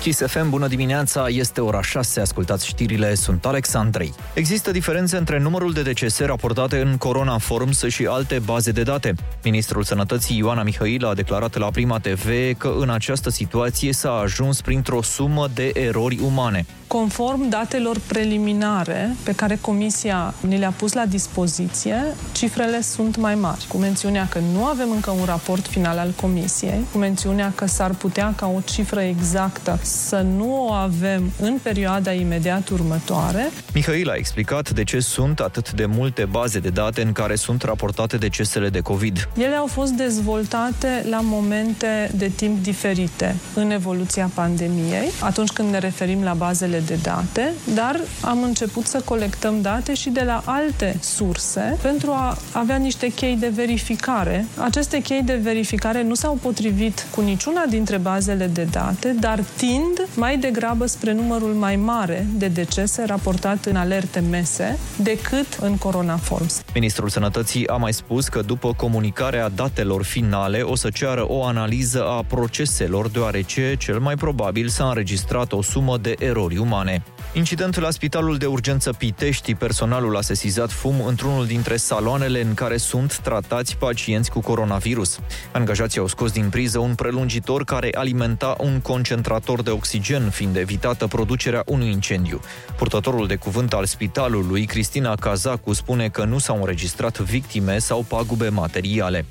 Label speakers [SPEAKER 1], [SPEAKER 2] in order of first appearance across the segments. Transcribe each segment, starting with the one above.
[SPEAKER 1] Kiss FM, bună dimineața, este ora 6, ascultați știrile, sunt Alexandrei. Există diferențe între numărul de decese raportate în Corona Forms și alte baze de date. Ministrul Sănătății Ioana Mihail a declarat la Prima TV că în această situație s-a ajuns printr-o sumă de erori umane.
[SPEAKER 2] Conform datelor preliminare pe care Comisia ni le-a pus la dispoziție, cifrele sunt mai mari, cu mențiunea că nu avem încă un raport final al Comisiei, cu mențiunea că s-ar putea ca o cifră exactă să nu o avem în perioada imediat următoare.
[SPEAKER 1] Mihail a explicat de ce sunt atât de multe baze de date în care sunt raportate decesele de COVID.
[SPEAKER 2] Ele au fost dezvoltate la momente de timp diferite în evoluția pandemiei, atunci când ne referim la bazele de date, dar am început să colectăm date și de la alte surse pentru a avea niște chei de verificare. Aceste chei de verificare nu s-au potrivit cu niciuna dintre bazele de date, dar tind mai degrabă spre numărul mai mare de decese raportat în alerte mese decât în Corona Forms.
[SPEAKER 1] Ministrul Sănătății a mai spus că după comunicarea datelor finale o să ceară o analiză a proceselor, deoarece cel mai probabil s-a înregistrat o sumă de erori umane. Incident la Spitalul de Urgență Pitești, personalul a sesizat fum într-unul dintre saloanele în care sunt tratați pacienți cu coronavirus. Angajații au scos din priză un prelungitor care alimenta un concentrator de oxigen, fiind evitată producerea unui incendiu. Purtătorul de cuvânt al spitalului, Cristina Cazacu, spune că nu s-au înregistrat victime sau pagube materiale.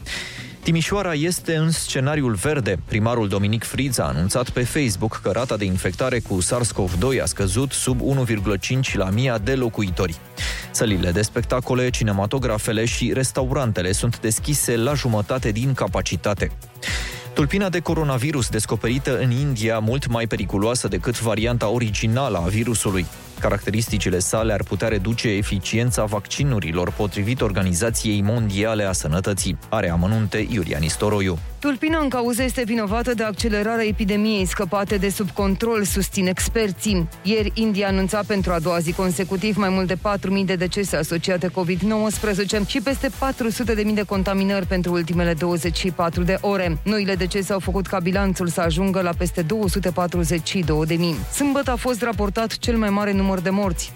[SPEAKER 1] Timișoara este în scenariul verde. Primarul Dominic Friț a anunțat pe Facebook că rata de infectare cu SARS-CoV-2 a scăzut sub 1,5 la 1000 de locuitori. Sălile de spectacole, cinematografele și restaurantele sunt deschise la jumătate din capacitate. Tulpina de coronavirus descoperită în India mult mai periculoasă decât varianta originală a virusului. Caracteristicile sale ar putea reduce eficiența vaccinurilor potrivit Organizației Mondiale a Sănătății. Are amănunte Iulian Istoroiu.
[SPEAKER 3] Tulpina în cauză este vinovată de accelerarea epidemiei scăpate de sub control, susțin experții. Ieri, India anunța pentru a doua zi consecutiv mai mult de 4.000 de decese asociate COVID-19 și peste 400.000 de contaminări pentru ultimele 24 de ore. Noile decese au făcut ca bilanțul să ajungă la peste 242.000. Sâmbătă a fost raportat cel mai mare număr de morți,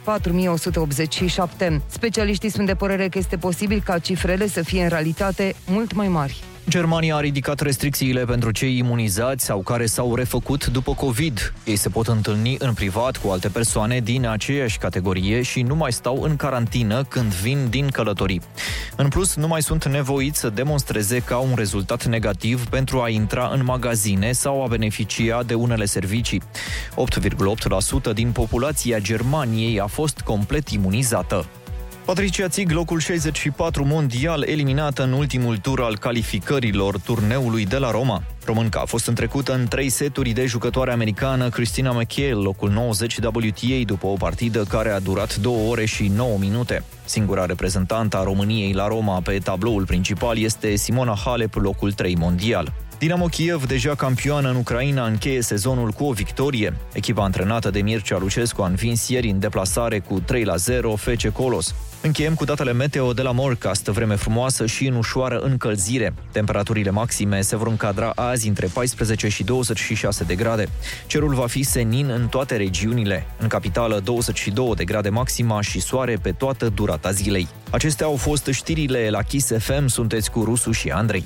[SPEAKER 3] 4.187. Specialiștii sunt de părere că este posibil ca cifrele să fie în realitate mult mai mari.
[SPEAKER 1] Germania a ridicat restricțiile pentru cei imunizați sau care s-au refăcut după COVID. Ei se pot întâlni în privat cu alte persoane din aceeași categorie și nu mai stau în carantină când vin din călătorii. În plus, nu mai sunt nevoiți să demonstreze că au un rezultat negativ pentru a intra în magazine sau a beneficia de unele servicii. 8,8% din populația Germaniei a fost complet imunizată. Patricia Țig, locul 64 mondial, eliminată în ultimul tur al calificărilor turneului de la Roma. Românca a fost întrecută în trei seturi de jucătoarea americană Cristina McHale, locul 90 WTA, după o partidă care a durat 2 ore și 9 minute. Singura reprezentantă a României la Roma pe tabloul principal este Simona Halep, locul 3 mondial. Dinamo Kiev, deja campioană în Ucraina, încheie sezonul cu o victorie. Echipa antrenată de Mircea Lucescu a învins ieri în deplasare cu 3 la 0 FC Colos. Încheiem cu datele meteo de la Morcast, vreme frumoasă și în ușoară încălzire. Temperaturile maxime se vor încadra azi între 14 și 26 de grade. Cerul va fi senin în toate regiunile. În capitală 22 de grade maxima și soare pe toată durata zilei. Acestea au fost știrile la Kiss FM, sunteți cu Rusu și Andrei.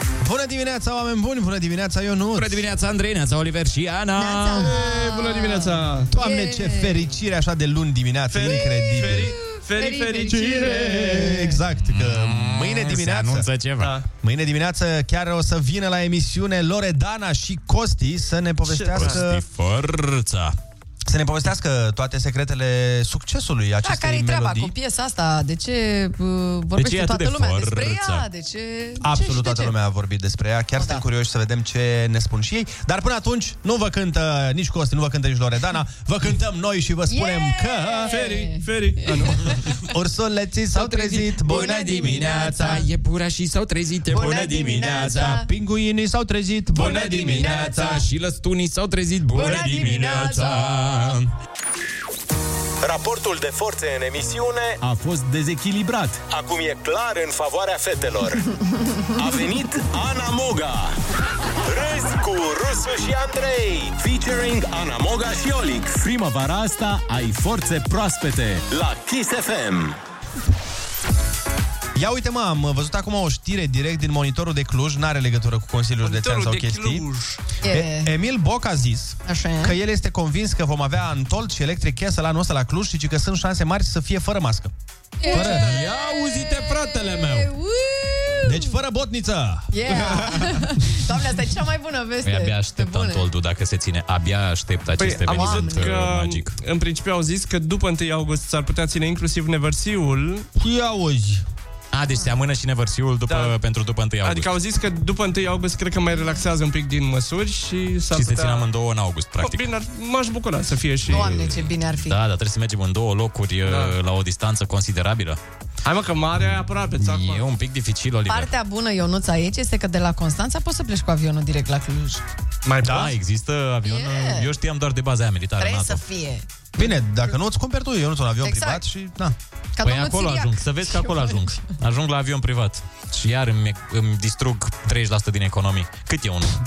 [SPEAKER 4] Bună dimineața, oameni buni! Bună dimineața, Ionut!
[SPEAKER 5] Bună dimineața, Andrei, neața, Oliver și Ana!
[SPEAKER 6] Neața!
[SPEAKER 5] Ei, Bună dimineața!
[SPEAKER 4] Doamne,
[SPEAKER 6] E.
[SPEAKER 4] ce fericire așa de luni dimineață,
[SPEAKER 5] Feri-
[SPEAKER 4] incredibil!
[SPEAKER 5] Feri,
[SPEAKER 6] Feri-
[SPEAKER 5] fericire!
[SPEAKER 4] Exact, că
[SPEAKER 7] Mm,
[SPEAKER 4] mâine
[SPEAKER 5] Se
[SPEAKER 4] dimineață
[SPEAKER 5] anunță ceva.
[SPEAKER 4] Da. Mâine dimineață chiar o să vină la emisiune Loredana și Costi să ne povestească
[SPEAKER 5] Costi Forța.
[SPEAKER 4] să ne povestească toate secretele succesului
[SPEAKER 6] Da,
[SPEAKER 4] acestei
[SPEAKER 6] care-i treaba
[SPEAKER 4] melodii.
[SPEAKER 6] cu piesa asta? De ce uh,
[SPEAKER 7] Deci
[SPEAKER 4] ce Deci e
[SPEAKER 6] vorbește
[SPEAKER 4] atât
[SPEAKER 6] toată
[SPEAKER 4] de
[SPEAKER 6] lumea
[SPEAKER 4] forță?
[SPEAKER 6] despre
[SPEAKER 7] da.
[SPEAKER 6] ea? Deci De ce... ce
[SPEAKER 4] Absolut
[SPEAKER 6] și
[SPEAKER 4] toată
[SPEAKER 6] de ce? Da.
[SPEAKER 4] lumea a vorbit despre ea, chiar suntem curioși să vedem ce ne spun și ei. Dar până atunci, nu vă cântă nici Costi, nu vă cântă nici Loredana, vă cântăm noi și vă spunem că...
[SPEAKER 5] Feri, feri. A, Ah, nu.
[SPEAKER 4] Ursuleții s-au trezit, bună dimineața!
[SPEAKER 5] Iepurașii s-au trezit, e bună dimineața
[SPEAKER 4] Pinguinii s-au trezit,
[SPEAKER 5] Bună dimineața Și lăstunii s-au trezit, bună dimineața
[SPEAKER 8] Raportul de forțe în emisiune
[SPEAKER 9] A fost dezechilibrat.
[SPEAKER 8] acum e clar în favoarea fetelor. A venit Ana Moga. Râzi cu Rusu și Andrei, featuring Ana Moga și Olix
[SPEAKER 9] Primăvara asta ai forțe proaspete.
[SPEAKER 8] la Kiss FM.
[SPEAKER 4] Ia uite mă, am văzut acum o știre direct din monitorul de Cluj, n-are legătură cu Consiliul Județean sau chestii. E, Emil Boc a zis
[SPEAKER 6] Așa e.
[SPEAKER 4] că el este convins că vom avea Antolt și Electric Castle anul ăsta la Cluj și că sunt șanse mari să fie fără mască.
[SPEAKER 5] Fără. Ia auzi-te, fratele meu
[SPEAKER 4] Deci fără botniță!
[SPEAKER 6] Yeah! Doamne, asta e cea mai bună veste.
[SPEAKER 7] Da. Păi abia aștept
[SPEAKER 6] Pe bune.
[SPEAKER 7] Antoldu dacă se ține. Abia aștept acest
[SPEAKER 5] Păi, am
[SPEAKER 7] eveniment
[SPEAKER 5] văzut
[SPEAKER 7] uh,
[SPEAKER 5] că,
[SPEAKER 7] magic.
[SPEAKER 5] în principiu, au zis că după 1 august s-ar putea ține inclusiv neversiul,
[SPEAKER 4] Ia auzi!
[SPEAKER 7] A, deci se amână și neversiul după,
[SPEAKER 5] Da.
[SPEAKER 7] pentru după 1 august.
[SPEAKER 5] Adică au zis că după 1 august cred că mai relaxează un pic din măsuri și s-ar
[SPEAKER 7] și se
[SPEAKER 5] putea...
[SPEAKER 7] ține amândouă în august,
[SPEAKER 5] Bă,
[SPEAKER 7] practic.
[SPEAKER 5] Bine, ar- m-aș bucura Da. să fie și...
[SPEAKER 6] Doamne, ce Deci bine ar fi.
[SPEAKER 7] Da, dar trebuie să mergem în două locuri da. la o distanță considerabilă.
[SPEAKER 5] Hai mă, că marea e aproape, țac,
[SPEAKER 7] E un pic dificil, Oliver.
[SPEAKER 6] Partea bună, Ionuț, aici este că de la Constanța poți să pleci cu avionul direct la Cluj.
[SPEAKER 5] Mai
[SPEAKER 7] Da, există avion. uh,
[SPEAKER 6] Yeah.
[SPEAKER 7] Eu știam doar de baza aia militară.
[SPEAKER 6] Trebuie
[SPEAKER 7] NATO.
[SPEAKER 6] să fie.
[SPEAKER 4] Bine, dacă nu, îți cumperi tu, eu nu un avion
[SPEAKER 6] Exact.
[SPEAKER 4] privat și... Na.
[SPEAKER 6] Ca
[SPEAKER 7] Păi
[SPEAKER 6] domnul
[SPEAKER 7] acolo
[SPEAKER 6] Țiriac.
[SPEAKER 7] ajung, să vezi că acolo ajung. Ajung la avion privat. Și iar îmi, îmi distrug 30% din economii. Cât e unul?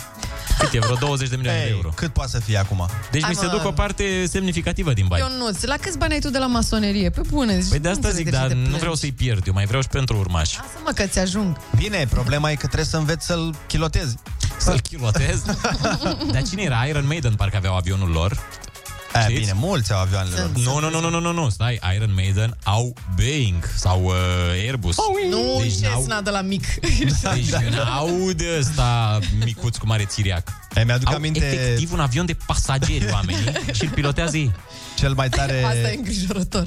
[SPEAKER 7] Cât e? Vreo 20 de milioane de
[SPEAKER 4] Ei,
[SPEAKER 7] euro.
[SPEAKER 4] cât poate să fie acum?
[SPEAKER 7] Deci
[SPEAKER 6] Hai,
[SPEAKER 7] mi se
[SPEAKER 6] mă.
[SPEAKER 7] duc o parte semnificativă din bani.
[SPEAKER 6] Ionuț, la câți bani ai tu de la masonerie? Pe bune, zici,
[SPEAKER 7] Păi de
[SPEAKER 6] nu
[SPEAKER 7] asta
[SPEAKER 6] înțeleg
[SPEAKER 7] zic,
[SPEAKER 6] ce
[SPEAKER 7] dar
[SPEAKER 6] te
[SPEAKER 7] nu
[SPEAKER 6] plângi.
[SPEAKER 7] vreau să-i pierd. Eu mai vreau și pentru urmași.
[SPEAKER 6] Lasă mă că ți ajung.
[SPEAKER 4] Bine, problema e că trebuie să înveți să-l chilotezi.
[SPEAKER 7] Să-l chilotez. dar cine era? Iron Maiden parcă aveau avionul lor.
[SPEAKER 4] E,
[SPEAKER 7] Știți?
[SPEAKER 4] bine, mulți au avioanele lor.
[SPEAKER 7] Nu, nu, nu, nu, nu, nu, nu. Stai, Iron Maiden au Boeing sau uh, Airbus.
[SPEAKER 6] Nu,
[SPEAKER 7] Deci
[SPEAKER 6] ce
[SPEAKER 7] n-au-
[SPEAKER 6] sună de la mic.
[SPEAKER 7] Deci n-au de ăsta micuț cu mare țiriac.
[SPEAKER 4] E, mi-aduc
[SPEAKER 7] Au
[SPEAKER 4] aminte
[SPEAKER 7] efectiv un avion de pasageri oamenii și îl pilotează ei.
[SPEAKER 4] cel mai
[SPEAKER 6] Asta
[SPEAKER 4] tare...
[SPEAKER 6] e îngrijorător.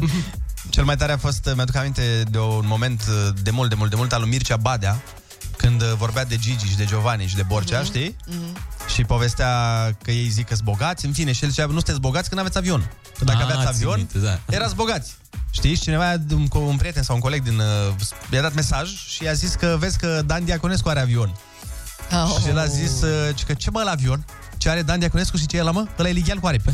[SPEAKER 4] Cel mai tare a fost, uh, mi-aduc aminte de un moment uh, de mult, de mult, de mult al lui Mircea Badea, când uh, vorbea de Gigi și de Giovanni și de Borcea, mm-hmm. știi? Mm-hmm. Și povestea că ei zic că sunt bogați, în fine, și el zicea, nu sunteți bogați că nu aveți avion. Că dacă
[SPEAKER 7] Ah,
[SPEAKER 4] aveați
[SPEAKER 7] țin
[SPEAKER 4] avion,
[SPEAKER 7] minte, da.
[SPEAKER 4] erați bogați. Știi? Și cineva, un, co- un prieten sau un coleg din, uh, i-a dat mesaj și i-a zis că vezi că Dan Diaconescu are avion.
[SPEAKER 6] Au.
[SPEAKER 4] Și el a zis uh, că ce mă la avion? Ce are Dan Diaconescu și ce e la mă? Ăla e lighean cu aripi.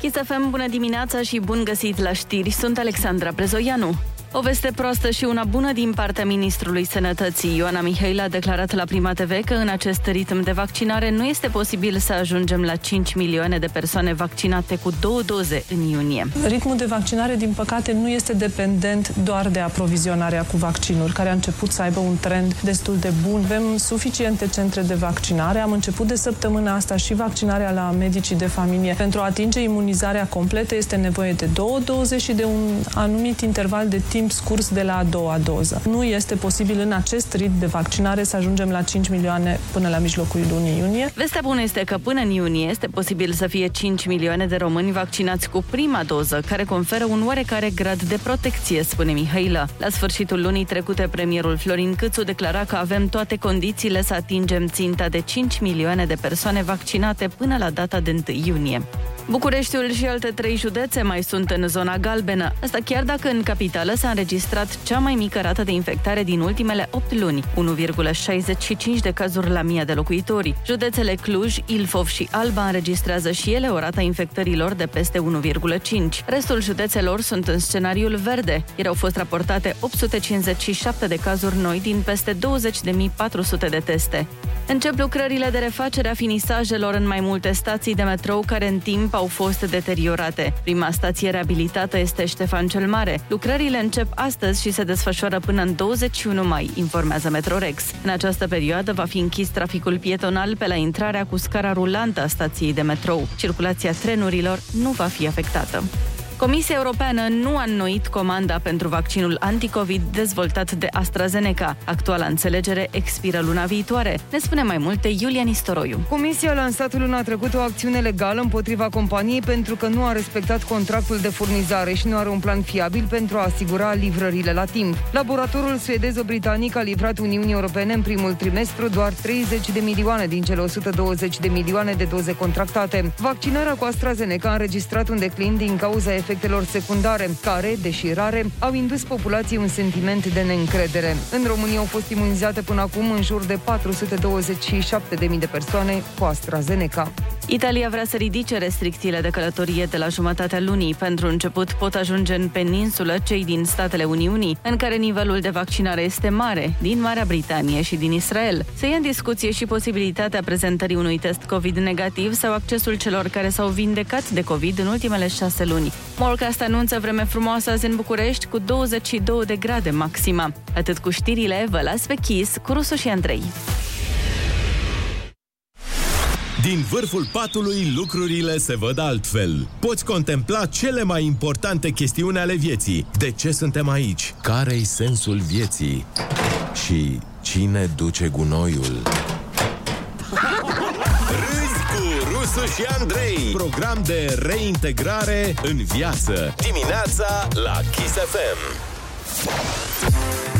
[SPEAKER 10] Kiss FM, bună dimineața și bun găsit la știri. Sunt Alexandra Brezoianu. O veste proastă și una bună din partea Ministrului Sănătății. Ioana Mihail a declarat la Prima TV că în acest ritm de vaccinare nu este posibil să ajungem la 5 milioane de persoane vaccinate cu două doze în iunie.
[SPEAKER 2] Ritmul de vaccinare, din păcate, nu este dependent doar de aprovizionarea cu vaccinuri, care a început să aibă un trend destul de bun. Avem suficiente centre de vaccinare. Am început de săptămâna asta și vaccinarea la medicii de familie. Pentru a atinge imunizarea completă este nevoie de două doze și de un anumit interval de timp scurs de la a doua doză. Nu este posibil în acest ritm de vaccinare să ajungem la 5 milioane până la mijlocul lunii iunie.
[SPEAKER 10] Vestea bună este că până în iunie este posibil să fie 5 milioane de români vaccinați cu prima doză, care conferă un oarecare grad de protecție, spune Mihailă. La sfârșitul lunii trecute, premierul Florin Câțu declara că avem toate condițiile să atingem ținta de 5 milioane de persoane vaccinate până la data de 1 iunie. Bucureștiul și alte trei județe mai sunt în zona galbenă, asta chiar dacă în capitală s-a înregistrat cea mai mică rată de infectare din ultimele 8 luni, 1,65 de cazuri la 1000 de locuitori. Județele Cluj, Ilfov și Alba înregistrează și ele o rată a infectărilor de peste 1,5. Restul județelor sunt în scenariul verde. Ieri au fost raportate 857 de cazuri noi din peste 20.400 de teste. Încep lucrările de refacere a finisajelor în mai multe stații de metrou care în timp au fost deteriorate. Prima stație reabilitată este Ștefan cel Mare. Lucrările încep astăzi și se desfășoară până în 21 mai, informează Metrorex. În această perioadă va fi închis traficul pietonal pe la intrarea cu scara rulantă a stației de metrou. Circulația trenurilor nu va fi afectată. Comisia Europeană nu a înnoit comanda pentru vaccinul anticovid dezvoltat de AstraZeneca. Actuala înțelegere expiră luna viitoare. Ne spune mai multe Iulian Istoroiu.
[SPEAKER 3] Comisia a lansat luna trecută o acțiune legală împotriva companiei pentru că nu a respectat contractul de furnizare și nu are un plan fiabil pentru a asigura livrările la timp. Laboratorul suedez-britanic a livrat Uniunii Europene în primul trimestru doar 30 de milioane din cele 120 de milioane de doze contractate. Vaccinarea cu AstraZeneca a înregistrat un declin din cauza efectelor secundare, care, deși rare, au indus populației un sentiment de neîncredere. În România au fost imunizate până acum în jur de 427.000 de persoane cu AstraZeneca.
[SPEAKER 10] Italia vrea să ridice restricțiile de călătorie de la jumătatea lunii. Pentru început pot ajunge în peninsulă cei din statele Uniunii, în care nivelul de vaccinare este mare, din Marea Britanie și din Israel. Se ia în discuție și posibilitatea prezentării unui test COVID negativ sau accesul celor care s-au vindecat de COVID în ultimele șase luni. Morcast anunță vreme frumoasă azi în București cu 22 de grade maxima. Atât cu știrile, vă las pe Kiss cu Rusu și Andrei.
[SPEAKER 11] Din vârful patului lucrurile se văd altfel. Poți contempla cele mai importante chestiuni ale vieții. De ce suntem aici? Care-i sensul vieții? Și cine duce gunoiul?
[SPEAKER 8] Râzi cu Rusu și Andrei
[SPEAKER 11] Program de reintegrare în viață.
[SPEAKER 8] Dimineața la Kiss FM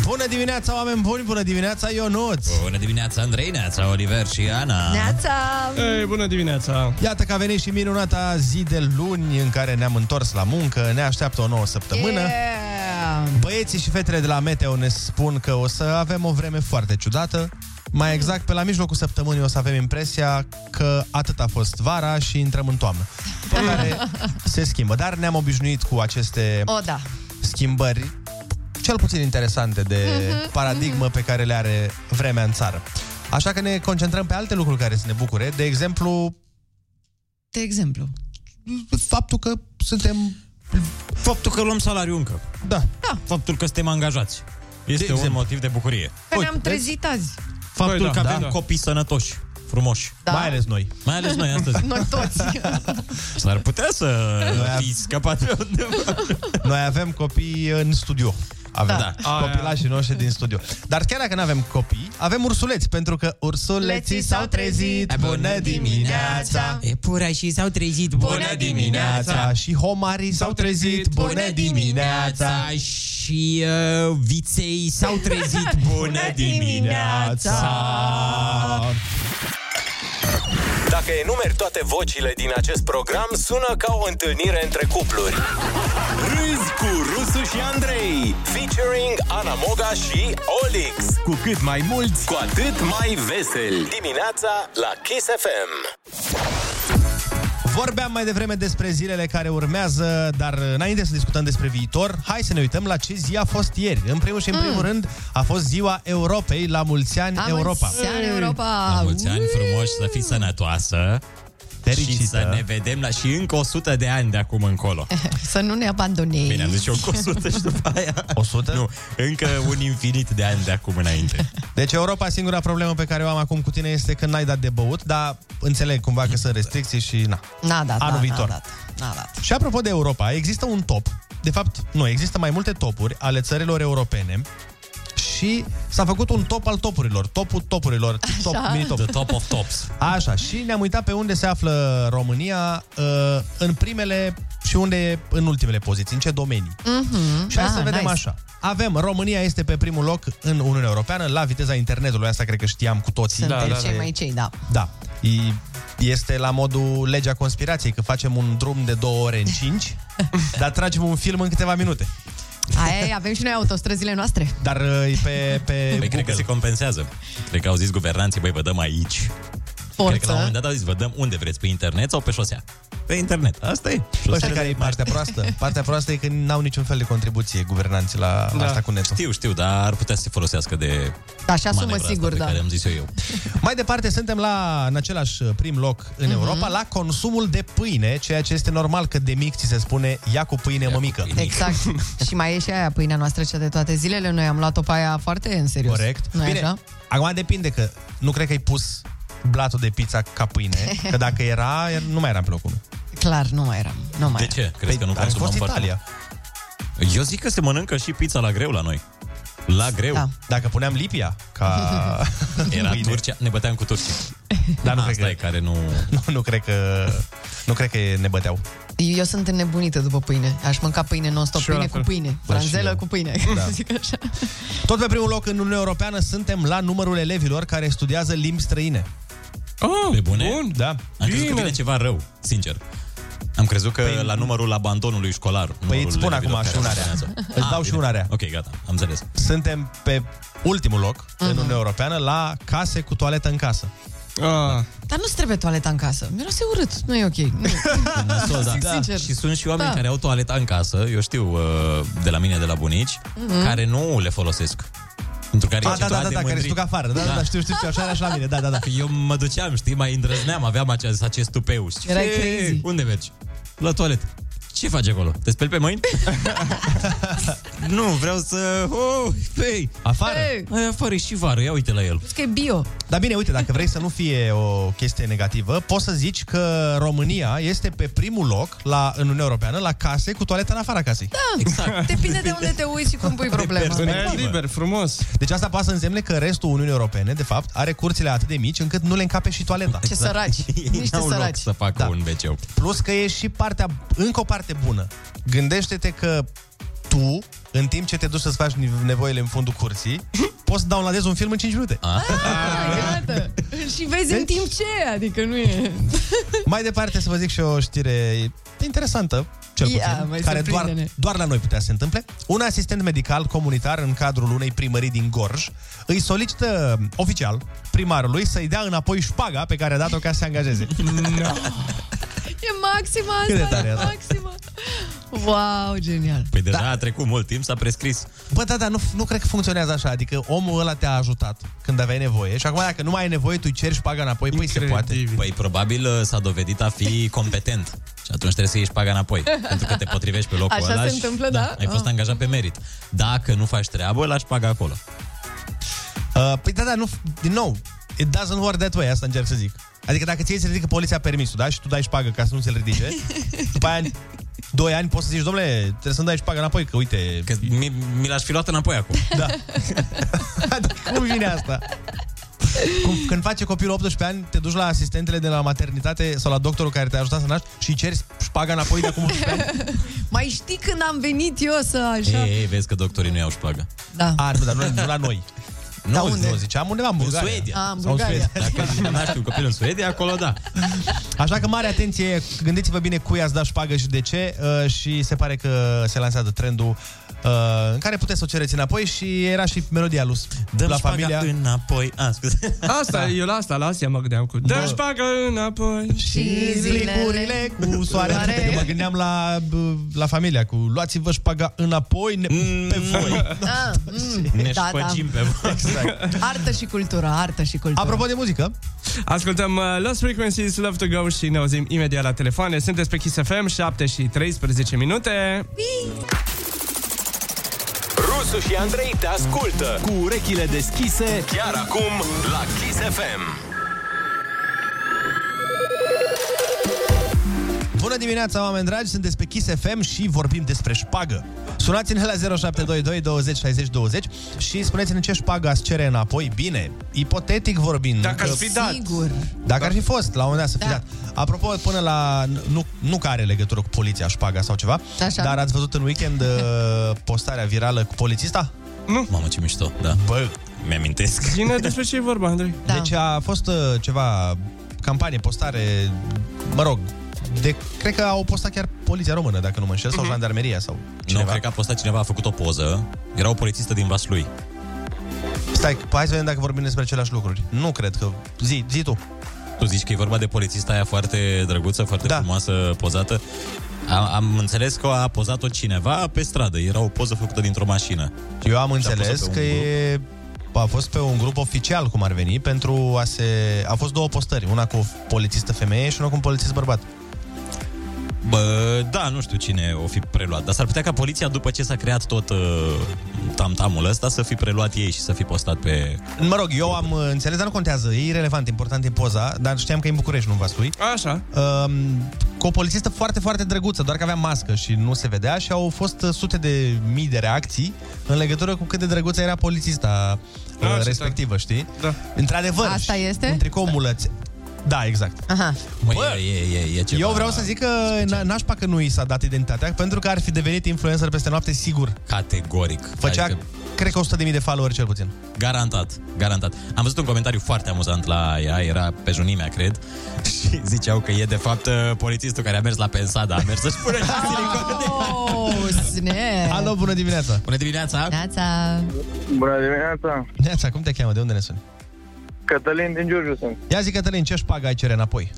[SPEAKER 4] Bună dimineața, oameni buni! Bună dimineața, Ionuț!
[SPEAKER 12] Bună dimineața, Andrei, neața, Oliver și Ana.
[SPEAKER 13] Neața!
[SPEAKER 12] Ei, bună dimineața!
[SPEAKER 4] Iată că a venit și minunata zi de luni în care ne-am întors la muncă, ne așteaptă o nouă
[SPEAKER 7] Da,
[SPEAKER 4] săptămână.
[SPEAKER 13] Yeah!
[SPEAKER 4] Băieții și fetele de la Meteo ne spun că o să avem o vreme foarte ciudată. Mai exact, pe la mijlocul săptămânii o să avem impresia că atât a fost vara și intrăm în toamnă. După care se schimbă, dar ne-am obișnuit cu aceste
[SPEAKER 13] O, da.
[SPEAKER 4] schimbări cel puțin interesante de paradigmă pe care le are vremea în țară. Așa că ne concentrăm pe alte lucruri care să ne bucure, de exemplu
[SPEAKER 6] De exemplu.
[SPEAKER 4] faptul că suntem
[SPEAKER 7] Faptul că luăm salariul încă.
[SPEAKER 4] Da.
[SPEAKER 7] Faptul că suntem angajați. Este un motiv de bucurie.
[SPEAKER 6] Că Păi, ne-am trezit azi.
[SPEAKER 7] Faptul
[SPEAKER 6] Băi, da,
[SPEAKER 7] că avem
[SPEAKER 6] da.
[SPEAKER 7] copii sănătoși, frumoși.
[SPEAKER 6] Da. Mai ales
[SPEAKER 4] noi.
[SPEAKER 7] Mai ales noi astăzi.
[SPEAKER 6] Noi toți.
[SPEAKER 7] S-ar putea să fi scăpat pe undeva.
[SPEAKER 4] Noi avem copii în studio. Avem
[SPEAKER 7] Da.
[SPEAKER 4] da. copilașii noștri din studio. Dar chiar dacă nu avem copii, avem ursuleți, pentru că ursuleții s-au trezit. Bună dimineața!
[SPEAKER 12] Epurașii s-au trezit. Bună dimineața!
[SPEAKER 4] Și homarii s-au trezit. Bună dimineața!
[SPEAKER 12] Și uh, viței s-au trezit. Bună dimineața!
[SPEAKER 8] Dacă enumeri toate vocile din acest program Sună ca o întâlnire între cupluri Râzi cu Rusu și Andrei Featuring Ana Moga și Olix
[SPEAKER 11] Cu cât mai mulți,
[SPEAKER 8] cu atât mai veseli Dimineața la Kiss FM
[SPEAKER 4] Vorbeam mai devreme despre zilele care urmează, dar înainte să discutăm despre viitor, hai să ne uităm la ce zi a fost ieri. În primul și în
[SPEAKER 6] Mm.
[SPEAKER 4] primul rând a fost ziua Europei, la mulți ani
[SPEAKER 13] La mulți
[SPEAKER 4] Europa.
[SPEAKER 13] ani, Europa!
[SPEAKER 7] La mulți ani frumoși, să fii sănătoasă. Și să ne vedem la și încă 100 de ani de acum încolo.
[SPEAKER 6] Să nu ne abandonezi.
[SPEAKER 7] Bine, am zis și eu cu 100 și după aia...
[SPEAKER 4] 100?
[SPEAKER 7] Nu, încă un infinit de ani de acum înainte.
[SPEAKER 4] Deci Europa, singura problemă pe care o am acum cu tine este că n-ai dat de băut, dar înțeleg cumva că sunt restricții și na.
[SPEAKER 6] N-a dat,
[SPEAKER 4] Anul
[SPEAKER 6] da,
[SPEAKER 4] viitor.
[SPEAKER 6] N-a dat, n-a dat.
[SPEAKER 4] Și apropo de Europa, există un top. De fapt, nu, există mai multe topuri ale țărilor europene și s-a făcut un top al topurilor, topul topurilor, top,
[SPEAKER 7] Așa.
[SPEAKER 4] mini top.
[SPEAKER 7] The top of tops.
[SPEAKER 4] Așa, și ne-am uitat pe unde se află România uh, în primele și unde e în ultimele poziții, în ce domenii.
[SPEAKER 6] Mm-hmm.
[SPEAKER 4] Și hai să vedem așa. Avem, România este pe primul loc în Uniunea Europeană la viteza internetului, asta cred că știam cu toții.
[SPEAKER 6] Suntem cei mai cei, da.
[SPEAKER 4] Da. E- Este la modul legea conspirației, că facem un drum de două ore în cinci, dar tragem un film în câteva minute.
[SPEAKER 6] Aia e, avem și noi autostrăzile noastre.
[SPEAKER 7] Da.
[SPEAKER 4] Dar uh, e pe, pe
[SPEAKER 7] Păi cred că se compensează. Cred că au zis guvernanții, băi, vă dăm aici.
[SPEAKER 6] Forță.
[SPEAKER 7] Cred că la un moment dat au zis, vă dăm unde vreți, pe internet sau pe șosea? Pe internet, asta e.
[SPEAKER 4] Bă, știi
[SPEAKER 7] Șosele
[SPEAKER 4] care e
[SPEAKER 7] mari.
[SPEAKER 4] partea proastă? Partea proastă e că n-au niciun fel de contribuție guvernanții la da. asta cu netul.
[SPEAKER 7] Știu, știu, dar ar putea să se folosească de
[SPEAKER 6] Da, și asumă
[SPEAKER 7] manevra asta
[SPEAKER 6] sigur,
[SPEAKER 7] pe
[SPEAKER 6] da.
[SPEAKER 7] care am zis eu.
[SPEAKER 4] Mai departe, suntem la, în același uh, prim loc în
[SPEAKER 6] Mhm.
[SPEAKER 4] Europa la consumul de pâine, ceea ce este normal că de mic ți se spune ia cu pâine, mămică.
[SPEAKER 6] Exact. și mai e și aia pâinea noastră cea de toate zilele. Noi am luat-o pe aia foarte în serios.
[SPEAKER 4] Corect.
[SPEAKER 6] Nu
[SPEAKER 4] Bine,
[SPEAKER 6] așa?
[SPEAKER 4] acum depinde că nu cred că ai pus blatul de pizza ca pâine, că dacă era, nu mai era în pe locul meu.
[SPEAKER 6] Clar, nu mai eram. Nu mai
[SPEAKER 7] De ce? Crezi că nu
[SPEAKER 6] ar fi
[SPEAKER 7] consumăm
[SPEAKER 6] Păi, fost
[SPEAKER 7] foarte
[SPEAKER 6] Italia.
[SPEAKER 7] mult? Eu zic că se mănâncă și pizza la greu la noi. La greu.
[SPEAKER 6] Da.
[SPEAKER 7] Dacă puneam Lipia ca... Era Turcia, ne băteam cu Turcia.
[SPEAKER 4] Dar nu
[SPEAKER 6] Ah,
[SPEAKER 7] Asta e care nu...
[SPEAKER 4] Nu, nu cred că... Nu cred că ne băteau.
[SPEAKER 6] Eu sunt înnebunită după pâine. Aș mânca pâine non-stop,
[SPEAKER 4] Și eu
[SPEAKER 6] pâine
[SPEAKER 4] la
[SPEAKER 6] cu
[SPEAKER 4] fel.
[SPEAKER 6] pâine.
[SPEAKER 4] Da, și
[SPEAKER 6] Franzelă
[SPEAKER 4] eu.
[SPEAKER 6] cu pâine,
[SPEAKER 4] Da.
[SPEAKER 6] da. zic așa.
[SPEAKER 4] Tot pe primul loc în Uniunea Europeană suntem la numărul elevilor care studiază limbi străine.
[SPEAKER 5] Oh,
[SPEAKER 7] Pe bune?
[SPEAKER 4] Ah, Bun, da.
[SPEAKER 7] Am crezut că vine ceva rău, sincer. Am crezut că păi, la numărul abandonului școlar.
[SPEAKER 4] Păi îți spun acum și una rea. Îți
[SPEAKER 6] Ah.
[SPEAKER 4] dau și una rea.
[SPEAKER 7] Ah, Ok, gata, am înțeles.
[SPEAKER 4] Suntem pe ultimul loc în
[SPEAKER 6] Mhm.
[SPEAKER 4] Uniunea Europeană la case cu toaletă în casă. Ah.
[SPEAKER 6] Dar nu-ți trebuie toaleta în casă. Miroase urât, nu e ok. Nu.
[SPEAKER 7] Nasol, da.
[SPEAKER 6] Zic
[SPEAKER 7] da.
[SPEAKER 6] sincer.
[SPEAKER 7] Și sunt și oameni
[SPEAKER 6] Da.
[SPEAKER 7] da. care au toaleta în casă, eu știu uh, de la mine, de la bunici,
[SPEAKER 6] Mhm.
[SPEAKER 7] mm-hmm. care nu le folosesc. Pentru care
[SPEAKER 4] Ah,
[SPEAKER 7] e
[SPEAKER 4] da, da,
[SPEAKER 7] ceva
[SPEAKER 4] da,
[SPEAKER 7] de
[SPEAKER 4] da, care
[SPEAKER 7] mândrit.
[SPEAKER 4] duc afară. Da, da, da, știu, știu, știu, așa era și la mine. Da, da, da.
[SPEAKER 7] Că eu mă duceam, știi, mai îndrăzneam, aveam acest, acest tupeu. Știi,
[SPEAKER 6] Erai
[SPEAKER 7] "Fie,
[SPEAKER 6] crazy."
[SPEAKER 7] Unde mergi? La toaletă. Ce faci acolo? Te speli pe mâini? nu, vreau să... Oh,
[SPEAKER 4] păi.
[SPEAKER 7] pei!
[SPEAKER 4] Afară.
[SPEAKER 7] Ai afară e și vară, ia uite la el.
[SPEAKER 6] Păi. Că e bio.
[SPEAKER 4] Dar bine, uite, dacă vrei să nu fie o chestie negativă, poți să zici că România este pe primul loc la, în Uniunea Europeană la case cu toaletă în afara casei.
[SPEAKER 6] Da, exact. depinde de unde te uiți și cum pui problema.
[SPEAKER 4] liber, frumos. Deci asta poate să însemne că restul Uniunii Europene, de fapt, are curțile atât de mici încât nu le încape și toaleta. Exact.
[SPEAKER 6] Ce
[SPEAKER 7] Da.
[SPEAKER 6] săraci. Niște
[SPEAKER 4] n-au loc
[SPEAKER 6] săraci.
[SPEAKER 7] Să fac da. un wc
[SPEAKER 4] Plus că e și partea, încă o parte bună. Gândește-te că tu, în timp ce te duci să-ți faci nevoile în fundul curții, poți să downloadezi un film în 5 minute.
[SPEAKER 6] Ah. Gata. Și vezi în timp ce, adică nu e...
[SPEAKER 4] Mai departe să vă zic și o știre interesantă, cel puțin,
[SPEAKER 6] Ia, mai
[SPEAKER 4] care doar,
[SPEAKER 6] surprinde-ne.
[SPEAKER 4] doar la noi putea să se întâmple. Un asistent medical comunitar în cadrul unei primării din Gorj îi solicită oficial primarului să-i dea înapoi șpaga pe care a dat-o ca să se angajeze. No.
[SPEAKER 6] E maxima asta.
[SPEAKER 4] Cât de tare e asta?
[SPEAKER 6] maxima. Wow, genial.
[SPEAKER 7] Păi deja da. a trecut mult timp, s-a prescris.
[SPEAKER 4] Bă, da, da, nu, nu cred că funcționează așa. Adică omul ăla te-a ajutat când aveai nevoie și acum dacă nu mai ai nevoie, tu îi ceri șpaga înapoi, păi se poate.
[SPEAKER 7] Păi probabil uh, s-a dovedit a fi competent. Și atunci trebuie să ieși paga înapoi, Păi, pentru că te potrivești pe locul
[SPEAKER 6] Așa
[SPEAKER 7] ăla
[SPEAKER 6] se
[SPEAKER 7] și,
[SPEAKER 6] întâmplă, da?
[SPEAKER 7] Ai fost
[SPEAKER 6] Ah.
[SPEAKER 7] angajat pe merit. Dacă nu faci treabă, lași paga acolo.
[SPEAKER 4] Uh, păi da, da, nu, din nou, it doesn't work that way, asta încerc să zic. Adică dacă ție se ridică poliția permisul, da? Și tu dai șpagă ca să nu se ridice, după aia, în doi ani, poți să zici, domnule, trebuie să-mi dai șpagă înapoi, că uite... Că
[SPEAKER 7] mi, mi l-aș fi luat înapoi acum.
[SPEAKER 4] Da. Adică Cum vine asta? Cum, când face copilul 18 ani, te duci la asistentele de la maternitate sau la doctorul care te-a ajutat să naști și îi ceri șpaga înapoi de acum 18 ani.
[SPEAKER 6] Mai știi când am venit eu să
[SPEAKER 7] Ei,
[SPEAKER 6] așa...
[SPEAKER 7] ei, vezi că doctorii nu iau șpagă.
[SPEAKER 6] Da.
[SPEAKER 4] A, Ah, nu, dar nu, nu la noi.
[SPEAKER 7] Nu,
[SPEAKER 4] Da, unde? nu, ziceam undeva în Bulgaria.
[SPEAKER 7] Suedia.
[SPEAKER 6] A, în
[SPEAKER 4] Sau în
[SPEAKER 6] Bulgaria.
[SPEAKER 7] Dacă naști un copil în Suedia, acolo da.
[SPEAKER 4] Așa că mare atenție, gândiți-vă bine cui ați dat șpagă și de ce uh, și se pare că se lansează trendul uh, în care puteți să o cereți înapoi și era și melodia lui
[SPEAKER 7] Dăm
[SPEAKER 4] la
[SPEAKER 7] șpaga
[SPEAKER 4] familia.
[SPEAKER 7] înapoi. A, scuze.
[SPEAKER 12] Asta, da. eu la asta, la asta mă gândeam cu... Dă
[SPEAKER 5] Deci
[SPEAKER 12] șpagă înapoi
[SPEAKER 4] Da. Și zlipurile cu soare. Eu mă gândeam la, bă, la familia cu luați-vă șpaga înapoi ne-
[SPEAKER 12] Mm.
[SPEAKER 4] pe voi.
[SPEAKER 6] Ah, mm,
[SPEAKER 7] Ne
[SPEAKER 6] da, da.
[SPEAKER 7] șpăgim pe voi.
[SPEAKER 4] Exact.
[SPEAKER 6] Artă și cultură, artă și cultură.
[SPEAKER 4] Apropo de muzică,
[SPEAKER 12] Ascultăm uh, Lost Frequencies, Love to Go și ne auzim imediat la telefoane. Sunteți pe Kiss FM, 7 și 13 minute.
[SPEAKER 8] Rusu și Andrei te ascultă
[SPEAKER 11] Cu urechile deschise
[SPEAKER 8] chiar acum la Kiss FM.
[SPEAKER 4] Bună dimineața, oameni dragi, sunteți pe Kiss FM și vorbim despre șpagă. Sunați-ne la 0722 20 60 20 și spuneți-ne ce șpagă ați cere înapoi. Bine, ipotetic vorbind.
[SPEAKER 12] Dacă
[SPEAKER 4] că-
[SPEAKER 12] ați fi dat.
[SPEAKER 6] Sigur.
[SPEAKER 4] Dacă ar fi fost, la un moment dat să fi dat. Apropo, până la... Nu, nu că are legătură cu poliția, șpaga sau ceva,
[SPEAKER 6] Așa.
[SPEAKER 4] dar ați văzut în weekend uh, postarea virală cu polițista?
[SPEAKER 12] Nu.
[SPEAKER 7] Mamă, ce mișto, da.
[SPEAKER 4] Bă,
[SPEAKER 7] mi-amintesc.
[SPEAKER 12] Gine, despre ce e vorba, Andrei?
[SPEAKER 6] Da.
[SPEAKER 4] Deci a fost uh, ceva campanie, postare, mă rog, de, cred că au postat chiar poliția română, dacă nu mă înșel, sau jandarmeria sau
[SPEAKER 7] Nu,
[SPEAKER 4] cineva.
[SPEAKER 7] cred că a postat cineva, a făcut o poză. Era o polițistă din Vaslui.
[SPEAKER 4] Stai, hai să vedem dacă vorbim despre aceleași lucruri. Nu cred că... Zi, zi tu.
[SPEAKER 7] Tu zici că e vorba de polițista aia foarte drăguță, foarte da. frumoasă, pozată. Am, am înțeles că a pozat-o cineva pe stradă. Era o poză făcută dintr-o mașină.
[SPEAKER 4] Eu am
[SPEAKER 7] Și a
[SPEAKER 4] înțeles
[SPEAKER 7] pozat pe
[SPEAKER 4] că
[SPEAKER 7] un grup.
[SPEAKER 4] e... A fost pe un grup oficial, cum ar veni, pentru a se... A fost două postări, una cu o polițistă femeie și una cu un polițist bărbat.
[SPEAKER 7] Bă, da, nu știu cine o fi preluat, dar s-ar putea ca poliția, după ce s-a creat tot uh, tamtamul ăsta, să fi preluat ei și să fi postat pe...
[SPEAKER 4] Mă rog, eu am uh, înțeles, dar nu contează, e irrelevant, important e poza, dar știam că e în București, nu în Vaslui.
[SPEAKER 12] Așa.
[SPEAKER 4] Um, cu o polițistă foarte, foarte drăguță, doar că avea mască și nu se vedea și au fost uh, sute de mii de reacții în legătură cu cât de drăguță era polițista
[SPEAKER 12] Da,
[SPEAKER 4] da,
[SPEAKER 12] ce
[SPEAKER 4] respectivă, știi? Da. Într-adevăr.
[SPEAKER 6] Asta este?
[SPEAKER 4] Un tricou mulăț. Da, exact.
[SPEAKER 6] Aha.
[SPEAKER 7] Măi, e, e, e ceva...
[SPEAKER 4] Eu vreau să zic că na- nașpa că nu i s-a dat identitatea, pentru că ar fi devenit influencer peste noapte, sigur.
[SPEAKER 7] Categoric.
[SPEAKER 4] Făcea,
[SPEAKER 7] Adică-
[SPEAKER 4] cred că 100.000 de follower cel puțin.
[SPEAKER 7] Garantat, garantat. Am văzut un comentariu foarte amuzant la ea, era pe junimea, cred, și ziceau că e de fapt uh, polițistul care a mers la Pensada, a mers să-și pune...
[SPEAKER 6] Oh, snap!
[SPEAKER 4] Alo, bună dimineața!
[SPEAKER 7] Bună dimineața!
[SPEAKER 6] Neața!
[SPEAKER 4] Bună dimineața! Neața, cum te cheamă? De unde ne suni?
[SPEAKER 14] Cătălin din Giurgiu sunt,
[SPEAKER 4] Ia zi, Cătălin, ce șpagă ai cere înapoi?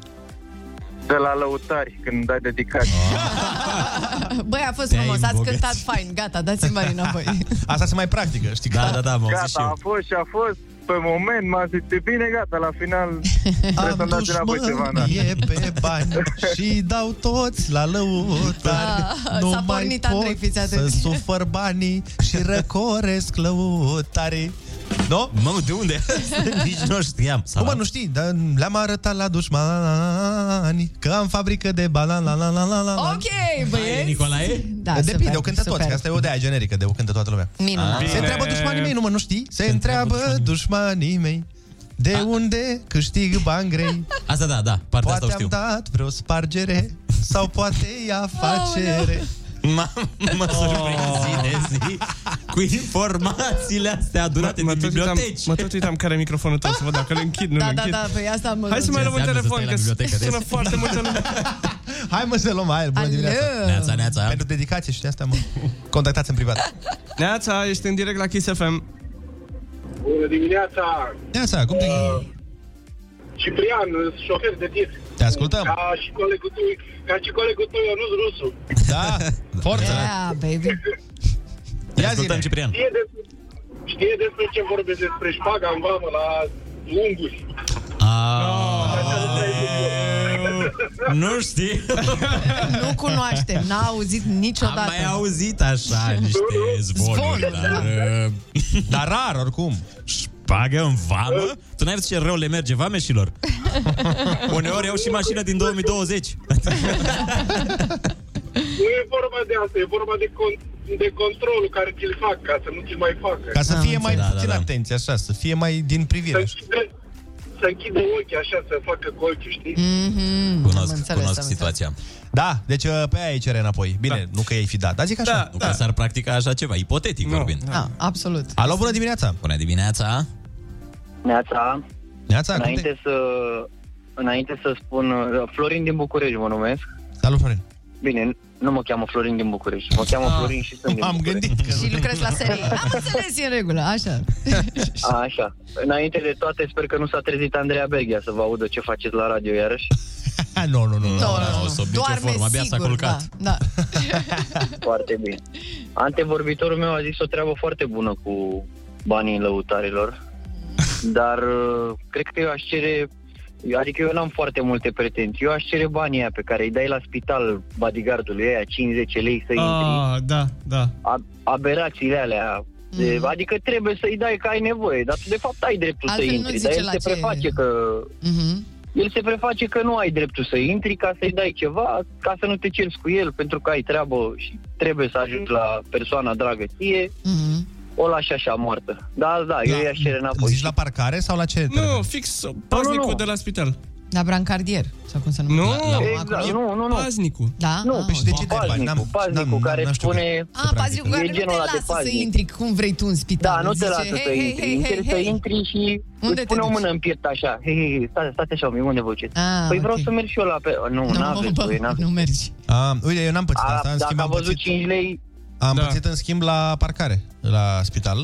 [SPEAKER 14] de la Lăutari, când dai dedicați.
[SPEAKER 4] Ah,
[SPEAKER 6] Băi, a fost
[SPEAKER 4] Te-ai
[SPEAKER 6] frumos, ați
[SPEAKER 4] îmbogățit.
[SPEAKER 6] cântat fain, gata, dați-mi bani înapoi.
[SPEAKER 4] Asta se mai practică, știi? Da,
[SPEAKER 7] da, da, m-am
[SPEAKER 14] Gata, a fost și a fost, pe moment m-am zis, e bine, gata, la final trebuie să-mi dați înapoi ceva. da.
[SPEAKER 4] e pe bani și dau toți la lăutari.
[SPEAKER 6] Da, s-a pornit, Andrei, fiți
[SPEAKER 4] să
[SPEAKER 6] atenți.
[SPEAKER 4] sufăr banii și răcoresc lăutarii. Nu?
[SPEAKER 7] Mamă, de unde? Nici nu știam.
[SPEAKER 4] Cum mă, nu știi? Dar le-am arătat la dușmani că am fabrică de balan la la la la la. la.
[SPEAKER 6] Ok, băieți! Da,
[SPEAKER 4] Depinde,
[SPEAKER 6] super,
[SPEAKER 4] o cântă
[SPEAKER 6] super.
[SPEAKER 4] toți, că asta e o de aia generică, de o cântă toată lumea. Ah,
[SPEAKER 6] Minunat.
[SPEAKER 4] Se
[SPEAKER 6] Bine.
[SPEAKER 4] întreabă dușmanii mei, nu mă, nu știi? Se, întreabă dușmanii mei. De unde câștig bani grei?
[SPEAKER 7] Asta da, da, partea
[SPEAKER 4] poate
[SPEAKER 7] asta o știu.
[SPEAKER 4] am dat vreo spargere sau poate e afacere.
[SPEAKER 7] Mamă, mă
[SPEAKER 12] Oh.
[SPEAKER 7] surprinzi de zi cu informațiile astea adunate
[SPEAKER 12] mă,
[SPEAKER 7] din
[SPEAKER 12] tot uitam,
[SPEAKER 7] biblioteci.
[SPEAKER 12] mă tot uitam care e microfonul tău să văd dacă îl închid, nu
[SPEAKER 6] Da,
[SPEAKER 12] îl
[SPEAKER 6] da,
[SPEAKER 12] închid.
[SPEAKER 6] da, păi asta mă
[SPEAKER 12] Hai să mai
[SPEAKER 6] gândesc.
[SPEAKER 12] luăm un
[SPEAKER 7] Înseamnă să
[SPEAKER 12] telefon,
[SPEAKER 7] stai la
[SPEAKER 12] că
[SPEAKER 7] bibliotecă,
[SPEAKER 12] sună
[SPEAKER 7] vezi?
[SPEAKER 12] foarte multă lume.
[SPEAKER 4] Hai mă să luăm aer, bună
[SPEAKER 6] Alo.
[SPEAKER 4] dimineața.
[SPEAKER 6] Neața,
[SPEAKER 7] neața.
[SPEAKER 4] Pentru dedicație și de astea, mă. Contactați în privat.
[SPEAKER 12] Neața, ești în direct la Kiss FM.
[SPEAKER 15] Bună dimineața! uh,
[SPEAKER 4] Neața, cum te
[SPEAKER 15] Ciprian, șofer de tir.
[SPEAKER 4] Te ascultăm.
[SPEAKER 15] Ca și colegul tău, ca și colegul tău Ionuț Rusu.
[SPEAKER 4] Da, forță. Da,
[SPEAKER 6] Yeah, baby.
[SPEAKER 7] Ia ascultăm, Ciprian.
[SPEAKER 15] Știe, de, știe despre ce vorbesc, despre șpaga în vamă la unguri.
[SPEAKER 7] Nu știi?
[SPEAKER 6] Nu cunoaștem, n-a auzit niciodată.
[SPEAKER 7] Am mai auzit așa niște zvonuri,
[SPEAKER 6] Zvonuri,
[SPEAKER 7] dar... uh,
[SPEAKER 4] dar rar, oricum.
[SPEAKER 7] Șpagă în vamă? Tu n-ai văzut ce rău le merge vameșilor? Uneori au și mașină din 2020.
[SPEAKER 15] Nu e vorba de asta, e vorba de, con- de controlul care ți-l fac, ca să nu ți-l mai facă.
[SPEAKER 4] Ca să fie mai
[SPEAKER 7] înțeles. Da, da,
[SPEAKER 4] puțin
[SPEAKER 7] da.
[SPEAKER 4] atenție, așa, să fie mai din privire. așa.
[SPEAKER 15] Să închidă ochii așa, să facă cu ochiul, știi?
[SPEAKER 16] Mhm.
[SPEAKER 6] Mm-hmm.
[SPEAKER 7] Cunosc, cunosc situația.
[SPEAKER 4] Da, deci uh, pe aia îi cere înapoi. Bine,
[SPEAKER 12] Da.
[SPEAKER 4] nu că ei fi dat, dar zic așa.
[SPEAKER 7] Nu că s-ar practica așa ceva, ipotetic vorbind.
[SPEAKER 6] Da, absolut.
[SPEAKER 4] Alo, bună dimineața!
[SPEAKER 7] Bună dimineața!
[SPEAKER 14] Neața,
[SPEAKER 4] Neața, cum te...
[SPEAKER 14] înainte să, înainte să spun, uh, Florin din București mă numesc.
[SPEAKER 4] Salut, Florin!
[SPEAKER 14] Bine, nu mă cheamă Florin din București, mă cheamă Florin și sunt din
[SPEAKER 4] Am
[SPEAKER 14] București.
[SPEAKER 4] gândit că...
[SPEAKER 6] Și lucrez la serie. Am înțeles, e în regulă, așa.
[SPEAKER 14] A, așa. Înainte de toate, sper că nu s-a trezit Andreea Berghia să vă audă ce faceți la radio iarăși.
[SPEAKER 4] Ha, nu, nu, nu, nu.
[SPEAKER 6] Nu,
[SPEAKER 7] ăla
[SPEAKER 6] nu,
[SPEAKER 7] o să
[SPEAKER 6] nu.
[SPEAKER 7] oblice
[SPEAKER 6] Doarme
[SPEAKER 7] formă, abia s-a
[SPEAKER 6] sigur,
[SPEAKER 7] culcat.
[SPEAKER 6] Da, da.
[SPEAKER 14] Foarte bine. Antevorbitorul meu a zis o treabă foarte bună cu banii lăutarilor, dar uh, cred că eu aș cere, adică eu n-am foarte multe pretenții, eu aș cere banii aia pe care îi dai la spital bodyguardului aia, 50 lei să intri,
[SPEAKER 12] Ah, da, da. Mm.
[SPEAKER 14] a, aberațiile alea, de, adică trebuie să-i dai că ai nevoie, dar tu de fapt ai dreptul
[SPEAKER 6] Altfel
[SPEAKER 14] să
[SPEAKER 6] nu
[SPEAKER 14] intri,
[SPEAKER 6] zice
[SPEAKER 14] dar el
[SPEAKER 6] la
[SPEAKER 14] se
[SPEAKER 6] ce-
[SPEAKER 14] preface că
[SPEAKER 6] Mhm.
[SPEAKER 14] el se preface că nu ai dreptul să intri ca să-i dai ceva, ca să nu te ceri cu el, pentru că ai treabă și trebuie să ajungi la persoana dragă ție,
[SPEAKER 6] Mhm.
[SPEAKER 14] o lași așa moartă. Da, da, eu i-aș cere înapoi.
[SPEAKER 4] Zici la parcare sau la ce?
[SPEAKER 12] Nu, fix uh,
[SPEAKER 14] Nu,
[SPEAKER 12] paznicul
[SPEAKER 14] nu.
[SPEAKER 12] de la spital.
[SPEAKER 6] La brancardier, sau cum se numește.
[SPEAKER 12] Nu,
[SPEAKER 6] La- la-
[SPEAKER 14] Exact, nu, nu, nu.
[SPEAKER 12] paznicul.
[SPEAKER 6] Da?
[SPEAKER 14] Nu,
[SPEAKER 6] Ah,
[SPEAKER 4] Păi și de ce dai bani?
[SPEAKER 14] Paznicul, paznicul care
[SPEAKER 4] n-știu
[SPEAKER 14] spune...
[SPEAKER 6] A, paznicul care
[SPEAKER 14] E
[SPEAKER 6] nu te
[SPEAKER 14] genul ăla de
[SPEAKER 6] lasă să
[SPEAKER 14] paznic.
[SPEAKER 6] intri cum vrei tu în spital.
[SPEAKER 14] Da, nu
[SPEAKER 6] Îți
[SPEAKER 14] te
[SPEAKER 6] zice,
[SPEAKER 14] lasă să
[SPEAKER 6] "Hei, hei,
[SPEAKER 14] intri,
[SPEAKER 6] hei,
[SPEAKER 14] încerci
[SPEAKER 6] hei,
[SPEAKER 14] să
[SPEAKER 6] hei."
[SPEAKER 14] intri și
[SPEAKER 6] Unde
[SPEAKER 14] îți pune
[SPEAKER 6] te
[SPEAKER 14] o
[SPEAKER 6] duci?
[SPEAKER 14] mână în piept așa. Hei, hei, hei, stați, stați așa, mi unde vă duceți?
[SPEAKER 6] Ah,
[SPEAKER 14] păi vreau
[SPEAKER 6] ok.
[SPEAKER 14] să merg și eu la... Pe... Nu,
[SPEAKER 6] Nu,
[SPEAKER 14] n-aveți,
[SPEAKER 6] bă,
[SPEAKER 14] voi, n-aveți.
[SPEAKER 6] nu mergi.
[SPEAKER 4] A, uite, eu n-am pățit
[SPEAKER 14] A,
[SPEAKER 4] asta, în schimb
[SPEAKER 14] dacă
[SPEAKER 4] am
[SPEAKER 14] am văzut
[SPEAKER 4] pățit,
[SPEAKER 14] 5 lei,
[SPEAKER 4] am
[SPEAKER 12] Da.
[SPEAKER 4] pățit în schimb la parcare, la spital.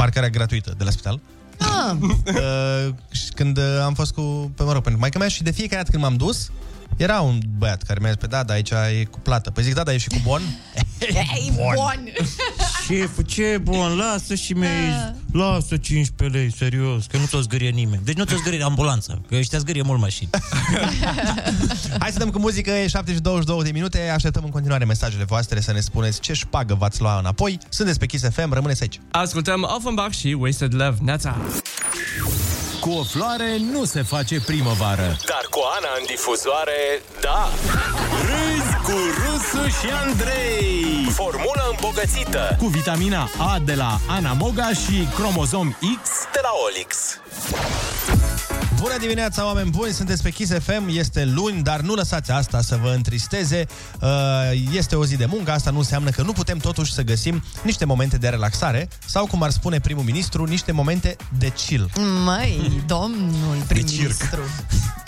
[SPEAKER 4] Parcarea gratuită de la spital.
[SPEAKER 6] Ah,
[SPEAKER 4] Uh, și când uh, am fost cu, pe mă rog, pentru maica mea și de fiecare dată când m-am dus, era un băiat care mi-a zis, pe da, da, aici e cu plată. Păi zic, da, da, e și cu bon.
[SPEAKER 6] e bun.
[SPEAKER 7] Șef, ce bun, lasă și
[SPEAKER 6] Da.
[SPEAKER 7] mi Lasă 15 lei, serios, că nu ți-o zgârie nimeni. Deci nu ți-o zgârie ambulanța, că ăștia zgârie mult mașini.
[SPEAKER 4] Hai să dăm cu muzică, e 7 și 22 de minute, așteptăm în continuare mesajele voastre să ne spuneți ce șpagă v-ați lua înapoi. Sunteți pe Kiss FM, rămâneți aici.
[SPEAKER 12] Ascultăm Offenbach și Wasted Love. Neața.
[SPEAKER 9] Cu o floare nu se face primăvară.
[SPEAKER 8] Dar cu Ana în difuzoare, da Râzi cu Rusu și Andrei Formula îmbogățită
[SPEAKER 9] Cu vitamina A de la Anamoga și cromozom X
[SPEAKER 8] de la Olix
[SPEAKER 4] Bună dimineața, oameni buni! Sunteți pe Kiss FM, este luni, dar nu lăsați asta să vă întristeze. Uh, Este o zi de muncă, asta nu înseamnă că nu putem totuși să găsim niște momente de relaxare sau, cum ar spune primul ministru, niște momente de chill.
[SPEAKER 6] Măi, domnul prim-ministru.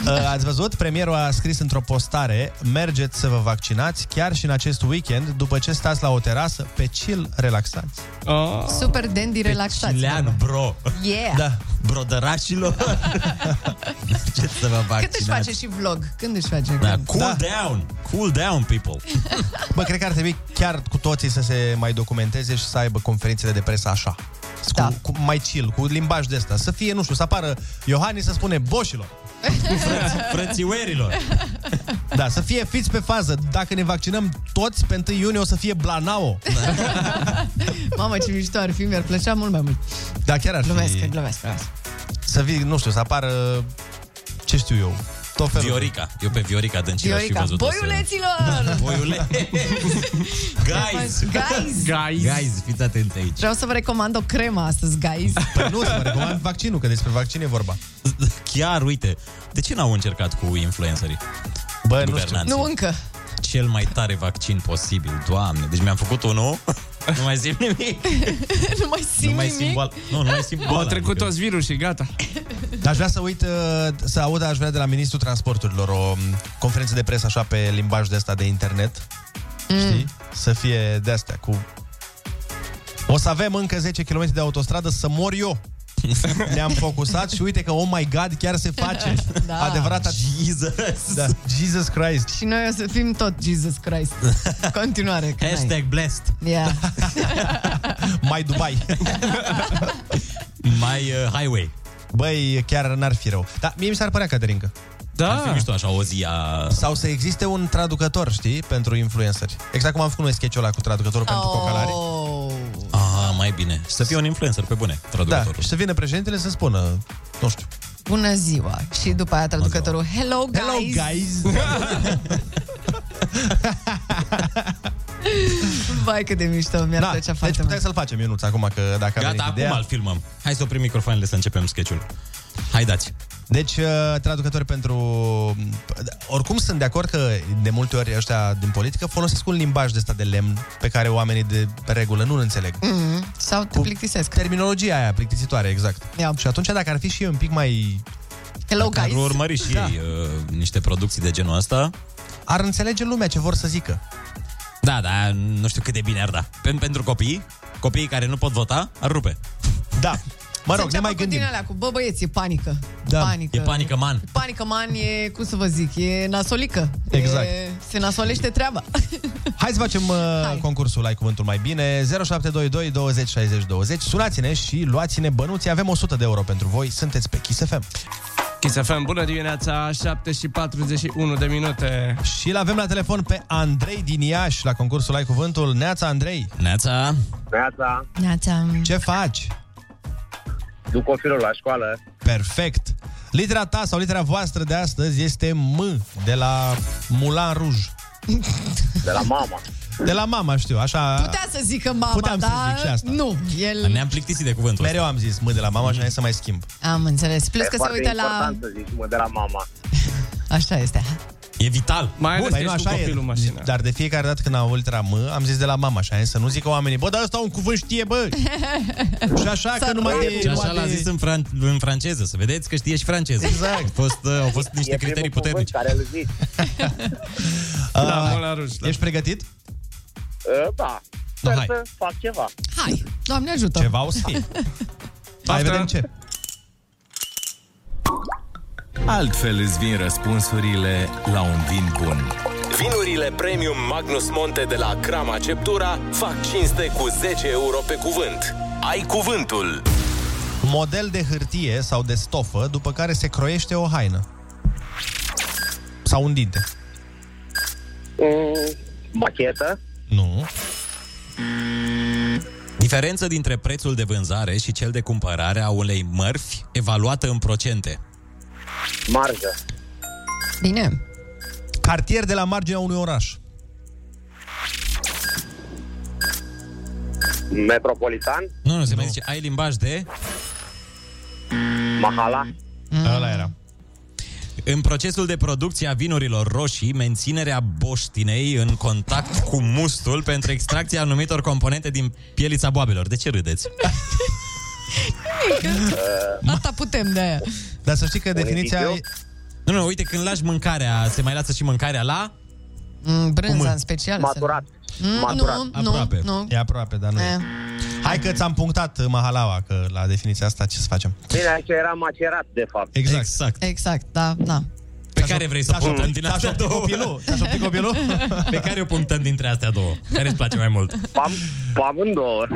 [SPEAKER 4] Uh, Ați văzut? Premierul a scris într-o postare Mergeți să vă vaccinați chiar și în acest weekend După ce stați la o terasă Pe chill relaxați
[SPEAKER 12] oh.
[SPEAKER 6] Ah. Super dandy relaxați.
[SPEAKER 7] Lean, Ah. bro.
[SPEAKER 6] Yeah.
[SPEAKER 4] Da.
[SPEAKER 7] Brodărașilor. Ce să vă
[SPEAKER 6] Cât își
[SPEAKER 7] vaccinați.
[SPEAKER 6] face și vlog? Când își face?
[SPEAKER 7] Da,
[SPEAKER 6] Când?
[SPEAKER 7] cool down. Cool down, people.
[SPEAKER 4] Bă, cred că ar trebui chiar cu toții să se mai documenteze Și să aibă conferințele de presă așa da. cu, cu, mai chill, cu limbaj de ăsta Să fie, nu știu, să apară Iohannis să spune Boșilor
[SPEAKER 7] Frățioerilor.
[SPEAKER 4] Da, să fie fiți pe fază Dacă ne vaccinăm toți, pe 1 iunie o să fie Blanao
[SPEAKER 6] Mamă, ce mișto ar fi, mi-ar plăcea mult mai mult.
[SPEAKER 4] Da, chiar ar
[SPEAKER 6] Glumesc,
[SPEAKER 4] fi...
[SPEAKER 6] glumesc, glumesc.
[SPEAKER 4] Să vii, nu știu, să apară, ce știu eu, tot felul.
[SPEAKER 7] Viorica. Eu pe Viorica Dăncilă și
[SPEAKER 6] Viorica,
[SPEAKER 7] văzut
[SPEAKER 6] boiuleților!
[SPEAKER 7] Boiule. Guys.
[SPEAKER 6] Guys!
[SPEAKER 7] Guys. Guys, fiți atenți aici.
[SPEAKER 6] Vreau să vă recomand o cremă astăzi, guys.
[SPEAKER 4] Păi nu, să vă recomand vaccinul, că despre vaccin e vorba.
[SPEAKER 7] Chiar, uite, de ce n-au încercat cu influencerii?
[SPEAKER 4] Bă,
[SPEAKER 7] nu știu.
[SPEAKER 6] Nu încă.
[SPEAKER 7] Cel mai tare vaccin posibil, doamne. Deci mi-am făcut unul, nu mai zic nimic.
[SPEAKER 6] nu mai simt
[SPEAKER 7] nu mai
[SPEAKER 6] nimic.
[SPEAKER 7] simt boala. Nu, nu mai simt boala.
[SPEAKER 12] Au trecut
[SPEAKER 7] adică-
[SPEAKER 12] toți virusii, gata.
[SPEAKER 4] Aș vrea să uit, uh, să aud, aș vrea de la Ministrul Transporturilor o um, conferință de presă așa pe limbaj de ăsta de internet,
[SPEAKER 6] Mm.
[SPEAKER 4] să fie de astea cu... O să avem încă 10 km de autostradă să mor eu. Ne-am focusat și uite că, oh my god, chiar se face.
[SPEAKER 6] Da.
[SPEAKER 4] Adevărata...
[SPEAKER 7] Jesus!
[SPEAKER 4] Da. Jesus Christ!
[SPEAKER 6] Și noi o să fim tot Jesus Christ. Continuare. că n-ai.
[SPEAKER 7] Hashtag blessed.
[SPEAKER 6] Yeah.
[SPEAKER 4] Mai Dubai!
[SPEAKER 7] Mai uh, highway.
[SPEAKER 4] Băi, chiar n-ar fi rău. Dar mie mi s-ar părea, Caterinca.
[SPEAKER 12] Da.
[SPEAKER 7] Ar fi mișto așa o zi a...
[SPEAKER 4] Sau să existe un traducător, știi, pentru influenceri. Exact cum am făcut noi sketch-ul ăla cu traducătorul oh. pentru cocalari.
[SPEAKER 7] Ah, mai bine. Și să fie un influencer, pe bune,
[SPEAKER 4] Da,
[SPEAKER 7] traducătorul.
[SPEAKER 4] și să vină președintele să spună, nu știu.
[SPEAKER 6] Bună ziua. Și după aia traducătorul. Hello, guys.
[SPEAKER 4] Hello, guys.
[SPEAKER 6] Vai cât de mișto, mi-ar
[SPEAKER 4] Da,
[SPEAKER 6] plăcea
[SPEAKER 4] deci
[SPEAKER 6] foarte
[SPEAKER 4] puteai
[SPEAKER 6] mult.
[SPEAKER 4] să-l facem, Ionuț, acum că dacă a venit
[SPEAKER 7] Gata, acum
[SPEAKER 4] ideea.
[SPEAKER 7] îl filmăm. Hai să oprim microfoanele să începem sketch-ul. Hai dați.
[SPEAKER 4] Deci, uh, traducători pentru... Oricum sunt de acord că de multe ori ăștia din politică folosesc un limbaj de ăsta de lemn pe care oamenii de pe regulă nu-l înțeleg.
[SPEAKER 6] Mhm. Sau te plictisesc.
[SPEAKER 4] Terminologia aia plictisitoare, exact.
[SPEAKER 6] Ia.
[SPEAKER 4] Și atunci, dacă ar fi și eu un pic mai...
[SPEAKER 6] Hello,
[SPEAKER 7] Ar
[SPEAKER 6] guys.
[SPEAKER 7] urmări și
[SPEAKER 4] Da.
[SPEAKER 7] ei uh, niște producții de genul ăsta.
[SPEAKER 4] Ar înțelege lumea ce vor să zică.
[SPEAKER 7] Da, da, nu știu cât de bine ar da. Pen- pentru copii, copiii care nu pot vota, ar rupe.
[SPEAKER 4] Da. Mă
[SPEAKER 6] Să
[SPEAKER 4] rog, ne
[SPEAKER 6] înceapă
[SPEAKER 4] mai
[SPEAKER 6] cu din
[SPEAKER 4] gândim.
[SPEAKER 6] alea, cu, bă, băieți, e panică.
[SPEAKER 4] Da,
[SPEAKER 6] panică.
[SPEAKER 7] E panică, man.
[SPEAKER 6] Panică, man, e, cum să vă zic, e nasolică.
[SPEAKER 4] Exact. Da.
[SPEAKER 6] E, se nasolește treaba.
[SPEAKER 4] Hai să facem Hai. concursul Ai Cuvântul Mai Bine 0722 20 60 20 Sunați-ne și luați-ne bănuții Avem 100 de euro pentru voi Sunteți pe Kiss FM
[SPEAKER 12] Kiss FM, bună dimineața, 7 și 41 de minute.
[SPEAKER 4] Și îl avem la telefon pe Andrei din Iași La concursul Ai Cuvântul Neața Andrei
[SPEAKER 7] Neața,
[SPEAKER 14] Neața,
[SPEAKER 6] Neața.
[SPEAKER 4] Ce faci?
[SPEAKER 14] duc copilul la școală.
[SPEAKER 4] Perfect Litera ta sau litera voastră de astăzi este M De la Mulan Rouge
[SPEAKER 14] De la mama.
[SPEAKER 4] De la mama, știu, așa
[SPEAKER 6] Putea să zică mama,
[SPEAKER 4] Puteam să
[SPEAKER 6] dar
[SPEAKER 4] zic și asta.
[SPEAKER 6] nu. El...
[SPEAKER 7] ne-am plictisit de cuvântul
[SPEAKER 4] Mereu am zis M de la mama și n-ai să mai schimb
[SPEAKER 6] Am înțeles. Mhm. Plus
[SPEAKER 14] e
[SPEAKER 6] că se
[SPEAKER 14] foarte
[SPEAKER 6] uită la...
[SPEAKER 14] important să zici, mă, de la mama.
[SPEAKER 6] Așa este.
[SPEAKER 7] ăsta. E vital.
[SPEAKER 12] Mai
[SPEAKER 4] Bun,
[SPEAKER 12] ales că
[SPEAKER 4] păi nu,
[SPEAKER 12] ești cu
[SPEAKER 4] așa e,
[SPEAKER 12] copilul în mașină.
[SPEAKER 4] dar de fiecare dată când am ultra M, am zis de la mama și am zis să nu zică oamenii, bă, dar ăsta un cuvânt știe, bă! și așa că nu mai e...
[SPEAKER 7] Și așa
[SPEAKER 4] poate-
[SPEAKER 7] l-a zis în, fran- în franceză, să vedeți că știe și franceză.
[SPEAKER 4] Exact.
[SPEAKER 7] Au fost, uh, au fost niște
[SPEAKER 14] e
[SPEAKER 7] criterii
[SPEAKER 14] primul
[SPEAKER 7] puternici.
[SPEAKER 14] cuvânt care îl zici.
[SPEAKER 12] Da,
[SPEAKER 4] Ah,
[SPEAKER 12] mă la ruș, da.
[SPEAKER 4] Ești pregătit?
[SPEAKER 14] E, Da,
[SPEAKER 4] No,
[SPEAKER 14] sper
[SPEAKER 4] hai.
[SPEAKER 14] să fac ceva.
[SPEAKER 6] Hai, Doamne ajută.
[SPEAKER 4] Ceva o să fie. Hai
[SPEAKER 12] Poftă.
[SPEAKER 4] vedem ce.
[SPEAKER 11] Altfel îți vin răspunsurile la un vin bun.
[SPEAKER 8] Vinurile premium Magnus Monte de la Crama Ceptura fac cinste cu 10 euro pe cuvânt. Ai cuvântul!
[SPEAKER 4] Model de hârtie sau de stofă după care se croiește o haină. Sau un dinte.
[SPEAKER 14] Mm, Machetă,
[SPEAKER 4] Nu.
[SPEAKER 7] E Diferență dintre prețul de vânzare și cel de cumpărare a unei mărfi evaluată în procente.
[SPEAKER 14] Margă.
[SPEAKER 6] Bine.
[SPEAKER 4] Cartier de la marginea unui oraș.
[SPEAKER 14] Metropolitan?
[SPEAKER 7] Nu, nu, se mai zice, ai limbaj de...
[SPEAKER 14] Mahala?
[SPEAKER 7] Mm. Ăla era. În procesul de producție a vinurilor roșii, menținerea boștinei în contact cu mustul pentru extracția anumitor componente din pielița boabelor. De ce râdeți?
[SPEAKER 6] Asta putem de aia.
[SPEAKER 4] Dar să știi că definiția...
[SPEAKER 7] e- Nu, nu, uite, când lași mâncarea, se mai lasă și mâncarea la...
[SPEAKER 6] Mm,
[SPEAKER 7] Cum
[SPEAKER 6] Brânza
[SPEAKER 7] e?
[SPEAKER 6] în special.
[SPEAKER 7] Maturat.
[SPEAKER 6] să- Mm, nu,
[SPEAKER 4] aproape.
[SPEAKER 6] nu, Eh. nu.
[SPEAKER 4] E aproape, dar nu.
[SPEAKER 6] E.
[SPEAKER 4] E. Hai că ți-am punctat uh, Mahalaua, că la definiția asta ce să facem?
[SPEAKER 14] Bine, aici era macerat, de fapt.
[SPEAKER 4] Exact. exact.
[SPEAKER 6] Exact, da, da.
[SPEAKER 7] Pe care vrei să o punctăm din astea două?
[SPEAKER 4] copilul?
[SPEAKER 7] Pe care o punctăm dintre astea două? Care îți place mai mult?
[SPEAKER 14] Pam, pam în două.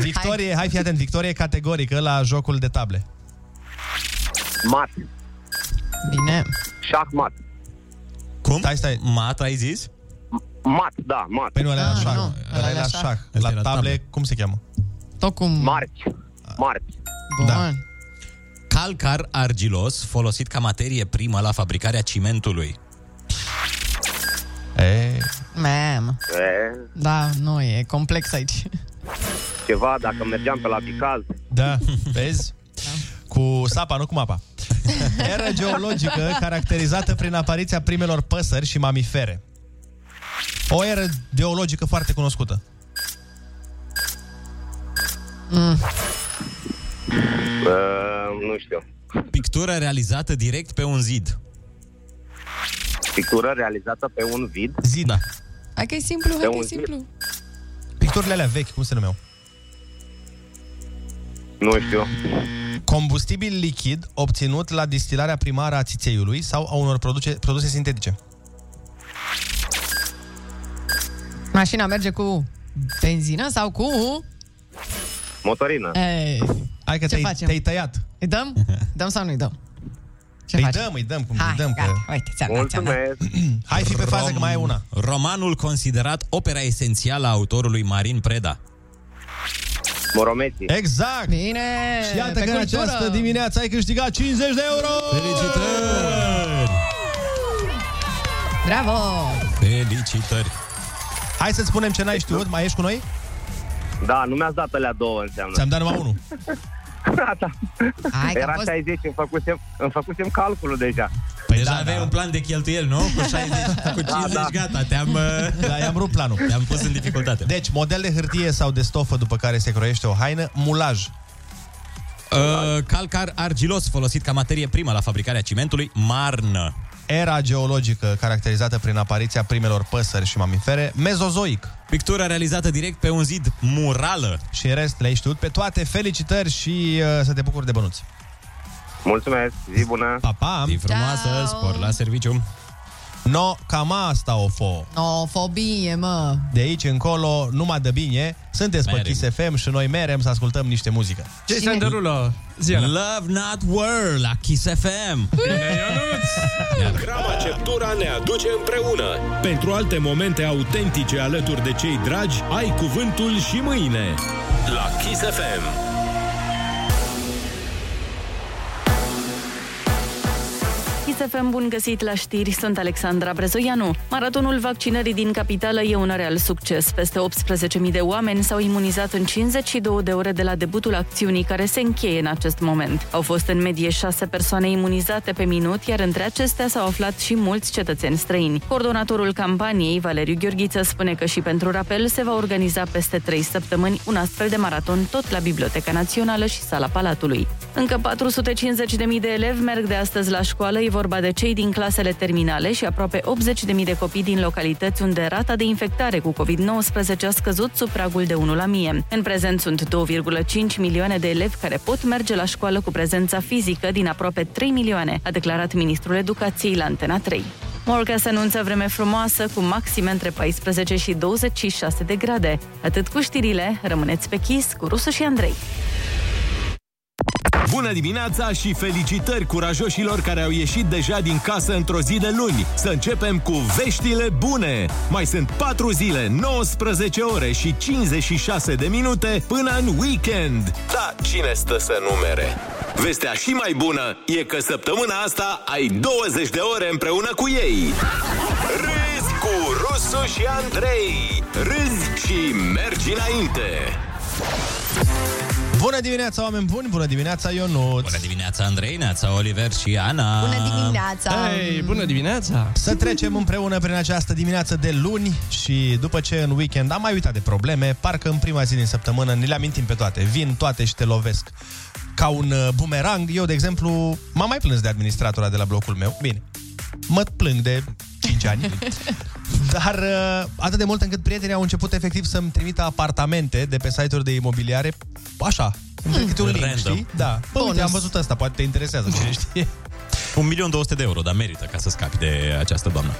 [SPEAKER 4] Victorie, hai, hai fi atent, victorie categorică la jocul de table.
[SPEAKER 14] Mat.
[SPEAKER 6] Bine.
[SPEAKER 14] Șahmat.
[SPEAKER 7] Cum?
[SPEAKER 4] Stai, stai.
[SPEAKER 7] Mat, ai zis?
[SPEAKER 14] Mat, da, mat.
[SPEAKER 4] Păi nu, ăla e la șah. Ăla e
[SPEAKER 6] e
[SPEAKER 4] la
[SPEAKER 6] la
[SPEAKER 4] șah. La table, cum se cheamă?
[SPEAKER 6] Tot cum...
[SPEAKER 14] Marci. Marci.
[SPEAKER 7] Da. Calcar argilos folosit ca materie primă la fabricarea cimentului.
[SPEAKER 4] E,
[SPEAKER 6] Mam.
[SPEAKER 14] E,
[SPEAKER 6] Da, nu, e complex aici.
[SPEAKER 14] ceva, dacă mergeam pe la Bicaz.
[SPEAKER 4] Da, vezi? Cu sapa, nu cu mapa. Era geologică caracterizată prin apariția primelor păsări și mamifere. O eră geologică foarte cunoscută.
[SPEAKER 6] Mm.
[SPEAKER 14] Uh, nu știu.
[SPEAKER 7] Pictură realizată direct pe un zid.
[SPEAKER 14] Pictură realizată pe un vid.
[SPEAKER 4] Zid, da.
[SPEAKER 6] Hai că e simplu, hai
[SPEAKER 14] Pe
[SPEAKER 6] că e
[SPEAKER 14] un
[SPEAKER 6] simplu.
[SPEAKER 4] Picturile alea vechi, cum se numeau?
[SPEAKER 14] Nu știu.
[SPEAKER 4] Combustibil lichid obținut la distilarea primară a țițeiului sau a unor produce, produse sintetice.
[SPEAKER 6] Mașina merge cu benzină sau cu...
[SPEAKER 14] Motorină.
[SPEAKER 6] Ei,
[SPEAKER 4] Hai că
[SPEAKER 6] ce
[SPEAKER 4] te-ai,
[SPEAKER 6] facem?
[SPEAKER 4] te-ai tăiat.
[SPEAKER 6] Îi dăm? Dăm sau nu-i dăm? Ce
[SPEAKER 4] îi
[SPEAKER 6] facem?
[SPEAKER 4] dăm, îi dăm, cum
[SPEAKER 6] Hai,
[SPEAKER 4] îi dăm.
[SPEAKER 6] gata,
[SPEAKER 4] Că...
[SPEAKER 6] uite, ți-am dat, ți-am dat.
[SPEAKER 4] Hai fi pe fază că mai e una.
[SPEAKER 7] Romanul considerat opera esențială a autorului Marin Preda.
[SPEAKER 14] Morometi.
[SPEAKER 4] Exact!
[SPEAKER 6] Bine!
[SPEAKER 4] Și iată
[SPEAKER 6] pe
[SPEAKER 4] că în
[SPEAKER 6] cultură.
[SPEAKER 4] această dimineață ai câștigat 50 de euro! Felicitări!
[SPEAKER 6] Bravo!
[SPEAKER 7] Felicitări!
[SPEAKER 4] Hai să spunem ce n-ai știut, mai ești cu noi?
[SPEAKER 14] Da, nu mi-ați dat alea două înseamnă.
[SPEAKER 4] Ți-am dat numai unul.
[SPEAKER 14] Gata.
[SPEAKER 6] Hai că a
[SPEAKER 14] Era
[SPEAKER 6] fost...
[SPEAKER 14] 60, îmi făcusem, îmi făcusem calculul deja.
[SPEAKER 7] Păi Deja da, aveai da. un plan de cheltuieli, nu? Cu 60, cu 50, da, da. gata, te-am... uh,
[SPEAKER 4] Da, i-am rupt planul.
[SPEAKER 7] Te-am pus în dificultate.
[SPEAKER 4] Deci, model de hârtie sau de stofă după care se croiește o haină, mulaj.
[SPEAKER 7] Uh, calcar argilos folosit ca materie primă la fabricarea cimentului, marnă.
[SPEAKER 4] Era geologică caracterizată prin apariția primelor păsări și mamifere, mezozoic.
[SPEAKER 7] Pictura realizată direct pe un zid, murală.
[SPEAKER 4] Și în rest le-ai știut pe toate. Felicitări și uh, să te bucuri de bănuți.
[SPEAKER 14] Mulțumesc, zi bună.
[SPEAKER 4] Pa, pa!
[SPEAKER 7] Zi frumoasă,
[SPEAKER 6] Ciao.
[SPEAKER 7] spor la serviciu.
[SPEAKER 4] No, cam asta o fo.
[SPEAKER 6] O, fobie, mă!
[SPEAKER 4] De aici încolo, numai de bine, sunteți pe
[SPEAKER 7] Merem.
[SPEAKER 4] Kiss FM și noi merem să ascultăm niște muzică.
[SPEAKER 12] Ce se înderulă? Ziua.
[SPEAKER 7] Love Not War la Kiss FM.
[SPEAKER 8] Grama Ceptura ne aduce împreună.
[SPEAKER 11] Pentru alte momente autentice alături de cei dragi, ai cuvântul și mâine.
[SPEAKER 8] La Kiss FM.
[SPEAKER 10] ISFM, bun găsit la știri, sunt Alexandra Brezoianu. Maratonul vaccinării din capitală e un real succes. Peste 18.000 de oameni s-au imunizat în 52 de ore de la debutul acțiunii care se încheie în acest moment. Au fost în medie șase persoane imunizate pe minut, iar între acestea s-au aflat și mulți cetățeni străini. Coordonatorul campaniei, Valeriu Gheorghiță, spune că și pentru rapel se va organiza peste 3 săptămâni un astfel de maraton tot la Biblioteca Națională și Sala Palatului. Încă 450.000 de elevi merg de astăzi la școală, e vorba de cei din clasele terminale și aproape 80.000 de copii din localități unde rata de infectare cu COVID-19 a scăzut sub pragul de 1 la 1000. În prezent sunt 2,5 milioane de elevi care pot merge la școală cu prezența fizică din aproape 3 milioane, a declarat ministrul educației la Antena 3. Morca se anunță vreme frumoasă cu maxime între 14 și 26 de grade. Atât cu știrile, rămâneți pe chis cu Rusu și Andrei.
[SPEAKER 11] Bună dimineața și felicitări curajoșilor care au ieșit deja din casă într-o zi de luni. Să începem cu veștile bune. Mai sunt 4 zile, 19 ore și 56 de minute până în weekend.
[SPEAKER 8] Da, cine stă să numere?
[SPEAKER 11] Vestea și mai bună e că săptămâna asta ai 20 de ore împreună cu ei.
[SPEAKER 8] Râzi cu Rusu și Andrei. Râzi și mergi înainte.
[SPEAKER 4] Bună dimineața, oameni buni! Bună dimineața, Ionut!
[SPEAKER 7] Bună dimineața, Andrei, Neața, Oliver și Ana.
[SPEAKER 4] Hei, bună dimineața! Să trecem împreună prin această dimineață de luni și după ce în weekend am mai uitat de probleme, parcă în prima zi din săptămână ne le amintim pe toate. Vin toate și te lovesc ca un uh, bumerang. Eu, de exemplu, m-am mai plâns de administratora de la blocul meu. Bine, mă plâng de 5 ani. Dar uh, atât de mult încât prietenii au început efectiv să-mi trimită apartamente de pe site-uri de imobiliare, așa, mm. câte un link,
[SPEAKER 7] Hmm. Random.
[SPEAKER 4] știi? Da. Bă, uite, am văzut asta, poate te interesează,
[SPEAKER 7] Da.
[SPEAKER 4] cine știe.
[SPEAKER 7] 1.200.000 de euro, dar merită ca să scapi de această doamnă.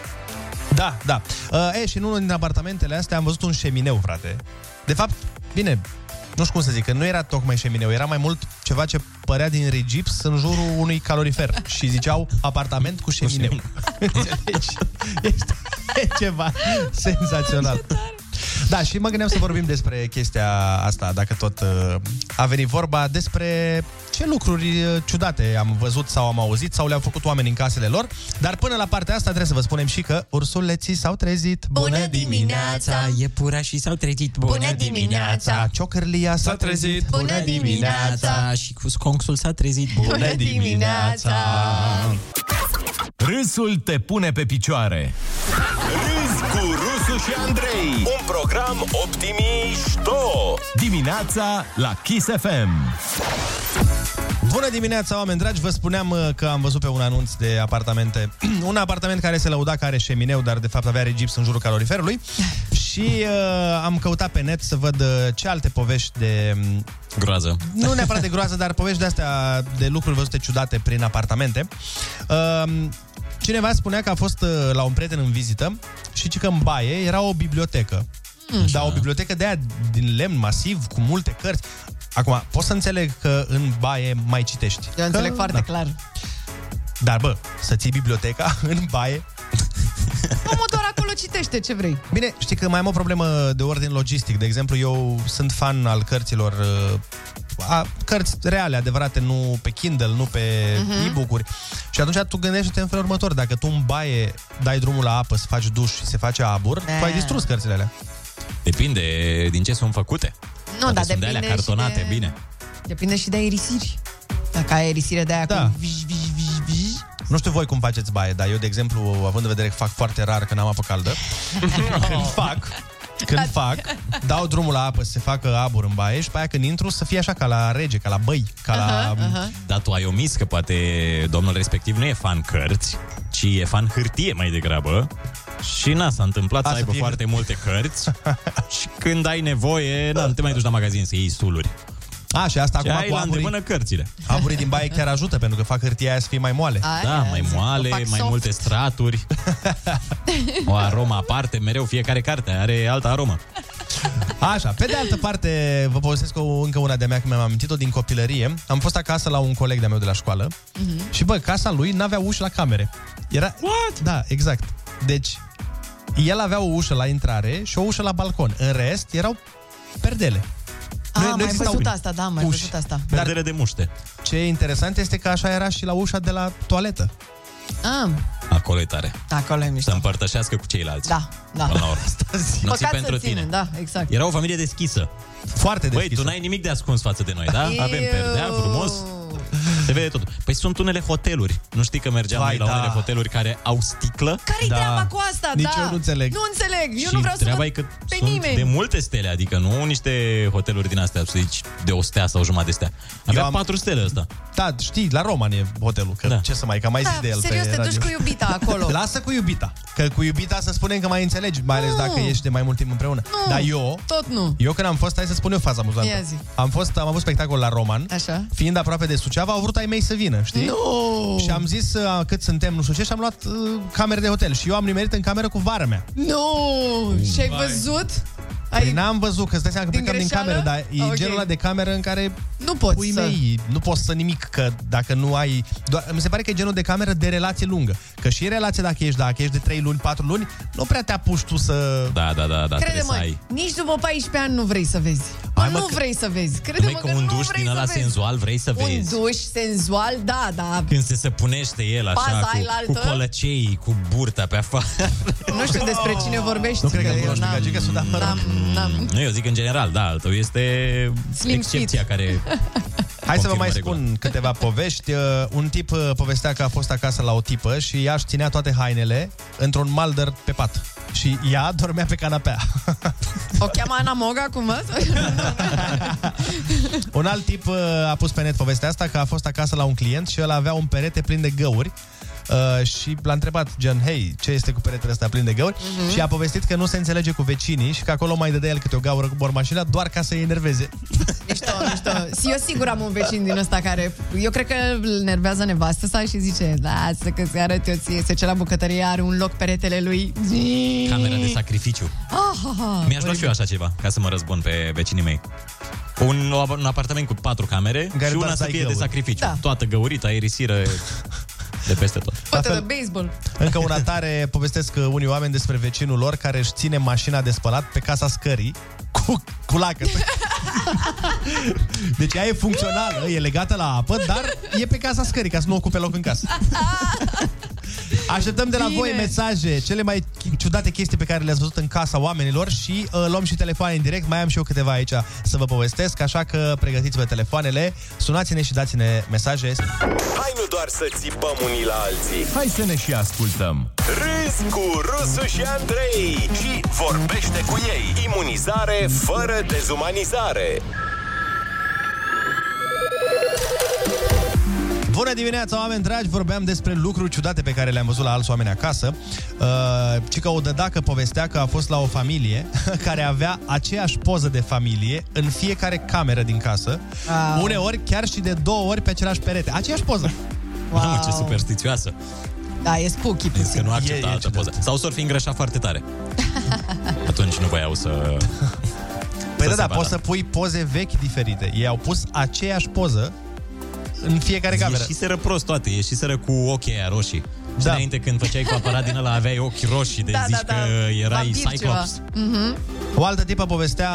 [SPEAKER 4] Da, da. Uh, e, și în unul din apartamentele astea am văzut un șemineu, frate. De fapt, bine, nu știu cum să zic, că nu era tocmai șemineu, era mai mult ceva ce părea din regips în jurul unui calorifer. Și ziceau apartament cu șemineu. Înțelegi? Este Deci, e ceva senzațional. Da, și mă gândeam să vorbim despre chestia asta, dacă tot uh, a venit vorba, despre ce lucruri uh, ciudate am văzut sau am auzit sau le-au făcut oameni în casele lor. Dar până la partea asta trebuie să vă spunem și că ursuleții s-au trezit.
[SPEAKER 13] Bună dimineața!
[SPEAKER 7] Iepurașii s-au trezit.
[SPEAKER 13] Bună dimineața!
[SPEAKER 4] Ciocărlia s-a trezit.
[SPEAKER 13] Bună dimineața!
[SPEAKER 7] Și cu sconxul s-a trezit.
[SPEAKER 13] Bună dimineața!
[SPEAKER 11] Râsul te pune pe picioare.
[SPEAKER 8] Râzi cu Rusu și Andrei. Un program optimișto.
[SPEAKER 11] Dimineața la Kiss FM.
[SPEAKER 4] Bună dimineața, oameni dragi! Vă spuneam uh, că am văzut pe un anunț de apartamente. un apartament care se lăuda că are șemineu, dar de fapt avea regips în jurul caloriferului. Și uh, am căutat pe net să văd uh, ce alte povești de... mm,
[SPEAKER 7] Groază.
[SPEAKER 4] Nu neapărat de groază, dar povești de-astea de lucruri văzute ciudate prin apartamente. Uh, cineva spunea că a fost uh, la un prieten în vizită și ci că în baie era o bibliotecă.
[SPEAKER 13] Mm.
[SPEAKER 4] Dar o bibliotecă de aia din lemn masiv, cu multe cărți. Acum, pot să înțeleg că în baie mai citești.
[SPEAKER 6] Eu înțeleg
[SPEAKER 4] că,
[SPEAKER 6] foarte
[SPEAKER 4] da.
[SPEAKER 6] clar.
[SPEAKER 4] Dar bă, să ții biblioteca în baie
[SPEAKER 6] Omul doar acolo citește ce vrei.
[SPEAKER 4] Bine, știi că mai am o problemă de ordin logistic. De exemplu, eu sunt fan al cărților uh, a, cărți reale, adevărate, nu pe Kindle, nu pe
[SPEAKER 13] Mhm.
[SPEAKER 4] uh-huh. e-book-uri. Și atunci tu gândește-te în felul următor. Dacă tu în baie dai drumul la apă să faci duș și se face abur, tu ai distrus cărțile alea.
[SPEAKER 7] Depinde din ce sunt făcute.
[SPEAKER 6] Nu, dar
[SPEAKER 7] sunt de alea
[SPEAKER 6] depinde și
[SPEAKER 13] Da,
[SPEAKER 7] cartonate,
[SPEAKER 6] de...
[SPEAKER 7] bine.
[SPEAKER 6] Depinde și de aerisiri. Dacă ai aerisire de aia da. cu... viș, viș, viș, viș,
[SPEAKER 4] Nu știu voi cum faceți baie, dar eu, de exemplu, având în vedere că fac foarte rar când am apă caldă, când fac, când fac, dau drumul la apă să se facă abur în baie și pe aia când intru să fie așa ca la rege, ca la băi, ca la...
[SPEAKER 7] Dar tu ai omis că poate domnul respectiv nu e fan cărți, ci e fan hârtie mai degrabă. Și na, s-a întâmplat
[SPEAKER 4] A,
[SPEAKER 7] să
[SPEAKER 4] să
[SPEAKER 7] aibă
[SPEAKER 4] fie
[SPEAKER 7] foarte multe cărți și când ai nevoie, na, nu te mai duci la magazin să iei suluri.
[SPEAKER 4] A, și asta
[SPEAKER 7] Și
[SPEAKER 4] acum
[SPEAKER 7] ai
[SPEAKER 4] cu
[SPEAKER 7] la
[SPEAKER 4] aburii,
[SPEAKER 7] îndemână cărțile.
[SPEAKER 4] aburii din baie chiar ajută, pentru că fac hârtia aia să fie mai moale.
[SPEAKER 6] Aia,
[SPEAKER 7] Da, mai
[SPEAKER 6] zic,
[SPEAKER 7] moale,
[SPEAKER 6] o fac
[SPEAKER 7] mai
[SPEAKER 6] soft.
[SPEAKER 7] multe straturi, o aromă aparte, mereu fiecare carte are altă aromă.
[SPEAKER 4] Așa, pe de altă parte, vă povestesc o, încă una de-a mea, că mi-am amintit-o din copilărie. Am fost acasă la un coleg de-a meu de la școală
[SPEAKER 13] Mhm.
[SPEAKER 4] și, bă, casa lui n-avea uși la camere. Era... What? Da, exact. Deci, el avea o ușă la intrare și o ușă la balcon. În rest, erau perdele.
[SPEAKER 6] Ah, mai am
[SPEAKER 4] existau
[SPEAKER 6] văzut asta, da, mai am văzut asta.
[SPEAKER 7] Perdele de muște.
[SPEAKER 4] Ce e interesant este că așa era și la ușa de la toaletă.
[SPEAKER 6] Ah,
[SPEAKER 7] Acolo e tare.
[SPEAKER 6] acolo e
[SPEAKER 7] Să
[SPEAKER 6] mișto.
[SPEAKER 7] împărtășească cu ceilalți.
[SPEAKER 6] Da, da.
[SPEAKER 7] Până la urmă. Nu ții
[SPEAKER 6] Păcat
[SPEAKER 7] pentru
[SPEAKER 6] să ținem,
[SPEAKER 7] tine.
[SPEAKER 6] da, exact.
[SPEAKER 7] Era o familie deschisă.
[SPEAKER 4] Foarte
[SPEAKER 7] deschisă. Băi, tu n-ai nimic de ascuns față de noi, da? Avem perdea, frumos. Se vede totul. Păi sunt unele hoteluri. Nu știi că mergeam
[SPEAKER 4] Vai,
[SPEAKER 7] noi la
[SPEAKER 4] da.
[SPEAKER 7] unele hoteluri care au sticlă?
[SPEAKER 6] Care-i treaba cu asta,
[SPEAKER 7] Nici
[SPEAKER 6] da?
[SPEAKER 7] eu nu înțeleg.
[SPEAKER 6] Nu înțeleg, eu
[SPEAKER 7] și
[SPEAKER 6] nu vreau să
[SPEAKER 7] treaba
[SPEAKER 6] văd
[SPEAKER 7] e că
[SPEAKER 6] pe
[SPEAKER 7] sunt
[SPEAKER 6] nimeni.
[SPEAKER 7] de multe stele, adică nu niște hoteluri din astea, să zici, de o stea sau jumătate de stea.
[SPEAKER 4] Eu
[SPEAKER 7] Avea am...
[SPEAKER 4] am-
[SPEAKER 7] patru stele ăsta.
[SPEAKER 4] Da, știi, la Roman e hotelul, că da. ce să mai, că am mai zis
[SPEAKER 6] Da,
[SPEAKER 4] de el
[SPEAKER 6] serios,
[SPEAKER 4] pe
[SPEAKER 6] te duci
[SPEAKER 4] radio.
[SPEAKER 6] cu iubita Da, acolo.
[SPEAKER 4] Lasă cu iubita, că cu iubita să spunem că mai înțelegi, mai ales
[SPEAKER 6] Nu.
[SPEAKER 4] dacă ești de mai mult timp împreună.
[SPEAKER 6] Nu,
[SPEAKER 4] Dar eu,
[SPEAKER 6] Tot nu.
[SPEAKER 4] eu când am fost, hai să spun eu faza amuzantă.
[SPEAKER 6] Ia zi.
[SPEAKER 4] Am fost, am avut spectacol la Roman,
[SPEAKER 6] Așa.
[SPEAKER 4] fiind aproape de Suceava, au vrut ai mei să vină, știi?
[SPEAKER 6] Nu!
[SPEAKER 4] Și am zis uh, cât suntem, nu știu ce, și am luat uh, camere de hotel. Și eu am nimerit în cameră cu vara mea.
[SPEAKER 6] Nu! Și ai
[SPEAKER 4] Vai.
[SPEAKER 7] Da,
[SPEAKER 6] văzut?
[SPEAKER 4] Păi n-am văzut, că îți dai seama că
[SPEAKER 6] Din
[SPEAKER 4] plecam din
[SPEAKER 6] greșeală?
[SPEAKER 4] cameră, dar e
[SPEAKER 6] Ah, ok.
[SPEAKER 4] okay. genul ăla de cameră în care
[SPEAKER 6] Nu poți
[SPEAKER 4] pui
[SPEAKER 6] să-
[SPEAKER 4] mei, nu poți să nimic, că dacă nu ai... Doar, mi se pare că e genul de cameră de relație lungă. Că și relația dacă ești, dacă ești de 3 luni, 4 luni, nu prea te apuci tu să...
[SPEAKER 7] Da, da, da, da,
[SPEAKER 6] Crede-mă, nici după 14 ani nu vrei să vezi. Bă, nu vrei să vezi.
[SPEAKER 7] Numai
[SPEAKER 6] Crede-mă
[SPEAKER 7] că
[SPEAKER 6] că
[SPEAKER 7] un
[SPEAKER 6] nu
[SPEAKER 7] duș
[SPEAKER 6] vrei
[SPEAKER 7] din
[SPEAKER 6] să
[SPEAKER 7] ăla
[SPEAKER 6] vezi.
[SPEAKER 7] senzual vrei să
[SPEAKER 6] Un
[SPEAKER 7] vezi.
[SPEAKER 6] duș senzual, da, da.
[SPEAKER 7] Când se săpunește el
[SPEAKER 6] Paza
[SPEAKER 7] așa
[SPEAKER 6] aia la
[SPEAKER 7] cu, cu
[SPEAKER 6] altă?
[SPEAKER 7] colăcei, cu burta pe afară.
[SPEAKER 6] Nu știu despre cine vorbești.
[SPEAKER 7] Nu cred că-l
[SPEAKER 6] eu
[SPEAKER 7] cunoști,
[SPEAKER 6] n-am-
[SPEAKER 4] Adică
[SPEAKER 7] Gagica, sunt, dar mă rog.
[SPEAKER 6] n-am- n-am.
[SPEAKER 7] Nu, eu zic în general, da, al tău este
[SPEAKER 6] Slim
[SPEAKER 7] excepția care...
[SPEAKER 4] Hai să vă
[SPEAKER 7] confirmă
[SPEAKER 4] mai
[SPEAKER 7] regula.
[SPEAKER 4] spun câteva povești. Uh, Un tip uh, povestea că a fost acasă la o tipă și ea își ținea toate hainele într-un maldăr pe pat. Și ea dormea pe canapea.
[SPEAKER 6] O cheamă Ana Moga acum?
[SPEAKER 4] Un alt tip uh, a pus pe net povestea asta că a fost acasă la un client și el avea un perete plin de găuri uh, și l-a întrebat gen, hei, ce este cu peretele ăsta plin de găuri?
[SPEAKER 13] Mhm.
[SPEAKER 4] Uh-huh. Și a povestit că nu se înțelege cu vecinii și că acolo mai dădea el câte o gaură cu bormașina doar ca să-i enerveze.
[SPEAKER 6] mișto, mișto. Și eu sigur am un vecin din ăsta care... Eu cred că îl nervează nevastă sa și zice Lasă că se arăt eu ție. Se ce la bucătărie, are un loc peretele lui.
[SPEAKER 7] Camera de sacrificiu.
[SPEAKER 6] Ah, ah, ah.
[SPEAKER 7] Mi-aș lua și eu așa ceva, ca să mă răzbun pe vecinii mei. Un, un apartament cu patru camere
[SPEAKER 4] care
[SPEAKER 7] și una
[SPEAKER 4] doar
[SPEAKER 7] să
[SPEAKER 4] dai
[SPEAKER 7] fie de
[SPEAKER 4] găuri.
[SPEAKER 7] sacrificiu.
[SPEAKER 6] Da.
[SPEAKER 7] Toată găurită, aerisiră, de peste tot.
[SPEAKER 6] Poate de baseball.
[SPEAKER 4] Încă una tare, povestesc uh, unii oameni despre vecinul lor care își ține mașina de spălat pe casa scării cu, cu lacătă. Deci ea e funcțională, e legată la apă, dar e pe casa scării, ca să nu ocupe loc în casă. Așteptăm de la
[SPEAKER 13] Bine.
[SPEAKER 4] voi mesaje, cele mai chi- ciudate chestii pe care le-ați văzut în casa oamenilor și uh, luăm și telefoane în direct. Mai am și eu câteva aici să vă povestesc, așa că pregătiți-vă telefoanele, sunați-ne și dați-ne mesaje.
[SPEAKER 8] Hai nu doar să țipăm unii la alții
[SPEAKER 4] Hai să ne și ascultăm.
[SPEAKER 8] Râzi cu Rusu și Andrei Și vorbește cu ei Imunizare fără dezumanizare
[SPEAKER 4] Bună dimineața, oameni dragi! Vorbeam despre lucruri ciudate pe care le-am văzut la alți oameni acasă. Uh, ci că o dădacă povestea că a fost la o familie care avea aceeași poză de familie în fiecare cameră din casă.
[SPEAKER 13] Au.
[SPEAKER 4] Uneori chiar și de două ori pe același perete. Aceeași poză.
[SPEAKER 7] Wow. Mamă, ce superstițioasă.
[SPEAKER 6] Da, e spooky
[SPEAKER 7] Zic că nu acceptă altă poză. Sau s-or fi îngrășat foarte tare. Atunci nu voiau să...
[SPEAKER 4] Păi da, da,
[SPEAKER 7] separa.
[SPEAKER 4] poți să pui poze vechi diferite. Ei au pus aceeași poză în fiecare cameră.
[SPEAKER 7] Ieșiseră prost toate, ieșiseră cu ochii aia roșii. Și da. înainte când făceai cu aparat din ăla aveai ochi roșii de da, zici da, da. că erai Cyclops.
[SPEAKER 6] Mhm.
[SPEAKER 4] O altă tipă povestea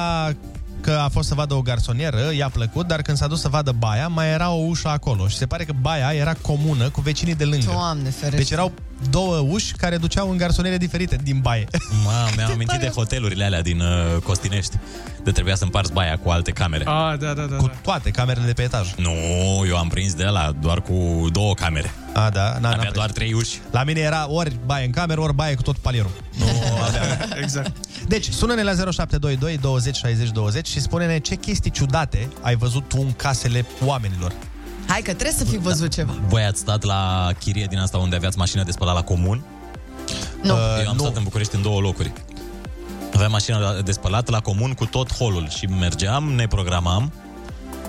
[SPEAKER 4] că a fost să vadă o garsonieră, i-a plăcut, dar când s-a dus să vadă baia, mai era o ușă acolo și se pare că baia era comună cu vecinii de lângă.
[SPEAKER 6] Doamne ferește.
[SPEAKER 4] Deci erau două uși care duceau în garsoniere diferite din baie.
[SPEAKER 7] Ma, mi-am amintit de hotelurile alea din uh, Costinești, de trebuia să împarți baia cu alte camere.
[SPEAKER 12] Ah, da, da, da.
[SPEAKER 4] Cu toate camerele de pe etaj.
[SPEAKER 7] Nu, eu am prins de la doar cu două camere.
[SPEAKER 4] A, da, na,
[SPEAKER 7] Avea doar trei uși.
[SPEAKER 4] La mine era ori baie în cameră, ori baie cu tot palierul. Nu,
[SPEAKER 12] exact.
[SPEAKER 4] Deci, sună-ne la 0722 20 60 20 și spune-ne ce chestii ciudate ai văzut tu în casele oamenilor.
[SPEAKER 6] Hai că trebuie să fi văzut ceva.
[SPEAKER 7] Voi ați stat la chirie din asta unde aveați mașină de spălat la comun?
[SPEAKER 6] Nu.
[SPEAKER 4] Uh,
[SPEAKER 7] Eu am stat în București în două locuri. Aveam mașină de spălat la comun cu tot holul și mergeam, ne programam.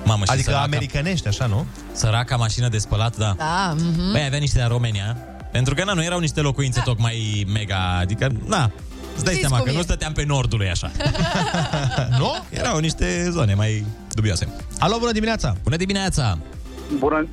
[SPEAKER 7] Mamă, și
[SPEAKER 4] Adică
[SPEAKER 7] săraca,
[SPEAKER 4] americanești, așa, nu?
[SPEAKER 7] săraca mașină de spălat, da.
[SPEAKER 6] Da, mhm.
[SPEAKER 7] Băi, avea niște la România, pentru că na, nu erau niște locuințe tocmai mega, adică, na, îți dai
[SPEAKER 6] Da. Știți
[SPEAKER 7] seama
[SPEAKER 6] cum
[SPEAKER 7] că
[SPEAKER 6] e.
[SPEAKER 7] nu stăteam pe nordului așa.
[SPEAKER 4] nu?
[SPEAKER 7] Erau niște zone mai dubioase.
[SPEAKER 4] Alo, bună dimineața!
[SPEAKER 7] Bună dimineața!
[SPEAKER 17] Bună,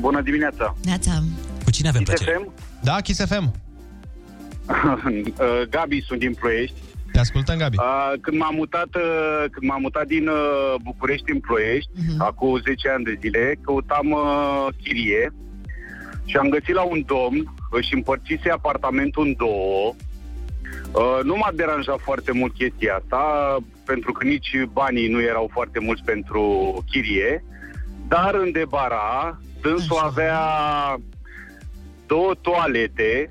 [SPEAKER 17] bună dimineața!
[SPEAKER 6] Neața.
[SPEAKER 7] Cu cine avem
[SPEAKER 17] Kiss
[SPEAKER 7] plăcere?
[SPEAKER 17] FM?
[SPEAKER 4] Da, Kiss FM.
[SPEAKER 17] Uh, Gabi, sunt din Ploiești.
[SPEAKER 4] Te ascultăm, Gabi.
[SPEAKER 17] Uh, Când m-am mutat, uh, când m-am mutat din uh, București în Ploiești,
[SPEAKER 4] Mhm.
[SPEAKER 17] acum 10 ani de zile, căutam uh, chirie și am găsit la un domn, își împărțise apartamentul în două. Uh, Nu m-a deranjat foarte mult chestia asta, pentru că nici banii nu erau foarte mulți pentru chirie, dar în debara, dânsul avea două toalete,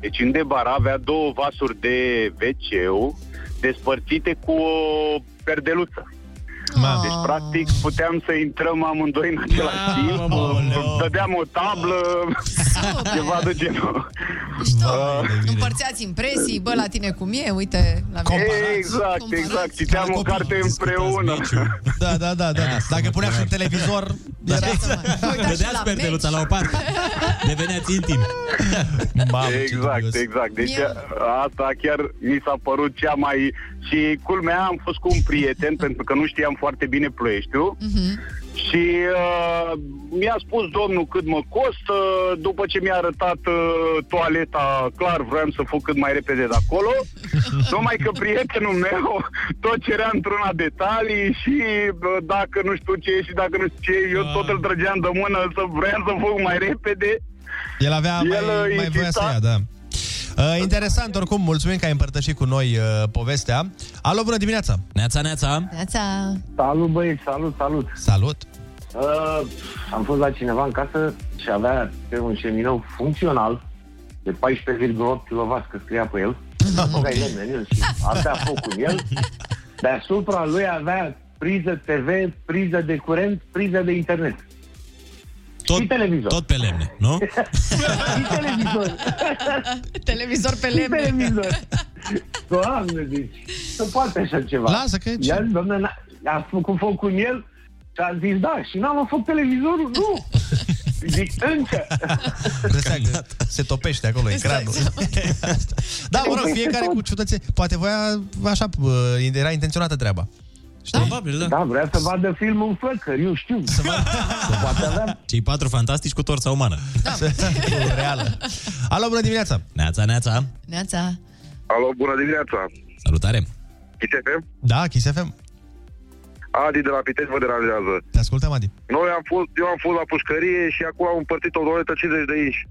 [SPEAKER 17] deci în debara avea două vasuri de wc despărțite cu o perdeluță.
[SPEAKER 4] Ma.
[SPEAKER 17] Deci, practic, puteam să intrăm amândoi în același timp. Dădeam o tablă, ceva de genul. Ah.
[SPEAKER 6] Nu împărțeați impresii, bă, la tine cum e, uite. La mine.
[SPEAKER 17] Exact, exact. Citeam o carte împreună. da,
[SPEAKER 4] Da, da, da, da. da. Dacă puneam un televizor,
[SPEAKER 7] Da. Dădea sperteluța la o parte. Deveneați intim.
[SPEAKER 17] Mamă, exact, exact. Deci a- asta chiar mi s-a părut cea mai... Și culmea, am fost cu un prieten, pentru că nu știam foarte bine Ploieștiul. Și uh, mi-a spus domnul cât mă costă, după ce mi-a arătat uh, toaleta, clar vroiam să fug cât mai repede de acolo, numai că prietenul meu tot cerea într-una detalii și uh, dacă nu știu ce și dacă nu știu ce, eu tot îl trăgeam de mână, să vreau să fug mai repede.
[SPEAKER 4] El avea mai,
[SPEAKER 17] El, uh,
[SPEAKER 4] mai voia să
[SPEAKER 17] insista.
[SPEAKER 4] ia, da. Uh, interesant, oricum, mulțumim că ai împărtășit cu noi uh, povestea. Alo, bună dimineața!
[SPEAKER 7] Neața, neața!
[SPEAKER 6] Neața!
[SPEAKER 18] Salut băieți, salut, salut!
[SPEAKER 4] Salut!
[SPEAKER 18] Uh, am fost la cineva în casă și avea pe un șeminou funcțional de 14,8 kW, că scria pe el. Okay. Lemne, în el și avea focul în el. Deasupra lui avea priză TV, priză de curent, priză de internet.
[SPEAKER 7] Tot, și televizor. Tot pe lemne, nu?
[SPEAKER 18] Și televizor.
[SPEAKER 6] Televizor pe
[SPEAKER 18] Și
[SPEAKER 6] lemne.
[SPEAKER 18] televizor. Doamne, deci, nu poate așa ceva.
[SPEAKER 4] Lasă că e ce-
[SPEAKER 18] Iar, doamne, n- a făcut foc cu el și a zis, da, și n-am mai făcut televizorul, nu. Zic, încă.
[SPEAKER 4] Se topește acolo
[SPEAKER 7] Exact.
[SPEAKER 4] ecranul. da, mă rog, fiecare cu ciudățe. Poate voia, așa, uh, era intenționată treaba.
[SPEAKER 7] Știi? Probabil, da.
[SPEAKER 18] Da, vrea să vadă filmul în flăcări, eu știu. Să
[SPEAKER 7] Cei patru fantastici cu torța umană.
[SPEAKER 6] Da.
[SPEAKER 4] Reală. Alo, bună dimineața!
[SPEAKER 7] Neața, neața!
[SPEAKER 6] Neața!
[SPEAKER 15] Alo, bună dimineața!
[SPEAKER 7] Salutare!
[SPEAKER 15] ITFM?
[SPEAKER 4] Da, Kiss FM.
[SPEAKER 15] Adi de la Pitești vă deranjează.
[SPEAKER 4] Te ascultăm, Adi.
[SPEAKER 15] Noi am fost, eu am fost la pușcărie și acum am împărțit o doletă 50 de inși.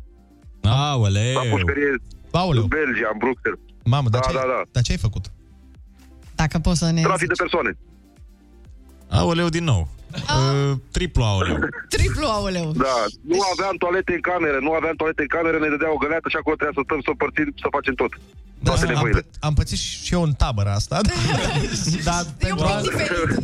[SPEAKER 7] Aoleu!
[SPEAKER 15] La pușcărie
[SPEAKER 4] Aoleu.
[SPEAKER 15] Belgia, în Bruxelles.
[SPEAKER 4] Mamă,
[SPEAKER 15] da, da, da.
[SPEAKER 4] Dar ce ai făcut?
[SPEAKER 6] Dacă poți să ne...
[SPEAKER 15] Trafic de persoane.
[SPEAKER 7] Aoleu din nou. Uh, triplu aoleu.
[SPEAKER 6] Triplu, aoleu!
[SPEAKER 15] Da, nu aveam toalete în cameră, nu aveam toalete în cameră, ne dădea o găleată și acolo trebuia să stăm, să o părțim, să facem tot.
[SPEAKER 4] Da.
[SPEAKER 15] Toate nevoile.
[SPEAKER 4] Am pățit și eu în tabără asta.
[SPEAKER 7] Da,
[SPEAKER 4] dar pentru al-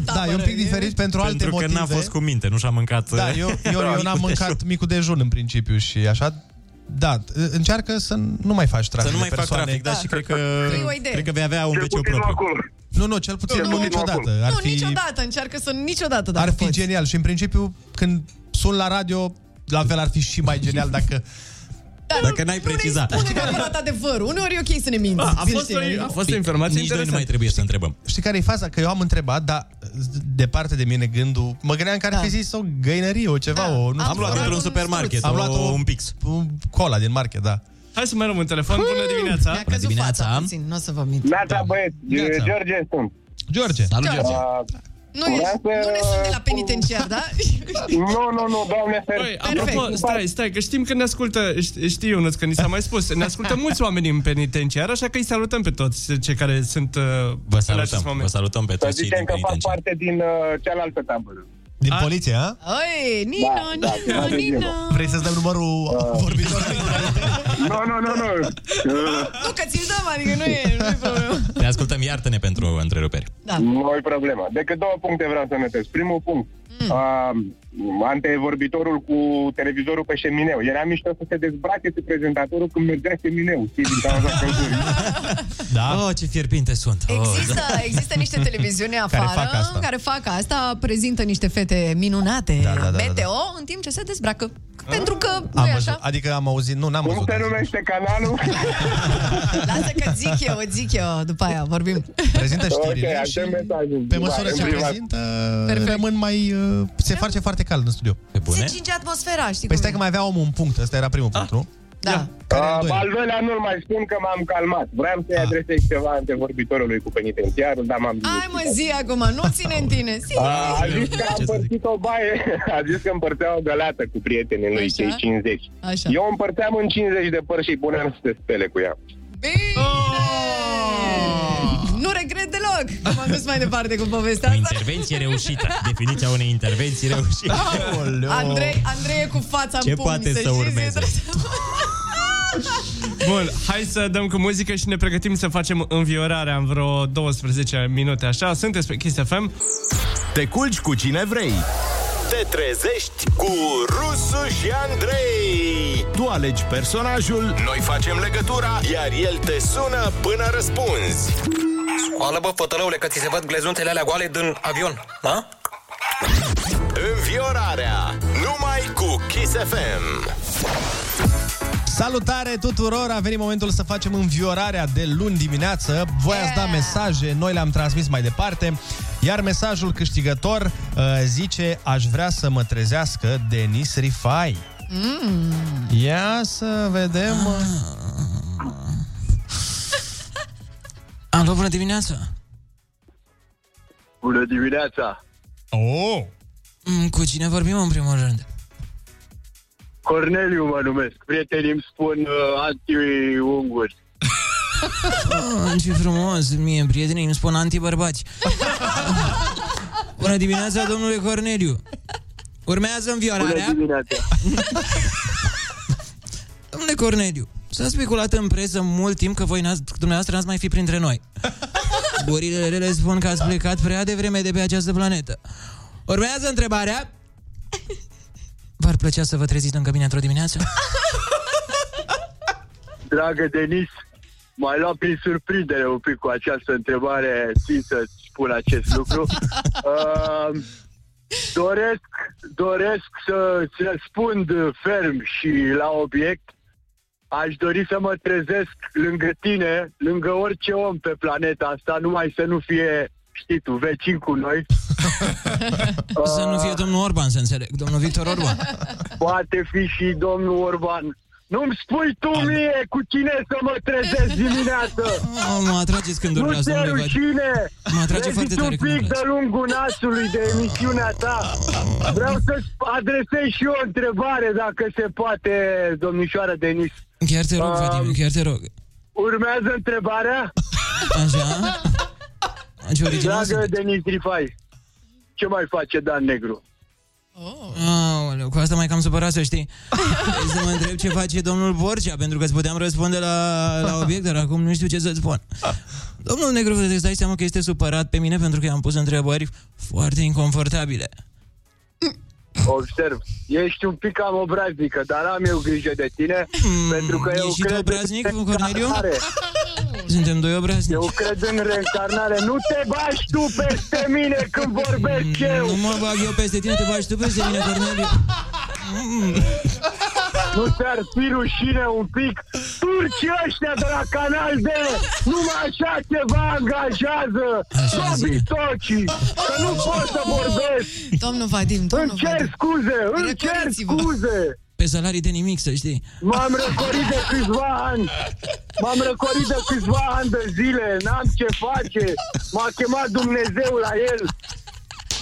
[SPEAKER 4] Da, e un pic diferit pentru alte
[SPEAKER 7] Pentru că
[SPEAKER 4] motive.
[SPEAKER 7] n-a fost cu minte, nu și-a mâncat... eh?
[SPEAKER 4] Da, eu, eu, eu n-am mâncat micul dejun în principiu și așa. Da, încearcă să nu mai faci trafic
[SPEAKER 7] Să nu
[SPEAKER 4] de
[SPEAKER 7] mai fac
[SPEAKER 4] persoane.
[SPEAKER 7] trafic, da, și cred că...
[SPEAKER 6] E o idee.
[SPEAKER 7] Cred că vei avea un veciu
[SPEAKER 4] puțin nu
[SPEAKER 7] propriu.
[SPEAKER 4] Nu, nu, cel puțin nu, niciodată. Ar
[SPEAKER 6] nu,
[SPEAKER 4] fi,
[SPEAKER 6] niciodată, încearcă să niciodată, dacă
[SPEAKER 4] ar fi
[SPEAKER 6] poți.
[SPEAKER 4] genial și în principiu când sun la radio, la fel ar fi și mai genial dacă...
[SPEAKER 7] Dacă n-ai precizat.
[SPEAKER 6] Pune neapărat adevărul. Uneori e ok să ne minți.
[SPEAKER 7] A, a
[SPEAKER 6] să
[SPEAKER 7] fost
[SPEAKER 6] știi,
[SPEAKER 7] o-
[SPEAKER 6] nu?
[SPEAKER 7] a fost o informație Nici noi nu mai trebuie să întrebăm.
[SPEAKER 4] Știi care e faza? Că eu am întrebat, dar departe de mine gândul... Mă gândeam că ar fi zis o găinărie, o ceva, o... Nu
[SPEAKER 7] Am luat într-un supermarket,
[SPEAKER 4] am
[SPEAKER 7] o-
[SPEAKER 4] luat
[SPEAKER 7] un pix.
[SPEAKER 4] Cola din market, da.
[SPEAKER 12] Hai să mai luăm un telefon. Bună dimineața!
[SPEAKER 6] Mi-a căzut fața puțin, nu o să vă mint.
[SPEAKER 17] Neața, băieți,
[SPEAKER 4] Neața.
[SPEAKER 17] George sunt.
[SPEAKER 4] George.
[SPEAKER 7] Salut,
[SPEAKER 17] George.
[SPEAKER 14] Da,
[SPEAKER 6] Nu, e, nu ne sunt de la penitenciar, da?
[SPEAKER 17] Nu, nu, nu, doamne,
[SPEAKER 12] Băi, apropo, stai, stai, că știm că ne ascultă, ș- știi Ionuț că ni s-a mai spus, ne ascultă mulți oameni în penitenciar, așa că îi salutăm pe toți cei care sunt uh,
[SPEAKER 7] Vă
[SPEAKER 12] în acest
[SPEAKER 7] salutăm, vă
[SPEAKER 12] moment.
[SPEAKER 7] salutăm pe toți cei din penitenciar.
[SPEAKER 17] parte din uh, cealaltă tabără.
[SPEAKER 4] Din poliție, a?
[SPEAKER 6] Oi, Nino,
[SPEAKER 17] Da, da,
[SPEAKER 6] Nino,
[SPEAKER 17] da,
[SPEAKER 6] Nino.
[SPEAKER 4] Vrei să-ți dăm numărul vorbitorului?
[SPEAKER 17] Nu, nu, nu, nu.
[SPEAKER 6] Nu, că ți-l dăm, adică nu e, nu e problemă.
[SPEAKER 7] Te ascultăm, iartă-ne pentru întreruperi.
[SPEAKER 6] Da.
[SPEAKER 17] Nu e problema. Decât două puncte vreau să notez. Primul punct. Mm. Uh, antevorbitorul cu televizorul pe șemineu. Era mișto să se dezbrace cu prezentatorul când mergea șemineu. Știi, din cauza căldurii.
[SPEAKER 7] Da? Oh, ce fierbinte sunt. Oh,
[SPEAKER 6] Există,
[SPEAKER 7] da.
[SPEAKER 6] există niște televiziuni afară
[SPEAKER 7] Care fac asta.
[SPEAKER 6] care fac asta, prezintă niște fete minunate
[SPEAKER 4] Da, da, da, da, da.
[SPEAKER 6] meteo în timp ce se dezbracă. Pentru că nu
[SPEAKER 4] Am
[SPEAKER 6] e
[SPEAKER 4] văzut,
[SPEAKER 6] așa.
[SPEAKER 4] adică am auzit, nu, n-am văzut.
[SPEAKER 17] numește canalul?
[SPEAKER 6] Lasă că zic eu, zic eu, după aia vorbim.
[SPEAKER 4] Prezintă știrile
[SPEAKER 17] Ok,
[SPEAKER 4] și
[SPEAKER 17] aștept mesajul.
[SPEAKER 4] pe măsură
[SPEAKER 17] În
[SPEAKER 4] ce
[SPEAKER 17] privat.
[SPEAKER 4] prezintă,
[SPEAKER 6] Perfect.
[SPEAKER 4] rămân mai... uh, Se face foarte cald în studio.
[SPEAKER 7] Pe
[SPEAKER 6] Se cinge atmosfera, știi
[SPEAKER 4] Păi
[SPEAKER 6] cum
[SPEAKER 4] stai că mai avea omul un punct, ăsta era primul punct, nu?
[SPEAKER 6] Da.
[SPEAKER 4] Care e al
[SPEAKER 17] Uh,
[SPEAKER 4] doilea?
[SPEAKER 17] al doilea nu-l mai spun că m-am calmat. Vreau să-i adresez ceva antevorbitorului cu penitenciarul, dar m-am
[SPEAKER 6] Hai mă zi acum, nu ține în tine. Zi.
[SPEAKER 17] A,
[SPEAKER 4] Ah,
[SPEAKER 17] a zis că a împărțit o baie, a zis că împărțea o găleată cu prietenii lui,
[SPEAKER 6] Așa.
[SPEAKER 17] cei 50.
[SPEAKER 6] Așa.
[SPEAKER 17] Eu împărțeam în 50 de păr și îi puneam să se spele cu ea.
[SPEAKER 6] Bine! Nu regret deloc că m-am dus mai departe cu povestea
[SPEAKER 7] O
[SPEAKER 6] asta.
[SPEAKER 7] intervenție reușită. Definiția unei intervenții reușite.
[SPEAKER 6] Andrei, Andrei e cu fața
[SPEAKER 7] Ce
[SPEAKER 6] în pumn,
[SPEAKER 7] poate
[SPEAKER 6] să
[SPEAKER 7] să
[SPEAKER 6] știți, e
[SPEAKER 7] urmeze?
[SPEAKER 6] drept.
[SPEAKER 12] Bun, hai să dăm cu muzică și ne pregătim să facem înviorarea în vreo 12 minute, așa. Sunteți pe Kiss FM.
[SPEAKER 11] Te culci cu cine vrei.
[SPEAKER 8] Te trezești cu Rusu și Andrei.
[SPEAKER 11] Tu alegi personajul,
[SPEAKER 8] Noi facem legătura, iar el te sună până răspunzi. Scoală, bă, fătălăule, că ți se văd glezunțele alea goale din avion, da? Înviorarea Numai cu Kiss FM
[SPEAKER 4] Salutare tuturor! A venit momentul să facem înviorarea de luni dimineață. Voi yeah. ați dat mesaje, noi le-am transmis mai departe, iar mesajul câștigător uh, zice Aș vrea să mă trezească Denis Rifai.
[SPEAKER 13] Mm.
[SPEAKER 4] Ia să vedem...
[SPEAKER 5] Alo, bună dimineața!
[SPEAKER 16] Bună dimineața!
[SPEAKER 4] Oh!
[SPEAKER 5] Mm, Cu cine vorbim în primul rând?
[SPEAKER 16] Corneliu mă numesc. Prietenii îmi spun uh, anti-unguri.
[SPEAKER 5] Ah, ce frumos, mie prietenii îmi spun antibărbați. Bună dimineața, domnule Corneliu. Urmează înviorarea. Bună dimineața. domnule Corneliu, s-a speculat în presă mult timp că voi n-ați, dumneavoastră n-ați mai fi printre noi. Gurile rele spun că ați plecat prea devreme de pe această planetă. Urmează întrebarea. V-ar plăcea să vă treziți lângă mine într-o dimineață?
[SPEAKER 16] Dragă Denis, m-ai luat prin surprindere un pic cu această întrebare, țin să spun acest lucru. Uh, doresc, doresc să-ți răspund ferm și la obiect. Aș dori să mă trezesc lângă tine, lângă orice om pe planeta asta, numai să nu fie, știi tu, vecin cu noi. Uh,
[SPEAKER 5] Să nu fie domnul Orban, să înțeleg. Domnul Victor Orban.
[SPEAKER 16] Poate fi și domnul Orban. Nu-mi spui tu mie cu cine să mă trezesc dimineață!
[SPEAKER 5] Oh, mă atrageți când
[SPEAKER 16] nu
[SPEAKER 5] urmează,
[SPEAKER 16] ți-e
[SPEAKER 5] domnule Vagi.
[SPEAKER 16] rușine!
[SPEAKER 5] Mă atrage
[SPEAKER 16] Vezi
[SPEAKER 5] foarte
[SPEAKER 16] un
[SPEAKER 5] tare când
[SPEAKER 16] pic de lungul nasului de emisiunea ta. Vreau să-ți adresez și eu o întrebare, dacă se poate, domnișoară Denis.
[SPEAKER 5] Chiar te rog, Vadim, chiar te rog.
[SPEAKER 16] Urmează întrebarea?
[SPEAKER 5] Așa? Ce original
[SPEAKER 16] Dragă Denis Rifai, ce mai face Dan Negru?
[SPEAKER 5] Aoleu, cu asta mai cam supărat, să știi. Vrei să mă întreb ce face domnul Borcea, pentru că îți puteam răspunde la, la obiect, dar acum nu știu ce să-ți spun. Domnul Negru, îți dai seama că este supărat pe mine pentru că i-am pus întrebări foarte inconfortabile.
[SPEAKER 16] Observ, ești un pic cam obraznică, dar am eu grijă de tine, pentru că eu
[SPEAKER 5] Hmm, ești și tu
[SPEAKER 16] cred
[SPEAKER 5] obraznic,
[SPEAKER 16] în
[SPEAKER 5] Corneliu?
[SPEAKER 16] reencarnare.
[SPEAKER 5] Suntem doi obraznici.
[SPEAKER 16] Eu cred în reîncarnare. Nu te bași tu peste mine când vorbesc eu!
[SPEAKER 5] Hmm, Nu mă bag eu peste tine, te bagi tu peste mine, Corneliu.
[SPEAKER 16] Nu ți-ar fi rușine un pic? Turcii ăștia de la Canal D numai așa ceva angajează! Dobitocii! Că nu pot să vorbesc!
[SPEAKER 6] Domnul Vadim, domnul
[SPEAKER 16] Îmi cer scuze! Îmi cer scuze!
[SPEAKER 5] Pe salarii de nimic, să știi.
[SPEAKER 16] M-am răcorit de câțiva ani M-am răcorit de câțiva ani de zile N-am ce face M-a chemat Dumnezeu la el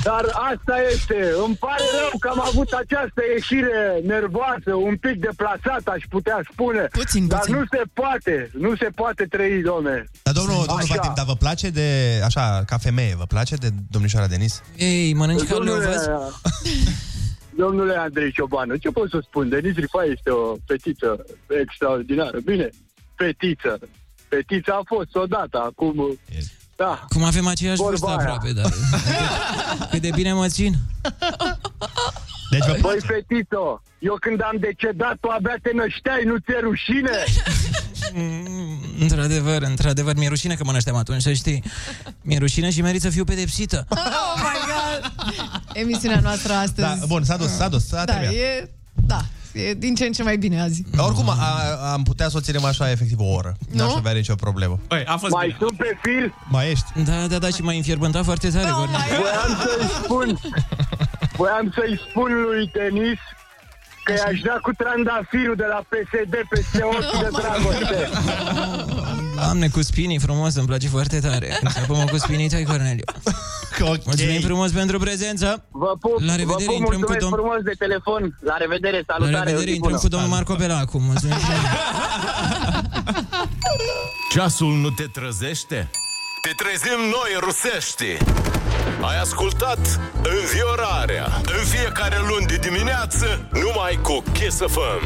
[SPEAKER 16] Dar asta este Îmi pare rău că am avut această ieșire nervoasă Un pic deplasată, aș putea spune puțin, Dar nu se poate Nu se poate trăi, domne
[SPEAKER 4] Dar domnul, domnul
[SPEAKER 16] Așa.
[SPEAKER 4] Vadim, dar vă place de, așa, ca femeie, vă place de domnișoara Denis?
[SPEAKER 5] Ei, mănânci ca
[SPEAKER 16] Domnule-
[SPEAKER 5] leovăz?
[SPEAKER 16] Domnule Andrei Ciobanu, ce pot să spun? Denis Rifa este o fetiță extraordinară. Bine, fetiță. Fetița a fost odată, acum... Da.
[SPEAKER 5] Cum avem aceeași
[SPEAKER 16] Vorba
[SPEAKER 5] vârstă
[SPEAKER 16] aia.
[SPEAKER 5] aproape, dar... Cât de bine mă țin.
[SPEAKER 16] Deci vă Băi, fetito, eu când am decedat, tu abia te nășteai, nu ți-e rușine?
[SPEAKER 5] Într-adevăr, într-adevăr, mi-e rușine că mă nășteam atunci, să știi. Mi-e rușine și merit să fiu pedepsită.
[SPEAKER 6] Oh my god! Emisiunea noastră astăzi.
[SPEAKER 4] Da, bun, s-a dus, s-a dus, s-a
[SPEAKER 6] da,
[SPEAKER 4] terminat.
[SPEAKER 6] e, da, e din ce în ce mai bine azi.
[SPEAKER 4] Dar oricum, a, am putea să o ținem așa, efectiv, o oră. Nu? N-aș avea nicio problemă.
[SPEAKER 12] Băi, Păi, a fost
[SPEAKER 16] Mai bine. sunt pe fir?
[SPEAKER 4] Mai ești?
[SPEAKER 5] Da, da, da, și m-ai înfierbântat foarte
[SPEAKER 6] Da,
[SPEAKER 5] tare, Cornel.
[SPEAKER 16] Voiam să-i spun, voiam să-i spun lui Denis că i-aș da cu trandafirul de la PSD peste ochii de dragoste.
[SPEAKER 5] Doamne, cu spinii, frumos, îmi place foarte tare. Înțeapă-mă cu spinii tăi, Corneliu.
[SPEAKER 4] Okay.
[SPEAKER 5] Mulțumim frumos pentru prezență.
[SPEAKER 16] Vă pup,
[SPEAKER 5] La revedere,
[SPEAKER 16] vă pup,
[SPEAKER 5] intrăm cu
[SPEAKER 16] mulțumesc
[SPEAKER 5] domn...
[SPEAKER 16] frumos de telefon. La revedere, salutare.
[SPEAKER 5] La revedere,
[SPEAKER 16] o zi
[SPEAKER 5] intrăm
[SPEAKER 16] bună.
[SPEAKER 5] cu domnul Marco Bela acum. Mulțumim frumos.
[SPEAKER 11] Ceasul nu te trezește?
[SPEAKER 8] Te trezim noi rusești Ai ascultat Înviorarea În fiecare luni de dimineață Numai cu Kiss FM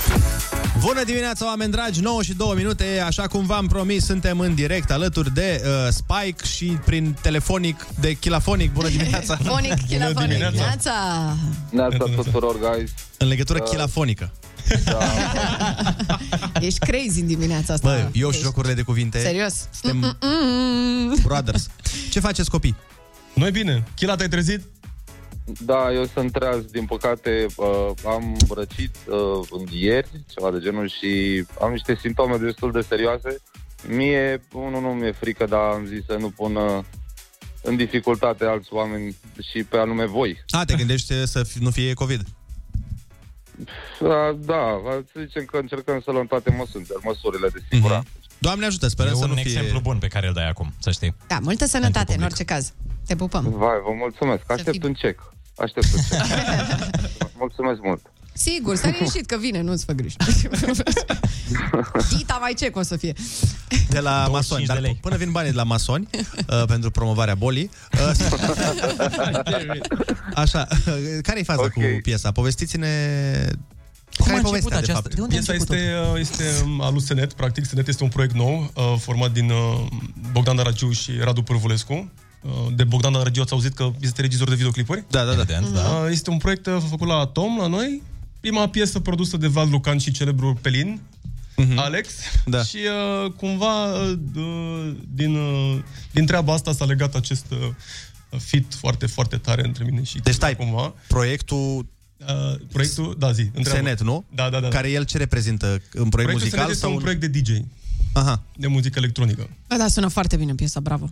[SPEAKER 4] Bună dimineața, oameni dragi! 9 și 2 minute, așa cum v-am promis, suntem în direct alături de uh, Spike și prin telefonic de Chilafonic. Bună dimineața!
[SPEAKER 6] Fonic, chilafonic, neața!
[SPEAKER 19] Neața tuturor, guys. da.
[SPEAKER 4] În legătură uh, chilafonică.
[SPEAKER 6] Ești crazy în dimineața asta.
[SPEAKER 4] Bă, eu și jocurile de cuvinte.
[SPEAKER 6] Deci- Serios. Mm,
[SPEAKER 4] Suntem
[SPEAKER 6] Mm-mm.
[SPEAKER 4] brothers. Ce faceți, copii?
[SPEAKER 19] Noi bine. Chila, te-ai trezit? Da, eu sunt treaz, din păcate uh, am răcit uh, în ieri, ceva de genul și am niște simptome destul de serioase. Mie, unul nu mi-e frică, dar am zis să nu pun uh, în dificultate alți oameni și pe anume voi.
[SPEAKER 4] A, te gândești să fi, nu fie COVID?
[SPEAKER 19] Da, da, să zicem că încercăm să luăm toate măsurile, măsurile de siguranță. Mm-hmm.
[SPEAKER 4] Doamne ajută,
[SPEAKER 7] Mhm. sperăm e să un nu fie... exemplu bun pe care îl dai acum, să știi.
[SPEAKER 6] Da, multă sănătate în orice caz. Te pupăm.
[SPEAKER 19] Vai, vă mulțumesc. Aștept un cec. Aștept un cec. mulțumesc mult.
[SPEAKER 6] Sigur, stai liniștit că vine, nu-ți fă griji. Dita mai ce că o să fie.
[SPEAKER 4] De la masoni, dar până vin banii de la masoni uh, pentru promovarea bolii. Uh, așa, uh, care e faza okay. cu piesa? Povestiți-ne care e povestea, de fapt?
[SPEAKER 20] Piesa este, uh, este um, alu Senet, practic. Senet este un proiect nou, uh, format din uh, Bogdan Daragiu și Radu Pârvulescu. Uh, De Bogdan Daragiu ați auzit că este regizor de videoclipuri?
[SPEAKER 4] Da, da, da. Evident,
[SPEAKER 6] Mhm.
[SPEAKER 20] da. Este un proiect uh, făcut la Atom, la noi. Prima piesă produsă de Vlad Lucan și celebrul Pelin, Alex.
[SPEAKER 4] Da.
[SPEAKER 20] Și uh, cumva uh, d- din, uh, din treaba asta s-a legat acest uh, fit foarte, foarte tare între mine și deci, stai, cumva.
[SPEAKER 4] proiectul...
[SPEAKER 20] Uh, proiectul, da, zi. întreabă.
[SPEAKER 4] Senet, nu?
[SPEAKER 20] Da, da, da.
[SPEAKER 4] Care el ce reprezintă? Un proiect
[SPEAKER 20] Proiectul
[SPEAKER 4] muzical?
[SPEAKER 20] Senet este
[SPEAKER 4] sau
[SPEAKER 20] un proiect de DJ.
[SPEAKER 4] Aha.
[SPEAKER 20] De muzică electronică.
[SPEAKER 6] Bă, da, sună foarte bine piesa, bravo.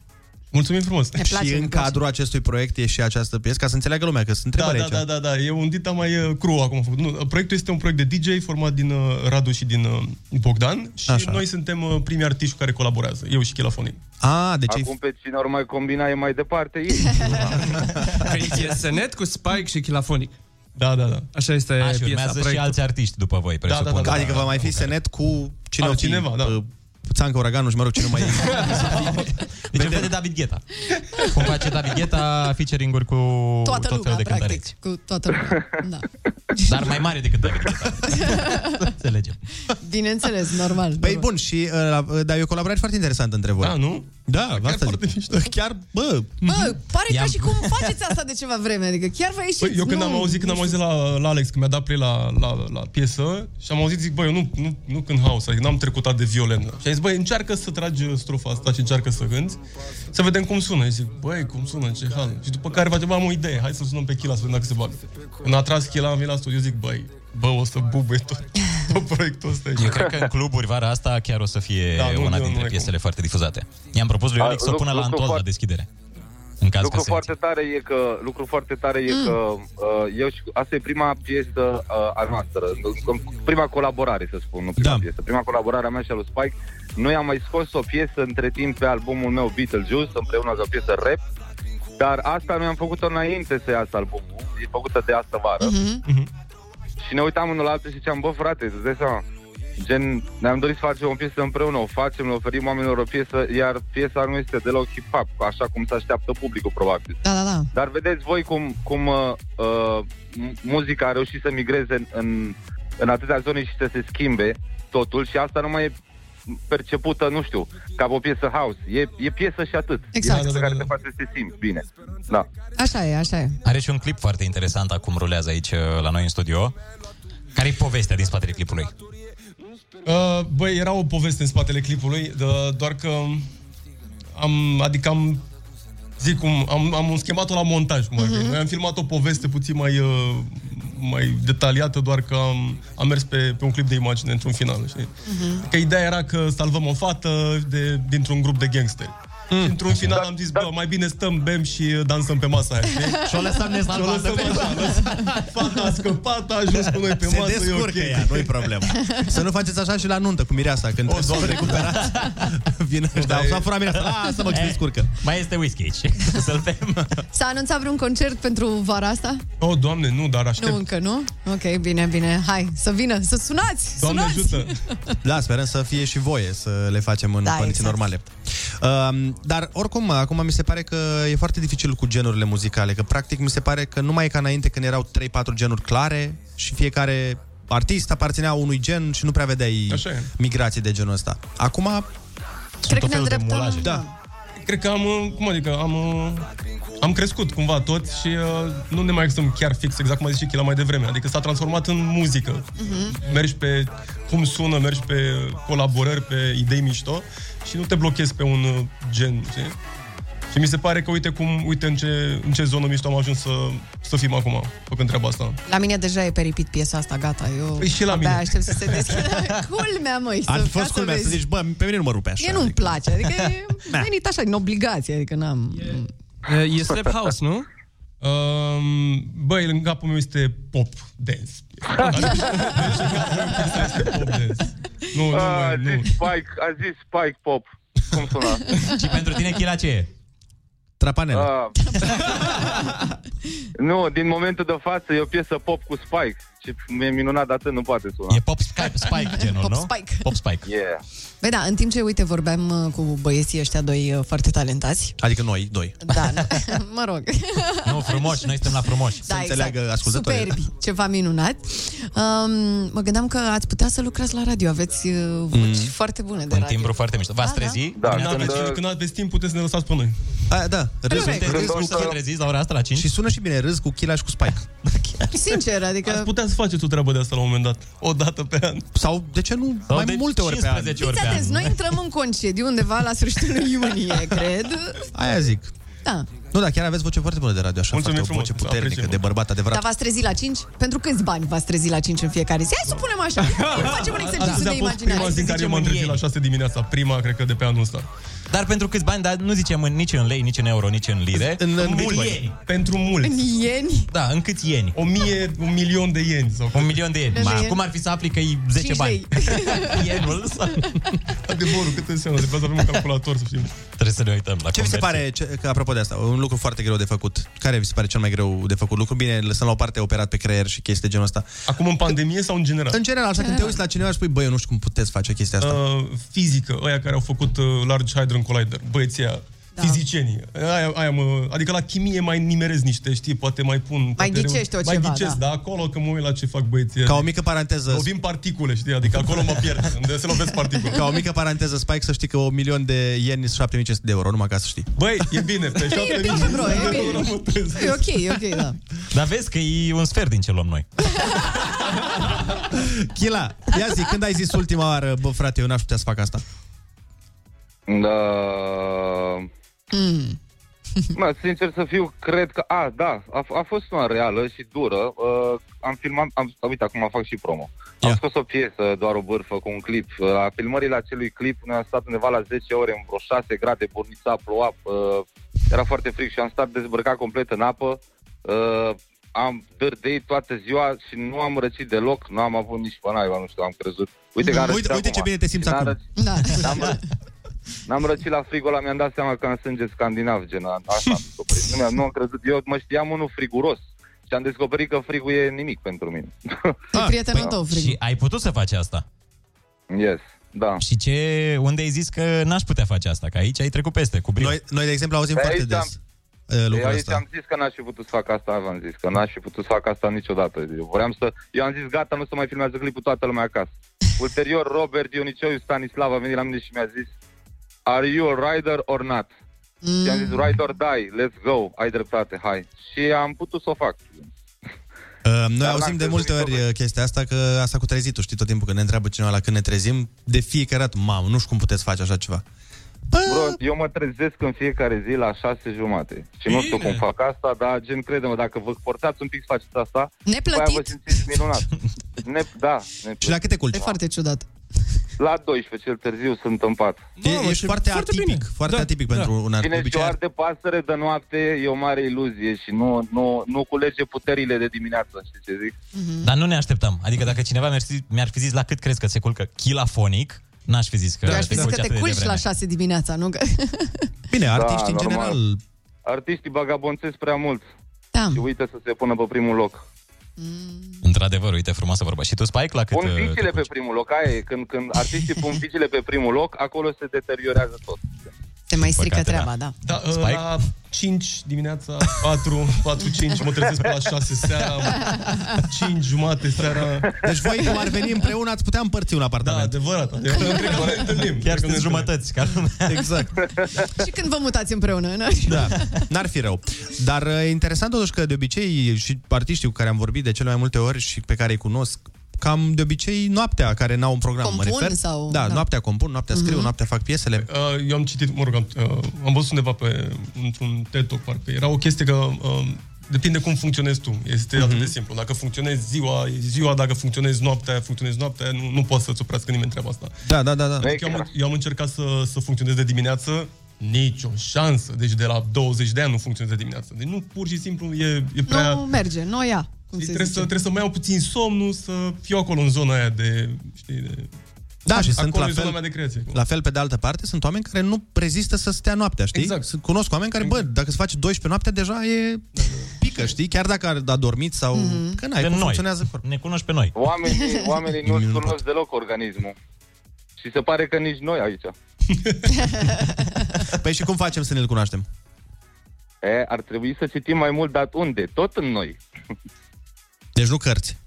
[SPEAKER 20] Mulțumim frumos.
[SPEAKER 6] Ne place,
[SPEAKER 4] și
[SPEAKER 6] ne
[SPEAKER 4] în
[SPEAKER 6] place.
[SPEAKER 4] cadrul acestui proiect e și această piesă, ca să înțeleagă lumea că sunt
[SPEAKER 20] Da,
[SPEAKER 4] întrebări
[SPEAKER 20] da,
[SPEAKER 4] aici.
[SPEAKER 20] da, da, da, e un dita mai uh, cru acum făcut. Nu, proiectul este un proiect de DJ format din uh, Radu și din uh, Bogdan și
[SPEAKER 4] Așa.
[SPEAKER 20] Așa. noi suntem uh, primii artiști cu care colaborează, eu și Chilafonii.
[SPEAKER 4] A, deci
[SPEAKER 20] Acum...
[SPEAKER 19] Acum pe cine ar mai combina e mai departe ei.
[SPEAKER 12] Că e senet cu Spike și Chilafonic.
[SPEAKER 20] Da, da, da.
[SPEAKER 12] Așa este
[SPEAKER 7] A, și
[SPEAKER 12] piesa,
[SPEAKER 7] urmează și
[SPEAKER 12] proiectul.
[SPEAKER 7] alți artiști după voi, presupun.
[SPEAKER 4] da, da, da, Adică va mai fi senet cu cine o fi,
[SPEAKER 7] Altcineva,
[SPEAKER 20] da.
[SPEAKER 4] uh, Țancă Uraganul și mă rog cine mai e.
[SPEAKER 7] Deci un fel de David Gheta. Cum face David Gheta featuring-uri cu
[SPEAKER 6] Toată
[SPEAKER 7] tot felul
[SPEAKER 6] lumea,
[SPEAKER 7] de cântăreți.
[SPEAKER 6] practic. Cu toată lumea. Da.
[SPEAKER 7] Dar mai mare decât David Gheta. Înțelegem.
[SPEAKER 6] Bineînțeles,
[SPEAKER 20] Da,
[SPEAKER 6] normal.
[SPEAKER 4] Păi bun, și, uh, la- dar e o colaborare foarte interesantă între voi. Da,
[SPEAKER 20] nu?
[SPEAKER 4] Da, chiar asta foarte Chiar, bă...
[SPEAKER 6] Bă,
[SPEAKER 1] Mhm.
[SPEAKER 6] pare
[SPEAKER 4] I-am-
[SPEAKER 6] ca și cum faceți asta de ceva vreme, adică chiar vă ieșiți.
[SPEAKER 20] Păi, eu când
[SPEAKER 6] nu-
[SPEAKER 20] am auzit, când am auzit la, la Alex, când mi-a dat play la, la, la piesă și am auzit, zic, băi, eu nu, nu, nu cânt house, adică n-am trecut atât de violent. Și am zis, băi, încearcă să tragi uh, strofa asta și încearcă să cânti, să vedem cum sună. Și zic, băi, cum sună, ce hal. Și după care facem, bă, am o idee, hai să sunăm pe Chila să vedem dacă se bagă. Când a tras Chila, am venit la studiu, zic, băi, bă, o să bubuie tot, tot proiectul ăsta.
[SPEAKER 7] Eu cred că în cluburi vara asta chiar o să fie
[SPEAKER 20] Păi, Da,
[SPEAKER 7] una
[SPEAKER 20] nu, eu nu
[SPEAKER 7] dintre
[SPEAKER 20] recomand.
[SPEAKER 7] piesele foarte difuzate. I-am propus lui
[SPEAKER 20] A,
[SPEAKER 7] Alex să o
[SPEAKER 20] Da, lucru-
[SPEAKER 7] pună la
[SPEAKER 20] lucru
[SPEAKER 7] Antol la
[SPEAKER 20] foarte-
[SPEAKER 7] deschidere. În caz că
[SPEAKER 19] lucru
[SPEAKER 7] se
[SPEAKER 19] foarte tare e că lucru foarte tare e că uh, eu și, asta e prima piesă uh, a noastră, în- în- prima colaborare să spun, nu prima da. piesă. Prima colaborare a mea și a lui Spike. Noi am mai scos o piesă între timp pe albumul meu Beetlejuice, împreună cu o piesă rap, dar asta mi-am făcut-o înainte să iasă albumul, e făcută de asta vară. Și ne uitam unul la altul și ziceam, bă frate, îți dai seama, gen, ne-am dorit să facem o piesă împreună, o facem, le oferim oamenilor o piesă, iar piesa nu este deloc hip-hop, așa cum se așteaptă publicul, probabil.
[SPEAKER 6] Da, da, da.
[SPEAKER 19] Dar vedeți voi cum, cum uh, uh, m- muzica a reușit să migreze în, în, în atâtea zone și să se schimbe totul și asta nu mai e percepută, nu știu, ca pe o piesă house. E, e piesă și atât.
[SPEAKER 6] Exact.
[SPEAKER 19] E piesă care te face să te simți bine. Da.
[SPEAKER 6] Așa e, așa e.
[SPEAKER 7] Are și un clip foarte interesant acum rulează aici uh, la noi în studio. Care e povestea din spatele clipului?
[SPEAKER 20] Uh, Băi, era o poveste în spatele clipului, dă- doar că am, adică am, zic cum, am, am schemat-o la montaj, cum ar fi. Noi am filmat o poveste puțin mai, uh, mai detaliată, doar că am, am mers pe, pe un clip de imagine într-un final, știi? Că ideea era că salvăm o fată de, dintr-un grup de gangsteri. Mm. Și într-un final am zis, bă, mai bine stăm, bem și uh, dansăm pe masa aia, știi?
[SPEAKER 4] Și-o lăsăm
[SPEAKER 20] Și-o
[SPEAKER 4] nesalvată
[SPEAKER 20] lăsăm
[SPEAKER 4] pe
[SPEAKER 20] așa, lăsăm- Fata a scăpat, a ajuns cu noi pe
[SPEAKER 4] Se
[SPEAKER 20] masă, e ok.
[SPEAKER 4] descurcă ea, nu-i problemă. Să nu faceți așa și la nuntă cu mireasa, când o, doamne, recuperați. Vine ăștia,
[SPEAKER 7] Da,
[SPEAKER 4] da,
[SPEAKER 7] e-
[SPEAKER 4] s-a furat mireasa, lasă mă că se
[SPEAKER 7] Eh,
[SPEAKER 4] descurcă.
[SPEAKER 7] Mai este whisky aici. Să-l bem.
[SPEAKER 6] S-a anunțat vreun concert pentru vara asta?
[SPEAKER 20] Oh, doamne, nu, dar aștept.
[SPEAKER 6] Nu încă, nu? Ok, bine, bine. Hai, să vină, să sunați,
[SPEAKER 4] Doamne
[SPEAKER 6] sunați!
[SPEAKER 4] ajută! Da, sperăm să fie și voie să le facem în
[SPEAKER 6] Da,
[SPEAKER 4] da, condiții
[SPEAKER 6] exact.
[SPEAKER 4] exact. normale. Um, dar oricum, acum mi se pare că e foarte dificil cu genurile muzicale, că practic mi se pare că nu mai e ca înainte când erau 3-4 genuri clare și fiecare artist, aparținea unui gen și nu prea vedeai
[SPEAKER 20] Așa e.
[SPEAKER 4] migrații de genul ăsta. Acum Cred
[SPEAKER 20] tot că ne felul de îndreptăm- mulaje.
[SPEAKER 4] Da.
[SPEAKER 20] Cred că am, uh, cum adică, am, uh, am crescut cumva tot și uh, nu ne mai gândim chiar fix, exact cum a zis și Chila mai devreme. Adică s-a transformat în muzică. Mergi pe cum sună, mergi pe colaborări, pe idei mișto și nu te blochezi pe un uh, gen, știi? Și mi se pare că uite cum, uite în ce, în ce zonă mișto am ajuns să, să fim acum, făcând treaba asta.
[SPEAKER 6] La mine deja e peripit piesa asta, gata. Eu
[SPEAKER 20] Păi și la
[SPEAKER 6] abia
[SPEAKER 20] mine.
[SPEAKER 6] aștept să se deschidă. culmea, măi.
[SPEAKER 1] Ar
[SPEAKER 6] să-
[SPEAKER 1] fi fost
[SPEAKER 6] ca
[SPEAKER 1] culmea să
[SPEAKER 6] vezi.
[SPEAKER 1] zici, bă, pe mine nu mă rupe așa.
[SPEAKER 6] Mie nu-mi place, adică e
[SPEAKER 1] Da.
[SPEAKER 6] venit așa din obligație, adică n-am...
[SPEAKER 20] E Uh, Slap House, nu? Um, băi, în capul meu este pop dance. Adică
[SPEAKER 16] Nu, nu,
[SPEAKER 17] a, zis Spike, a zis Spike Pop. Cum suna?
[SPEAKER 7] Și pentru tine, Chila, ce e?
[SPEAKER 4] Trapanel.
[SPEAKER 17] A. nu, din momentul de față e o piesă pop cu Spike. Și e minunat de atât, nu poate suna. E
[SPEAKER 7] pop Spike, Spike genul,
[SPEAKER 6] Pop nu? Spike.
[SPEAKER 7] Pop Spike.
[SPEAKER 17] Yeah.
[SPEAKER 6] Băi, da, în timp ce, uite, vorbeam uh, cu băieții ăștia doi uh, foarte talentați,
[SPEAKER 4] Adică noi, doi.
[SPEAKER 6] da, nu- mă rog.
[SPEAKER 7] Nu, frumoși, noi suntem la frumoși.
[SPEAKER 6] Da, exact. Superbi, ceva minunat. Um, mă gândeam că ați putea să lucrați la radio, aveți uh, voci
[SPEAKER 7] Mm.
[SPEAKER 6] foarte bune de
[SPEAKER 7] Un
[SPEAKER 6] radio.
[SPEAKER 7] timbru foarte mișto. V-ați
[SPEAKER 6] Da, da.
[SPEAKER 7] trezi?
[SPEAKER 20] Da, când, aveți, când aveți timp, puteți să ne lăsați pe noi.
[SPEAKER 4] A, da, râs,
[SPEAKER 6] Corect.
[SPEAKER 4] râs,
[SPEAKER 6] Când o să-
[SPEAKER 4] cu
[SPEAKER 7] treziți la ora asta la 5.
[SPEAKER 4] Și sună și bine, râs cu Chila și cu Spike.
[SPEAKER 7] Da,
[SPEAKER 6] Sincer, adică...
[SPEAKER 20] Ați putea să faceți o treabă de asta la un moment dat. O dată pe an.
[SPEAKER 4] Sau, de ce nu,
[SPEAKER 20] Sau
[SPEAKER 4] mai multe ori pe an.
[SPEAKER 6] Fiți atenți, noi intrăm în concediu undeva la sfârșitul lui iunie, cred.
[SPEAKER 4] Aia zic.
[SPEAKER 6] Da.
[SPEAKER 4] Nu, dar chiar aveți voce foarte bună de radio, așa
[SPEAKER 20] Mulțumim
[SPEAKER 4] foarte, o voce
[SPEAKER 20] frumos,
[SPEAKER 4] puternică,
[SPEAKER 20] apreciem.
[SPEAKER 4] de bărbat
[SPEAKER 6] Dar
[SPEAKER 4] adevărat.
[SPEAKER 6] v-ați trezit la 5? Pentru câți bani v-ați trezit la 5 în fiecare zi? Hai să punem așa. Hai, facem un exercițiu
[SPEAKER 20] Asta
[SPEAKER 6] de
[SPEAKER 20] a fost prima zi
[SPEAKER 6] imaginație.
[SPEAKER 20] în care eu m-am trezit la 6 dimineața. Prima, cred că, de pe anul ăsta.
[SPEAKER 7] Dar pentru câți bani, dar nu zicem în, nici în lei, nici în euro, nici în lire.
[SPEAKER 20] În- în
[SPEAKER 7] Mulți.
[SPEAKER 20] bitcoin. Pentru mulți.
[SPEAKER 6] În ieni?
[SPEAKER 7] Da, în câți ieni?
[SPEAKER 20] O mie, un milion de ieni. Sau
[SPEAKER 7] un milion de ieni.
[SPEAKER 20] Deci
[SPEAKER 7] Ma,
[SPEAKER 20] ieni-
[SPEAKER 7] cum ar fi să afli că e 10
[SPEAKER 20] Cinci
[SPEAKER 7] bani?
[SPEAKER 20] lei.
[SPEAKER 7] Ienul sau...
[SPEAKER 20] Adevărul, cât înseamnă? Trebuie să avem un calculator, să știm.
[SPEAKER 7] Trebuie să ne uităm la
[SPEAKER 4] Ce vi se
[SPEAKER 7] conversii.
[SPEAKER 4] pare, ce, că apropo de asta, un lucru foarte greu de făcut? Care vi se pare cel mai greu de făcut lucru? Bine, lăsăm la o parte operat pe creier și chestii de genul ăsta.
[SPEAKER 20] Acum în pandemie sau în general?
[SPEAKER 4] În general, așa când te uiți la cineva și spui, băi, eu nu știu cum puteți face chestia asta.
[SPEAKER 20] Uh, fizică, aia care au făcut uh, Large Hadron Collider, băieții aia, da. fizicienii. Aia, aia mă, adică la chimie mai nimerez niște, știi, poate mai pun... Mai poate
[SPEAKER 6] ghicești o
[SPEAKER 20] mai
[SPEAKER 6] ceva,
[SPEAKER 20] ghicesc,
[SPEAKER 6] da.
[SPEAKER 20] da. acolo că mă uit la ce fac băieții.
[SPEAKER 4] Ca o mică paranteză.
[SPEAKER 20] Lovim particule, știi, adică acolo mă pierd, unde se lovesc particule.
[SPEAKER 4] Ca o mică paranteză, Spike, să știi că o milion de ieni sunt 7500 de euro, numai ca să știi.
[SPEAKER 20] Băi, e bine, pe
[SPEAKER 6] E bine, bro, e bine. E ok, e ok, da.
[SPEAKER 7] Dar vezi că e un sfert din ce luăm noi.
[SPEAKER 4] Chila, ia zi, când ai zis ultima oară, bă, frate, eu n-aș putea să fac asta?
[SPEAKER 19] Da... Mă, sincer să fiu, cred că... A, da, a, f- a fost una reală și dură. Uh, am filmat... Am, uite, acum fac și promo. Am scos o piesă, doar o bârfă, cu un clip. Uh, La filmările acelui clip noi am stat undeva la 10 ore în vreo 6 grade, burnița, ploua. Uh, era foarte fric și am stat dezbrăcat complet în apă. Uh, am dârdei toată ziua și nu am răcit deloc, nu am avut nici pe naiba, nu știu, am crezut. Uite, că am
[SPEAKER 4] uite,
[SPEAKER 19] răcit
[SPEAKER 4] uite ce
[SPEAKER 19] acum.
[SPEAKER 4] bine te simți
[SPEAKER 19] N-am
[SPEAKER 4] acum.
[SPEAKER 19] răcit.
[SPEAKER 6] Da.
[SPEAKER 19] N-am răcit la frigul ăla, mi-am dat seama că am sânge scandinav, gen a- așa am descoperit. Nu, mi-am- nu am crezut, eu mă știam unul friguros și am descoperit că frigul e nimic pentru mine.
[SPEAKER 6] E prietenul tău,
[SPEAKER 7] Ah, păi, Și
[SPEAKER 6] Frigo.
[SPEAKER 7] ai putut să faci asta.
[SPEAKER 19] Yes, da.
[SPEAKER 7] Și ce, unde ai zis că n-aș putea face asta? Că aici ai trecut peste cu brim.
[SPEAKER 4] Noi, noi de exemplu, auzim
[SPEAKER 19] Pe
[SPEAKER 4] foarte
[SPEAKER 19] aici
[SPEAKER 4] des
[SPEAKER 19] am-
[SPEAKER 4] uh,
[SPEAKER 19] Eu
[SPEAKER 4] lucrul
[SPEAKER 19] aici
[SPEAKER 4] ăsta.
[SPEAKER 19] am zis că n-aș fi putut să fac asta, v-am zis, că n-aș fi putut să fac asta niciodată. Eu, vreau să, eu am zis, gata, nu se mai filmează clipul toată lumea acasă. Ulterior, Robert Dioniceu Stanislav a venit la mine și mi-a zis, are you a rider or not? Mm. Și am zis, ride or die, let's go, ai dreptate, hai. Și am putut să o fac.
[SPEAKER 4] Uh, Noi auzim de multe ori uh, chestia asta că asta cu trezitul, știi, tot timpul când ne întreabă cineva la când ne trezim, de fiecare dată, mamă, nu știu cum puteți face așa ceva.
[SPEAKER 19] Bro, eu mă trezesc în fiecare zi la șase jumate. Și nu știu cum fac asta, dar gen, crede-mă, dacă vă portați un pic să faceți asta, după aia vă
[SPEAKER 6] Neplătit?
[SPEAKER 19] simțiți minunat. Ne, da, ne
[SPEAKER 4] Și la câte culci?
[SPEAKER 6] E foarte ciudat.
[SPEAKER 19] La 12 cel târziu sunt în pat.
[SPEAKER 4] E, ești foarte, atipic, foarte
[SPEAKER 20] Da,
[SPEAKER 4] atipic pentru un
[SPEAKER 19] Cine
[SPEAKER 4] artist.
[SPEAKER 19] obicei... de pasăre de noapte e o mare iluzie și nu, nu, nu culege puterile de dimineață, știi ce zic?
[SPEAKER 6] Mhm.
[SPEAKER 7] Dar nu ne așteptam. Adică dacă cineva mi-ar, zi- mi-ar fi zis la cât crezi că se culcă chilafonic, n-aș fi zis că
[SPEAKER 6] Eu aș fi zis
[SPEAKER 7] culci
[SPEAKER 6] că
[SPEAKER 7] atât
[SPEAKER 6] te
[SPEAKER 7] de
[SPEAKER 6] culci
[SPEAKER 7] devreme.
[SPEAKER 6] la 6 dimineața, nu? că-
[SPEAKER 4] Bine,
[SPEAKER 19] artiștii în general... Da, Artiștii bagabonțesc prea mult.
[SPEAKER 6] Da.
[SPEAKER 19] Și uită să se pună pe primul loc.
[SPEAKER 7] Într-adevăr, uite, frumoasă vorba. Și tu, Spike, la cât...
[SPEAKER 19] Pun
[SPEAKER 7] uh, te
[SPEAKER 19] vicile
[SPEAKER 7] culci?
[SPEAKER 19] pe primul loc, aia e. Când, când artiștii pun vicile pe primul loc, acolo se deteriorează tot.
[SPEAKER 6] Te mai
[SPEAKER 20] Din
[SPEAKER 6] strică
[SPEAKER 20] păcate,
[SPEAKER 6] treaba, da.
[SPEAKER 20] da. da
[SPEAKER 6] Spike?
[SPEAKER 20] la 5 dimineața, 4, 4, 5, mă trezesc pe la 6 seara, 5 jumate seara.
[SPEAKER 4] Deci voi cum ar veni împreună ați putea împărți un apartament.
[SPEAKER 20] Da, adevărat. adevărat. Cred că ne întâlnim.
[SPEAKER 4] Chiar sunt jumătăți. Ca exact.
[SPEAKER 6] Și când vă mutați împreună, nu?
[SPEAKER 4] Da, n-ar fi rău. Dar uh, e interesant totuși că de obicei și artiștii cu care am vorbit de cele mai multe ori și pe care îi cunosc, cam de obicei noaptea, care n-au un program, mă
[SPEAKER 20] Compun
[SPEAKER 4] refer.
[SPEAKER 20] sau-
[SPEAKER 4] Da,
[SPEAKER 20] da.
[SPEAKER 4] noaptea compun, noaptea scriu,
[SPEAKER 20] Mhm.
[SPEAKER 4] noaptea fac piesele.
[SPEAKER 20] Uh, Eu am citit, mă rog, am, uh, am văzut undeva pe într-un TED Talk, parcă era o chestie că uh, depinde cum funcționezi tu. Este
[SPEAKER 4] Mhm.
[SPEAKER 20] uh-huh. atât de simplu. Dacă funcționezi ziua, e ziua, dacă funcționezi noaptea, funcționezi noaptea, nu, nu poți să-ți oprească nimeni treaba asta.
[SPEAKER 4] Da, da, da. da.
[SPEAKER 20] Adică eu, am, eu am încercat să, să funcționez de dimineață, nicio șansă. Deci de la 20 de ani nu funcționez de dimineață. Deci nu, pur și simplu, e, e prea...
[SPEAKER 6] Nu merge, nu o ia. Cum se
[SPEAKER 20] Da. Trebuie să,
[SPEAKER 6] zice.
[SPEAKER 20] trebuie să mai iau puțin somnul, să fiu acolo în zona aia de, știi, de...
[SPEAKER 4] Da, și
[SPEAKER 20] acolo
[SPEAKER 4] sunt la
[SPEAKER 20] e zona mea
[SPEAKER 4] fel,
[SPEAKER 20] de creație.
[SPEAKER 4] la fel, pe de altă parte, sunt oameni care nu rezistă să stea noaptea, știi?
[SPEAKER 20] Exact.
[SPEAKER 4] Sunt, cunosc oameni care, bă, dacă se face 12 noaptea, deja e pică, știi? Chiar dacă ar a dormit sau... Mm-hmm. Că n-ai,
[SPEAKER 19] Pe
[SPEAKER 4] cum
[SPEAKER 19] noi.
[SPEAKER 4] funcționează corpul.
[SPEAKER 7] Ne cunoști pe noi.
[SPEAKER 19] Oamenii, oamenii nu-și cunosc deloc organismul. Și se pare că nici noi aici.
[SPEAKER 4] Păi și cum facem să ne-l cunoaștem?
[SPEAKER 19] E, ar trebui să citim mai mult, dar unde? Tot în noi.
[SPEAKER 4] Deci nu cărți.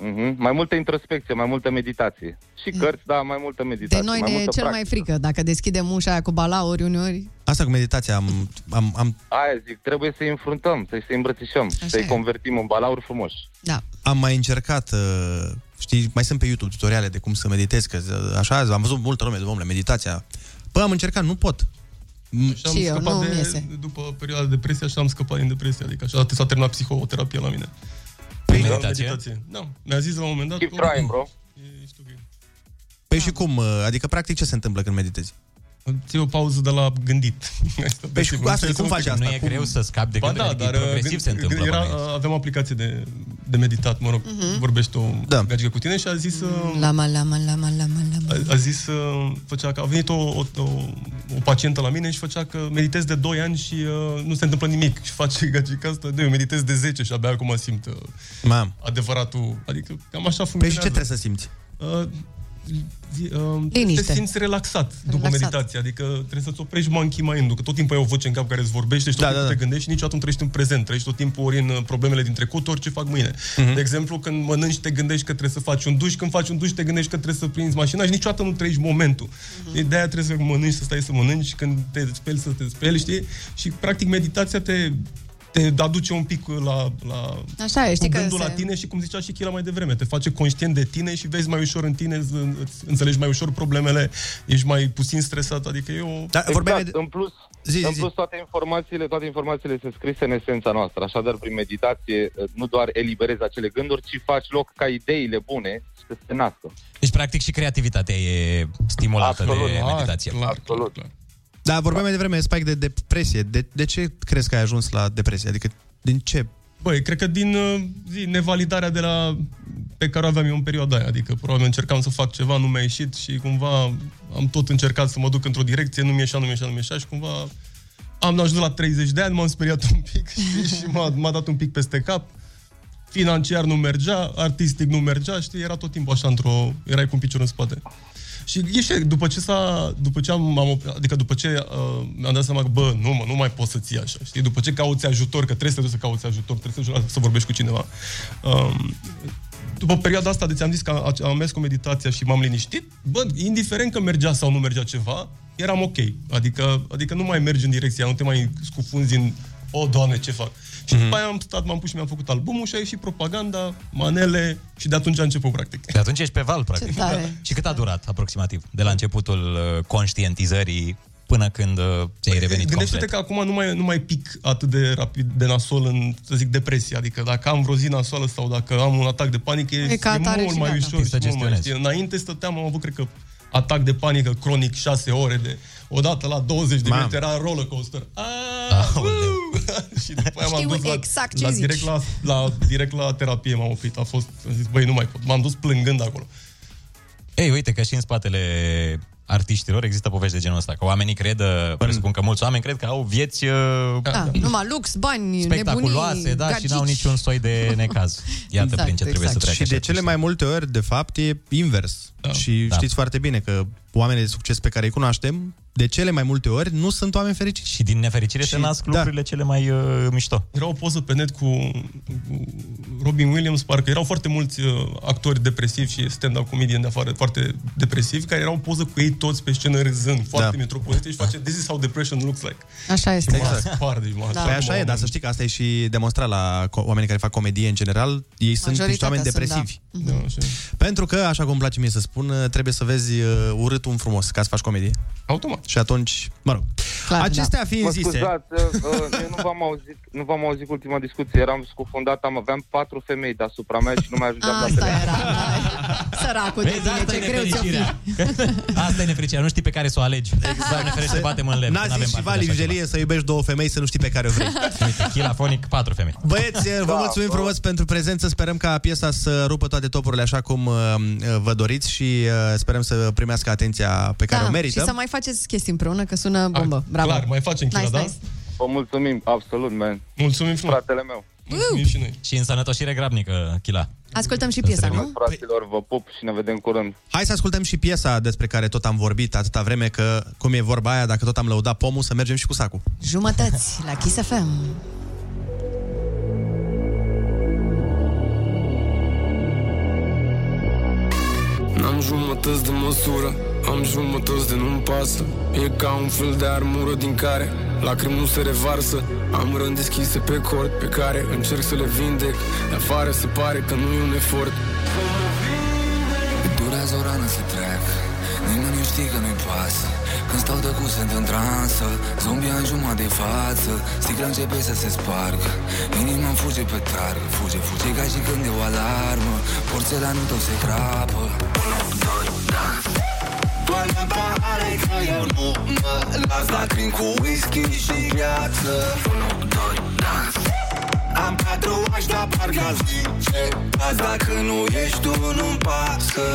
[SPEAKER 19] Mhm. Mai multă introspecție, mai multă meditație. Și
[SPEAKER 4] Mm.
[SPEAKER 19] cărți, dar mai multă
[SPEAKER 6] De
[SPEAKER 19] meditație.
[SPEAKER 6] noi
[SPEAKER 19] mai
[SPEAKER 6] ne e
[SPEAKER 19] multă
[SPEAKER 6] cel mai frică dacă deschidem ușa aia cu balauri uneori.
[SPEAKER 4] Asta cu meditația am... am, am...
[SPEAKER 19] Aia zic, trebuie să-i înfruntăm, să-i să îmbrățișăm, să-i convertim în balauri frumoși.
[SPEAKER 6] Da.
[SPEAKER 4] Am mai încercat, uh, știi, mai sunt pe YouTube tutoriale de cum să meditezi, că uh, așa, am văzut multă lume, domnule, meditația. Bă, am încercat, nu pot. Mm.
[SPEAKER 20] Păi Și am scăpat de, după perioada de depresie, așa am scăpat din depresie, adică așa s-a terminat psihoterapia la mine. Păi,
[SPEAKER 7] Păi,
[SPEAKER 20] Prin
[SPEAKER 4] meditație?
[SPEAKER 20] Da, mi-a zis la un moment dat
[SPEAKER 19] Keep trying, bro.
[SPEAKER 4] Păi și cum? uh, Adică, practic, ce se întâmplă când meditezi?
[SPEAKER 20] Ții o pauză de la gândit.
[SPEAKER 4] Păi și cu asta, cum faci asta?
[SPEAKER 7] Nu e
[SPEAKER 4] Cum-
[SPEAKER 7] greu să scapi de
[SPEAKER 20] Ba
[SPEAKER 7] gânduri,
[SPEAKER 20] da,
[SPEAKER 7] adică
[SPEAKER 20] dar
[SPEAKER 7] e progresiv
[SPEAKER 20] gând-
[SPEAKER 7] se întâmplă.
[SPEAKER 20] Era,
[SPEAKER 7] bănuiesc.
[SPEAKER 20] aveam aplicație de, de meditat, mă rog,
[SPEAKER 6] Mhm.
[SPEAKER 20] vorbești o da. gagică cu tine și a zis... uh,
[SPEAKER 6] Lama, lama, lama, lama,
[SPEAKER 4] Mm,
[SPEAKER 6] lama.
[SPEAKER 20] A, a zis, uh, făcea că a venit o, o, o, o pacientă la mine și făcea că meditez de 2 ani și uh, nu se întâmplă nimic. Și face gagica asta, de eu meditez de 10 și abia acum simt uh,
[SPEAKER 4] Mam.
[SPEAKER 20] adevăratul. Adică cam așa funcționează.
[SPEAKER 4] Păi și ce trebuie să simți?
[SPEAKER 20] Uh, zi- uh,
[SPEAKER 4] Liniște.
[SPEAKER 20] Te simți relaxat, după
[SPEAKER 4] Relaxat.
[SPEAKER 20] meditație, adică trebuie să-ți oprești monkey mind că tot timpul ai o voce în cap care îți vorbește și tot
[SPEAKER 4] Da,
[SPEAKER 20] da, timpul
[SPEAKER 4] da,
[SPEAKER 20] da,
[SPEAKER 4] da.
[SPEAKER 20] te gândești și niciodată nu trăiești în prezent, trăiești tot timpul ori în uh, problemele din trecut, ori ce fac mâine.
[SPEAKER 4] Mhm.
[SPEAKER 20] De exemplu, când mănânci te gândești că trebuie să faci un duș, când faci un duș te gândești că trebuie să prinzi mașina și niciodată nu trăiești momentul.
[SPEAKER 6] Mhm.
[SPEAKER 20] De aia trebuie să mănânci, să stai să mănânci, când te speli să te speli, știi? Și practic meditația te te aduce un pic la, la
[SPEAKER 6] Așa e, știi
[SPEAKER 20] cu
[SPEAKER 6] că
[SPEAKER 20] gândul
[SPEAKER 6] se-
[SPEAKER 20] la tine și cum zicea și Chila mai devreme, te face conștient de tine și vezi mai ușor în tine, îți- îți înțelegi mai ușor problemele, ești mai puțin stresat, adică e o...
[SPEAKER 4] Da,
[SPEAKER 19] exact. În plus, zi, în plus toate informațiile, toate informațiile sunt scrise în esența noastră. Așadar, prin meditație, eh, nu doar eliberezi acele gânduri, ci faci loc ca ideile bune să se nască.
[SPEAKER 7] Deci, practic, și creativitatea e stimulată
[SPEAKER 19] Absolut,
[SPEAKER 7] de
[SPEAKER 19] clar,
[SPEAKER 7] meditație.
[SPEAKER 20] Absolut. Clar.
[SPEAKER 4] Da, vorbeam mai devreme, Spike, de depresie. De, de ce crezi că ai ajuns la depresie? Adică, din ce?
[SPEAKER 20] Băi, cred că din uh, zi, nevalidarea de la pe care o aveam eu în perioada aia, adică probabil încercam să fac ceva, nu mi-a ieșit și cumva am tot încercat să mă duc într-o direcție, nu mi-a ieșea, nu mi-a ieșea, nu mi-a ieșea și cumva am ajuns la 30 de ani, m-am speriat un pic știi, și m-a, m-a dat un pic peste cap. Financiar nu mergea, artistic nu mergea, știi, era tot timpul așa într-o... erai cu un picior în spate. Și ieși, după ce s-a, după ce am, am op- adică după ce uh, mi-am dat seama că, bă, nu mă, nu mai poți să ții așa, știi? După ce cauți ajutor, că trebuie să te duci să cauți ajutor, trebuie să, să vorbești cu cineva. Um, după perioada asta de ți-am zis că a- am mers cu meditația și m-am liniștit, bă, indiferent că mergea sau nu mergea ceva, eram ok. Adică, adică nu mai mergi în direcția, nu te mai scufunzi în, o, doamne, ce fac. Și după aia am stat, m-am pus și mi-am făcut albumul și a ieșit propaganda, manele și de atunci a început, practic.
[SPEAKER 7] De atunci ești pe val, practic.
[SPEAKER 20] Ce tare.
[SPEAKER 7] Și cât a durat, aproximativ, de la începutul uh, conștientizării până când uh, ți-ai revenit
[SPEAKER 20] Gândește-te
[SPEAKER 7] complet?
[SPEAKER 20] că acum nu mai, nu mai pic atât de rapid de nasol în, să zic, depresie. Adică dacă am vreo zi nasoală sau dacă am un atac de panică, e,
[SPEAKER 6] E ca
[SPEAKER 20] e
[SPEAKER 6] atare
[SPEAKER 20] mult
[SPEAKER 6] și
[SPEAKER 20] mai
[SPEAKER 6] gata.
[SPEAKER 20] ușor.
[SPEAKER 6] Să
[SPEAKER 20] Și mult mai,
[SPEAKER 6] gestionezi.
[SPEAKER 20] știi, înainte stăteam, am avut, cred că, atac de panică cronic 6 ore de odată la 20 de
[SPEAKER 7] Mamă.
[SPEAKER 20] minute era roller coaster. și după aia m-am
[SPEAKER 6] Știu
[SPEAKER 20] dus la,
[SPEAKER 6] exact ce
[SPEAKER 20] la,
[SPEAKER 6] zici.
[SPEAKER 20] direct la, la, direct la terapie m-am oprit. A fost, am zis, băi, nu mai pot. M-am dus plângând acolo.
[SPEAKER 7] Ei, uite că și în spatele artiștilor există povești de genul ăsta, că oamenii cred, uh, presupun că mulți oameni cred că au vieți uh,
[SPEAKER 6] Da, numai lux, bani,
[SPEAKER 7] spectaculoase,
[SPEAKER 6] nebunii,
[SPEAKER 7] da, și
[SPEAKER 6] gagici.
[SPEAKER 7] n-au niciun soi de necaz. Iată
[SPEAKER 6] Exact,
[SPEAKER 7] prin ce trebuie
[SPEAKER 6] exact.
[SPEAKER 7] să treacă.
[SPEAKER 4] Și de cele mai multe ori, de fapt, e invers. Da. Și da. știți foarte bine că oamenii de succes pe care îi cunoaștem, de cele mai multe ori nu sunt oameni fericiți.
[SPEAKER 7] Și din nefericire se nasc lucrurile cele mai uh, mișto.
[SPEAKER 20] da. Era o poză pe net cu cu Robin Williams, parcă erau foarte mulți uh, actori depresivi și stand-up comedian de afară foarte depresivi, care erau o poză cu ei toți pe scenă râzând, foarte da. metropolite și face This is how depression looks like.
[SPEAKER 6] Așa este.
[SPEAKER 20] Și m-a spart, deci m-a
[SPEAKER 4] Da.
[SPEAKER 20] spart,
[SPEAKER 4] Păi așa
[SPEAKER 20] m-a-
[SPEAKER 4] e, dar să știi că asta e și demonstrat la co- oamenii care fac comedie în general, ei sunt niște oameni depresivi.
[SPEAKER 20] Da. Da, așa. e.
[SPEAKER 4] Pentru că, așa cum îmi place mie să spun, trebuie să vezi uh, urâtul în frumos ca să faci comedie.
[SPEAKER 20] Automat.
[SPEAKER 4] Și atunci, mă rog. Clar, Acestea da. fiind
[SPEAKER 19] mă
[SPEAKER 4] zise...
[SPEAKER 19] Scuzați, uh, uh, eu nu v-am auzit, nu v-am auzit ultima discuție, eram scufundat, am aveam patru femei deasupra mea și nu mai
[SPEAKER 4] Ah,
[SPEAKER 19] ajungeam la
[SPEAKER 6] Asta era. Săracul de
[SPEAKER 7] Vezi,
[SPEAKER 6] tine,
[SPEAKER 7] asta
[SPEAKER 6] ce
[SPEAKER 7] e
[SPEAKER 6] greu ți-o fi.
[SPEAKER 7] nefericirea. Asta e nefericirea, nu știi pe care să o alegi. Exact. Ne ferește, batem în lemn.
[SPEAKER 4] N-a
[SPEAKER 7] n-avem
[SPEAKER 4] zis și
[SPEAKER 7] parte de
[SPEAKER 4] Vali
[SPEAKER 7] așa ceva.
[SPEAKER 4] Vigelie să iubești două femei, să nu știi pe care o vrei.
[SPEAKER 7] Uite, chilafonic, patru femei.
[SPEAKER 4] Băieți,
[SPEAKER 19] Da,
[SPEAKER 4] vă
[SPEAKER 6] Da,
[SPEAKER 4] mulțumim frumos pentru prezență. Sperăm ca piesa să rupă toate topurile așa cum uh, vă doriți și uh, sperăm să primească atenția pe care o merită.
[SPEAKER 6] Da, și să mai faceți chestii împreună, că sună
[SPEAKER 7] Da,
[SPEAKER 6] bombă. Bravo.
[SPEAKER 19] clar, mai facem
[SPEAKER 6] nice,
[SPEAKER 19] chila, da?
[SPEAKER 6] Nice.
[SPEAKER 19] Vă mulțumim, absolut, man.
[SPEAKER 20] Mulțumim frumos.
[SPEAKER 19] Fratele meu.
[SPEAKER 6] Uuu,
[SPEAKER 20] Păi și noi.
[SPEAKER 7] Și în sănătoșire grabnică, Chila.
[SPEAKER 6] Ascultăm și piesa, nu?
[SPEAKER 19] Fraților, vă pup și ne vedem curând.
[SPEAKER 4] Hai să ascultăm și piesa despre care tot am vorbit atâta vreme că, cum e vorba aia, dacă tot am lăudat pomul, să mergem și cu sacul.
[SPEAKER 6] Jumătăți la Kiss FM.
[SPEAKER 1] N-am jumătăți de măsură, am jumătăți de nu-mi pasă E ca un fel de armură din care lacrimi nu se revarsă Am rând deschise pe cort pe care încerc să le vindec De afară se pare că nu e un efort
[SPEAKER 21] Durează o rană să trec Nimeni nu știe că nu-i pasă Când stau de cu sunt în transă Zombia în jumătate de față Sticla începe să se spargă Inima fuge pe targ Fuge, fuge ca și când e o alarmă Porțelanul tău se crapă
[SPEAKER 1] Până pare că eu nu mă las Lacrimi cu whisky și gheață Am patru aș da parcă aș zice Azi dacă nu ești tu nu-mi pasă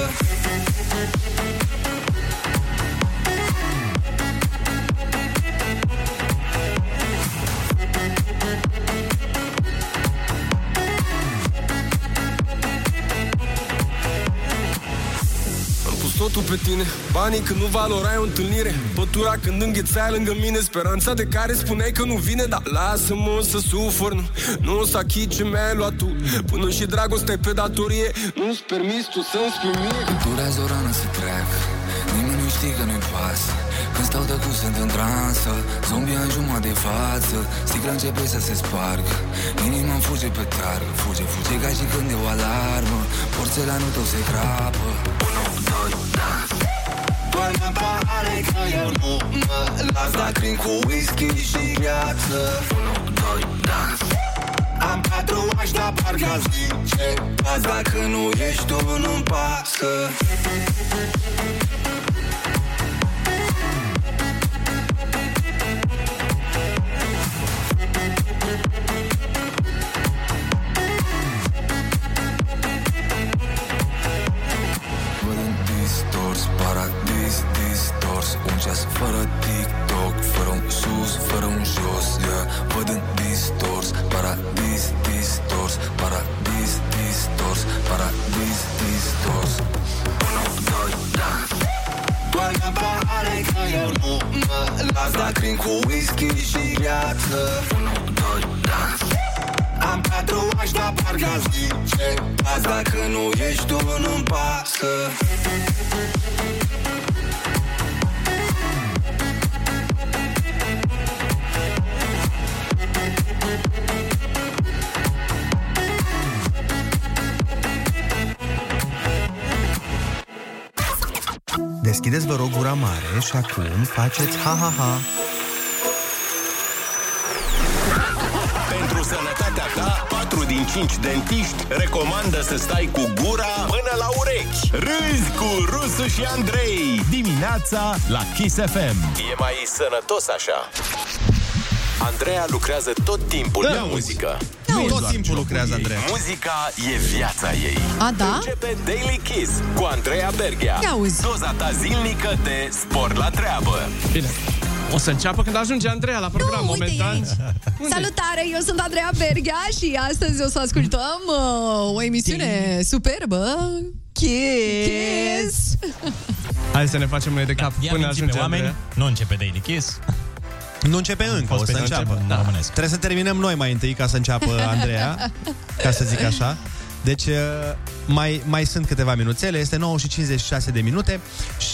[SPEAKER 21] Am pus totul pe tine Banii când nu valorai o întâlnire Pătura când înghețai lângă mine Speranța de care spuneai că nu vine Dar lasă-mă să sufer Nu, nu o să achit ce mi-ai luat tu Până și dragoste pe datorie Nu-ți permis tu să-mi spui mie Când durează o rană să trec Nimeni nu știe că nu-i pasă Când stau de cu sunt în transă Zombia în jumătate de față Sticla începe să se spargă Inima fuge pe targ Fuge, fuge ca și când e o alarmă Porțelanul tău se crapă
[SPEAKER 1] Până pare că eu nu mă las Lacrimi cu whisky și gheață Am patru aș da parcă aș zice Azi dacă nu ești tu nu-mi pasă
[SPEAKER 21] Văd în distors, paradis distors Un ceas fără TikTok, fără un sus, fără un jos yeah. Văd în distors, paradis distors Paradis distors, paradis distors
[SPEAKER 1] Până pare că eu nu mă las Lacrimi cu whisky și gheață Am patru aș da parcă aș zice Azi dacă nu ești tu nu-mi pasă
[SPEAKER 22] Deschideți, vă rog, gura mare și acum faceți ha-ha-ha.
[SPEAKER 8] Pentru sănătatea ta, 4 din 5 dentiști recomandă să stai cu gura până la urechi.
[SPEAKER 9] Râzi cu Rusu și Andrei Dimineața la Kiss FM
[SPEAKER 8] E mai sănătos așa. Andreea lucrează tot timpul
[SPEAKER 9] Da,
[SPEAKER 8] la muzică.
[SPEAKER 4] Nu, tot timpul lucrează, Andreea.
[SPEAKER 8] Muzica e viața ei.
[SPEAKER 6] A, da?
[SPEAKER 8] Începe Daily Kiss cu Andreea Berghea.
[SPEAKER 6] Ia uzi.
[SPEAKER 8] Doza ta zilnică de spor la treabă.
[SPEAKER 12] Bine. O să înceapă când ajunge Andreea la program
[SPEAKER 6] Nu, uite, e
[SPEAKER 12] momentan.
[SPEAKER 6] aici. Salutare, eu sunt Andreea Berghea și astăzi o să ascultăm uh, o emisiune superbă. Kiss!
[SPEAKER 12] Hai să ne facem noi de cap
[SPEAKER 7] Ia
[SPEAKER 12] până
[SPEAKER 7] până pe
[SPEAKER 12] ajungem.
[SPEAKER 7] oameni,
[SPEAKER 12] de-
[SPEAKER 7] nu începe Daily Kiss.
[SPEAKER 4] Nu începe încă, o
[SPEAKER 7] Poți
[SPEAKER 4] să
[SPEAKER 7] pe începe,
[SPEAKER 4] înceapă.
[SPEAKER 7] în românesc.
[SPEAKER 4] Trebuie să terminăm noi mai întâi ca să înceapă Andreea, ca să zic așa. Deci uh, mai, mai sunt câteva minuțele, este 9 și 56 de minute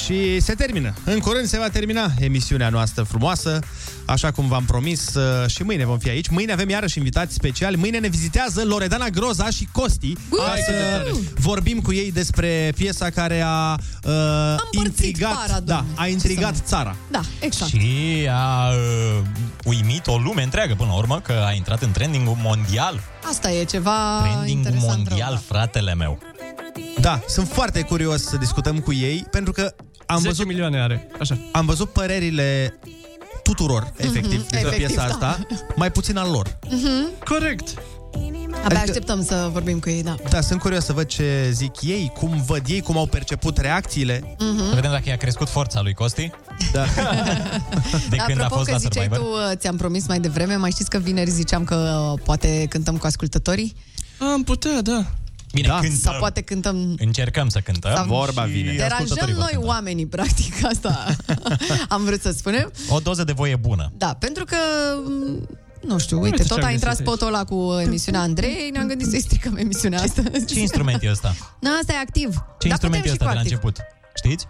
[SPEAKER 4] și se termină. În curând se va termina emisiunea noastră frumoasă, așa cum v-am promis uh, și mâine vom fi aici. Mâine avem iarăși invitați speciali. Mâine ne vizitează Loredana Groza și Costi ca
[SPEAKER 13] Hai, cât de
[SPEAKER 4] să
[SPEAKER 13] tare.
[SPEAKER 4] vorbim cu ei despre piesa care a uh, intrigat,
[SPEAKER 6] para,
[SPEAKER 4] da,
[SPEAKER 6] domnule.
[SPEAKER 4] a intrigat țara.
[SPEAKER 6] Da, exact.
[SPEAKER 7] Și a uh, uimit o lume întreagă până la urmă că a intrat în trendingul mondial.
[SPEAKER 6] Asta e ceva
[SPEAKER 7] Trendingul
[SPEAKER 6] Ah, interesant.
[SPEAKER 7] mondial, fratele meu.
[SPEAKER 4] Da, sunt foarte curios să discutăm cu ei pentru că am
[SPEAKER 12] 10
[SPEAKER 4] văzut
[SPEAKER 12] milioane are. Așa.
[SPEAKER 4] Am văzut părerile tuturor, efectiv, despre
[SPEAKER 6] Mhm, efectiv,
[SPEAKER 4] piesa
[SPEAKER 6] da.
[SPEAKER 4] asta, mai puțin al lor.
[SPEAKER 6] Mhm.
[SPEAKER 12] Corect.
[SPEAKER 6] Abia
[SPEAKER 4] Adică-
[SPEAKER 6] așteptăm să vorbim cu ei, da.
[SPEAKER 4] Da, sunt curios să văd ce zic ei, cum văd ei, cum au perceput reacțiile.
[SPEAKER 6] Mhm.
[SPEAKER 7] Să vedem dacă i-a crescut forța lui Costi.
[SPEAKER 4] Da.
[SPEAKER 7] De
[SPEAKER 6] Dar
[SPEAKER 7] când a
[SPEAKER 6] apropo
[SPEAKER 7] fost
[SPEAKER 6] că
[SPEAKER 7] la
[SPEAKER 6] ziceai
[SPEAKER 7] Survivor.
[SPEAKER 6] tu, uh, ți-am promis mai devreme, mai știți că vineri ziceam că uh, poate cântăm cu ascultătorii?
[SPEAKER 12] Am putea, da.
[SPEAKER 7] Bine, da. cântăm.
[SPEAKER 6] Sau poate cântăm...
[SPEAKER 7] Încercăm să cântăm.
[SPEAKER 6] Sau-
[SPEAKER 7] Și
[SPEAKER 6] Deranjăm
[SPEAKER 7] ascultătorii vor
[SPEAKER 6] noi
[SPEAKER 7] cânta.
[SPEAKER 6] oamenii, practic, asta am vrut să spunem.
[SPEAKER 7] O doză de voie bună.
[SPEAKER 6] Da, pentru că, m, nu știu, uite,
[SPEAKER 7] Uite
[SPEAKER 6] tot
[SPEAKER 7] ce-am
[SPEAKER 6] a intrat
[SPEAKER 7] găsit aici.
[SPEAKER 6] spotul ăla cu emisiunea Andrei, ne-am gândit să-i stricăm emisiunea asta.
[SPEAKER 7] Ce instrument e ăsta? Ce
[SPEAKER 6] Na, asta e activ.
[SPEAKER 7] da, instrument e
[SPEAKER 6] putem și
[SPEAKER 7] ăsta de
[SPEAKER 6] cu
[SPEAKER 7] la
[SPEAKER 6] activ.
[SPEAKER 7] început? Știți?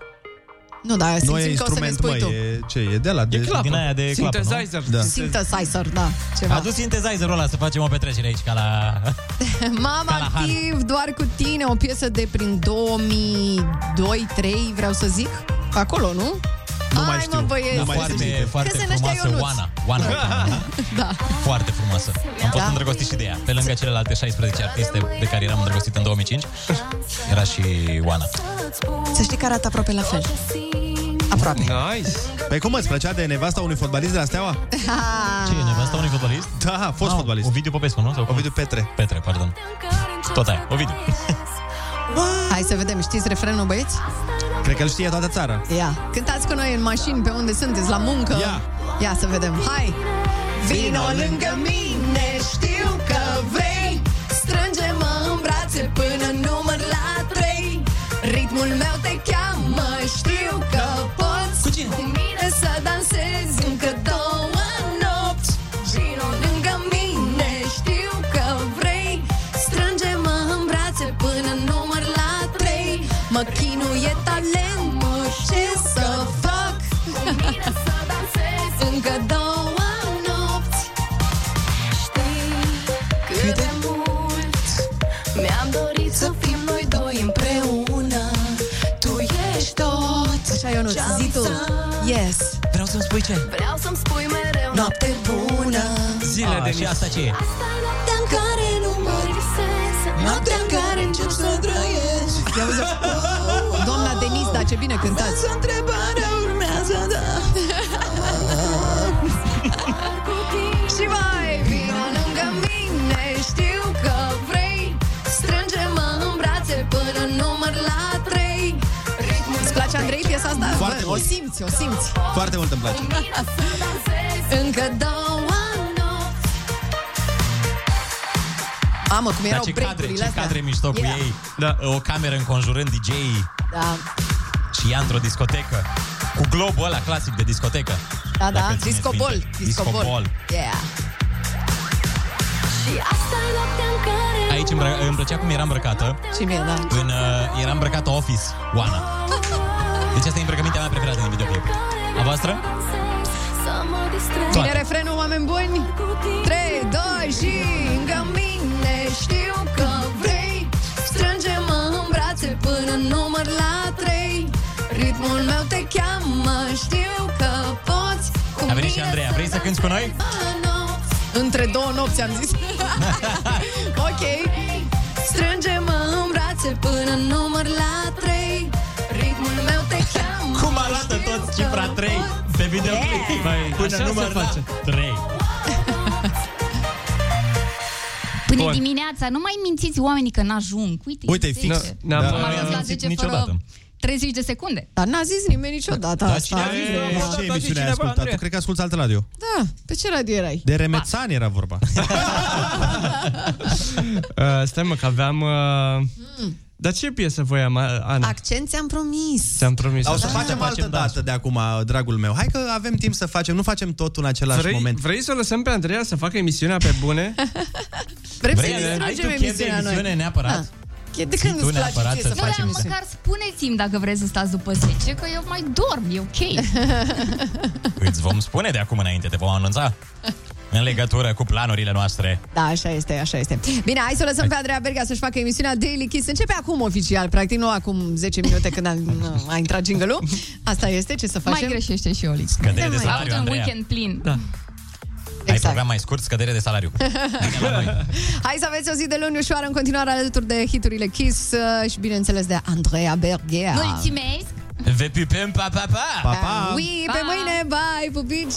[SPEAKER 6] Nu, da, simțim
[SPEAKER 4] nu e
[SPEAKER 6] că o să ne
[SPEAKER 4] instrument,
[SPEAKER 6] spui
[SPEAKER 4] măi,
[SPEAKER 6] tu.
[SPEAKER 4] e, ce e? De la... De,
[SPEAKER 7] clapă. Deci Din aia de clapă, nu?
[SPEAKER 4] Synthesizer. Da.
[SPEAKER 6] Synthesizer, da,
[SPEAKER 7] A
[SPEAKER 6] ceva.
[SPEAKER 7] adus synthesizerul ăla să facem o petrecere aici ca la...
[SPEAKER 6] Mama
[SPEAKER 7] Ca la Han.
[SPEAKER 6] activ, doar cu tine, o piesă de prin 2002-3, vreau să zic. Acolo, nu?
[SPEAKER 7] Nu
[SPEAKER 6] mai știu. mă, băieți.
[SPEAKER 7] Da,
[SPEAKER 6] Nu mai știu
[SPEAKER 7] foarte,
[SPEAKER 6] nimic.
[SPEAKER 7] foarte
[SPEAKER 6] Că se năștea
[SPEAKER 7] frumoasă
[SPEAKER 6] Ionuț.
[SPEAKER 7] Oana. Oana.
[SPEAKER 6] Da.
[SPEAKER 7] Foarte frumoasă. Am fost
[SPEAKER 6] Da.
[SPEAKER 7] îndrăgostit și de ea. Pe lângă celelalte 16 artiste de care eram îndrăgostit în 2005, era și Oana.
[SPEAKER 6] Să știi că arată aproape la fel. Aproape.
[SPEAKER 12] Nice.
[SPEAKER 4] Păi cum îți plăcea de nevasta unui fotbalist de la Steaua?
[SPEAKER 7] Ce e, nevasta unui fotbalist? Ah,
[SPEAKER 4] Da, a fost fotbalist.
[SPEAKER 7] Ovidiu Popescu, nu? Sau Ovidiu
[SPEAKER 4] Petre.
[SPEAKER 7] Petre, pardon. Tot aia, Ovidiu.
[SPEAKER 6] Hai să vedem, știți refrenul, băieți?
[SPEAKER 4] Cred că îl știe toată țara.
[SPEAKER 6] Ia, cântați cu noi în mașini, pe unde sunteți, la muncă.
[SPEAKER 4] Ia.
[SPEAKER 6] Ia să vedem, hai!
[SPEAKER 13] Vino lângă
[SPEAKER 6] mine, știu că vrei Strânge-mă în brațe până număr la trei Ritmul meu te cheamă, știu că poți Cu, cine? cu mine să dansezi încă două nopți Vino lângă mine, știu că vrei Strânge-mă în brațe până număr la trei Mă chinuie talentul, ce să fac? Cu mine să dansezi încă două nopți
[SPEAKER 13] Cât de mult Mi-am dorit să fim noi doi împreună Tu ești tot
[SPEAKER 6] Așa, Ionuț,
[SPEAKER 13] ce-am
[SPEAKER 6] zi tu.
[SPEAKER 13] visat.
[SPEAKER 6] Yes
[SPEAKER 7] Vreau să-mi spui ce?
[SPEAKER 13] Vreau să-mi spui mereu noapte bună
[SPEAKER 7] Zile de Și asta ce e?
[SPEAKER 13] Noaptea în care nu mă lipsesc Noaptea în care încep să trăiesc
[SPEAKER 6] Ia uite. Doamna Denis, da, ce bine cântați
[SPEAKER 13] Să întrebarea urmează, da
[SPEAKER 6] Și mai vino lângă mine Știu că vrei Strânge-mă în brațe până număr la trei Ritmul Îți place, Andrei, piesa asta?
[SPEAKER 4] Foarte
[SPEAKER 6] Bă, O
[SPEAKER 4] mult.
[SPEAKER 6] simți, o simți
[SPEAKER 4] Foarte mult îmi place.
[SPEAKER 6] Încă două nopți Mamă, Ah, cum
[SPEAKER 7] Dar
[SPEAKER 6] erau
[SPEAKER 7] ce cadre,
[SPEAKER 6] break-urile
[SPEAKER 7] ce
[SPEAKER 6] astea
[SPEAKER 7] cadre mișto cu
[SPEAKER 6] Era.
[SPEAKER 7] ei. Da. O cameră înconjurând dj
[SPEAKER 6] Da,
[SPEAKER 7] și ea într-o discotecă. Cu globul ăla clasic de discotecă.
[SPEAKER 6] da, da,
[SPEAKER 7] Dacă țineți
[SPEAKER 6] discobol
[SPEAKER 7] minte.
[SPEAKER 6] Discobol
[SPEAKER 7] Discobol.
[SPEAKER 6] Yeah
[SPEAKER 13] Și asta e noaptea în care
[SPEAKER 7] Aici îmi, îmi plăcea cum era îmbrăcată.
[SPEAKER 6] Și mie, da
[SPEAKER 7] În, uh, era îmbrăcată Office, Oana. Deci asta e îmbrăcămintea mea preferată din videoclip. A voastră?
[SPEAKER 13] Să mă distrez
[SPEAKER 6] Vine refrenul, oameni buni 3, 2 și încă mine Știu că vrei Strânge-mă în brațe până număr la 3 Ritmul meu te cheamă Știu că poți Cu
[SPEAKER 7] A venit și
[SPEAKER 6] mine
[SPEAKER 7] Andreea. Vrei să cânti cu noi?
[SPEAKER 6] Între două nopți am zis Ok Strânge-mă în brațe până număr la 3 Ritmul meu te cheamă
[SPEAKER 7] Cum arată toți cifra 3 pe videoclip? Păi,
[SPEAKER 12] Mai,
[SPEAKER 7] Până
[SPEAKER 12] așa
[SPEAKER 7] număr
[SPEAKER 12] se
[SPEAKER 7] la
[SPEAKER 12] face.
[SPEAKER 7] 3.
[SPEAKER 2] Până
[SPEAKER 12] Bun.
[SPEAKER 2] dimineața, nu mai mințiți oamenii că n-ajung. Uite,
[SPEAKER 4] Uite, e
[SPEAKER 2] e
[SPEAKER 4] fix.
[SPEAKER 2] 10.
[SPEAKER 4] Da.
[SPEAKER 2] Am
[SPEAKER 4] Da.
[SPEAKER 12] uh,
[SPEAKER 2] ajuns la
[SPEAKER 4] N-am mințit
[SPEAKER 2] 10 fără
[SPEAKER 4] niciodată.
[SPEAKER 2] 30 de secunde.
[SPEAKER 6] Dar n-a zis nimeni niciodată
[SPEAKER 4] Dar
[SPEAKER 6] asta.
[SPEAKER 4] Da, cine a zis? Ce emisiune ai ascultat? Tu cred că asculti alt radio.
[SPEAKER 6] Da, pe ce radio erai?
[SPEAKER 12] Da.
[SPEAKER 4] De Remețan era vorba.
[SPEAKER 6] Mm.
[SPEAKER 12] Uh, stai mă, că aveam... Uh, Dar ce piesă voiam, a- Ana?
[SPEAKER 6] Accent ți-am promis.
[SPEAKER 12] Ți-am promis.
[SPEAKER 4] O să
[SPEAKER 12] Da.
[SPEAKER 4] facem altă dată de acum, dragul meu. Hai că avem timp să facem, nu facem totul în același
[SPEAKER 12] Vrei,
[SPEAKER 4] moment.
[SPEAKER 12] vrei să o lăsăm pe Andreea să facă emisiunea pe bune?
[SPEAKER 6] Vrem să
[SPEAKER 12] Vrei, ai tu
[SPEAKER 6] distrugem
[SPEAKER 12] chef de
[SPEAKER 6] emisiunea noi.
[SPEAKER 12] emisiune neapărat?
[SPEAKER 6] Da. De
[SPEAKER 12] Ții
[SPEAKER 6] când
[SPEAKER 12] tu
[SPEAKER 6] îți place
[SPEAKER 12] neapărat
[SPEAKER 6] ție
[SPEAKER 12] să
[SPEAKER 6] să
[SPEAKER 23] Nu, dar
[SPEAKER 6] facem emisiune?
[SPEAKER 23] măcar spuneți-mi dacă vreți să stați după 10, că eu mai dorm, e ok.
[SPEAKER 7] Îți vom spune de acum înainte, te vom anunța în legătură cu planurile noastre.
[SPEAKER 6] Da, așa este, așa este. Bine, hai să o lăsăm pe Andreea Berga să-și facă emisiunea Daily Kiss. Începe acum oficial, practic nu acum 10 minute când a, a intrat jingle Asta este, ce să facem?
[SPEAKER 23] Mai greșește și Oli.
[SPEAKER 7] Scădere de
[SPEAKER 23] Am
[SPEAKER 7] salariu,
[SPEAKER 23] avut un
[SPEAKER 7] Andreea.
[SPEAKER 23] weekend plin.
[SPEAKER 7] Da. Ai
[SPEAKER 12] Exact.
[SPEAKER 7] program mai scurt, scădere de salariu.
[SPEAKER 6] Hai să aveți o zi de luni ușoară în continuare alături de hiturile Kiss uh, și bineînțeles de Andreea Berghea.
[SPEAKER 23] Mulțumesc!
[SPEAKER 7] Vă pupăm, pa, pa, pa!
[SPEAKER 6] Da, Oui, pe mâine, bye, pupici!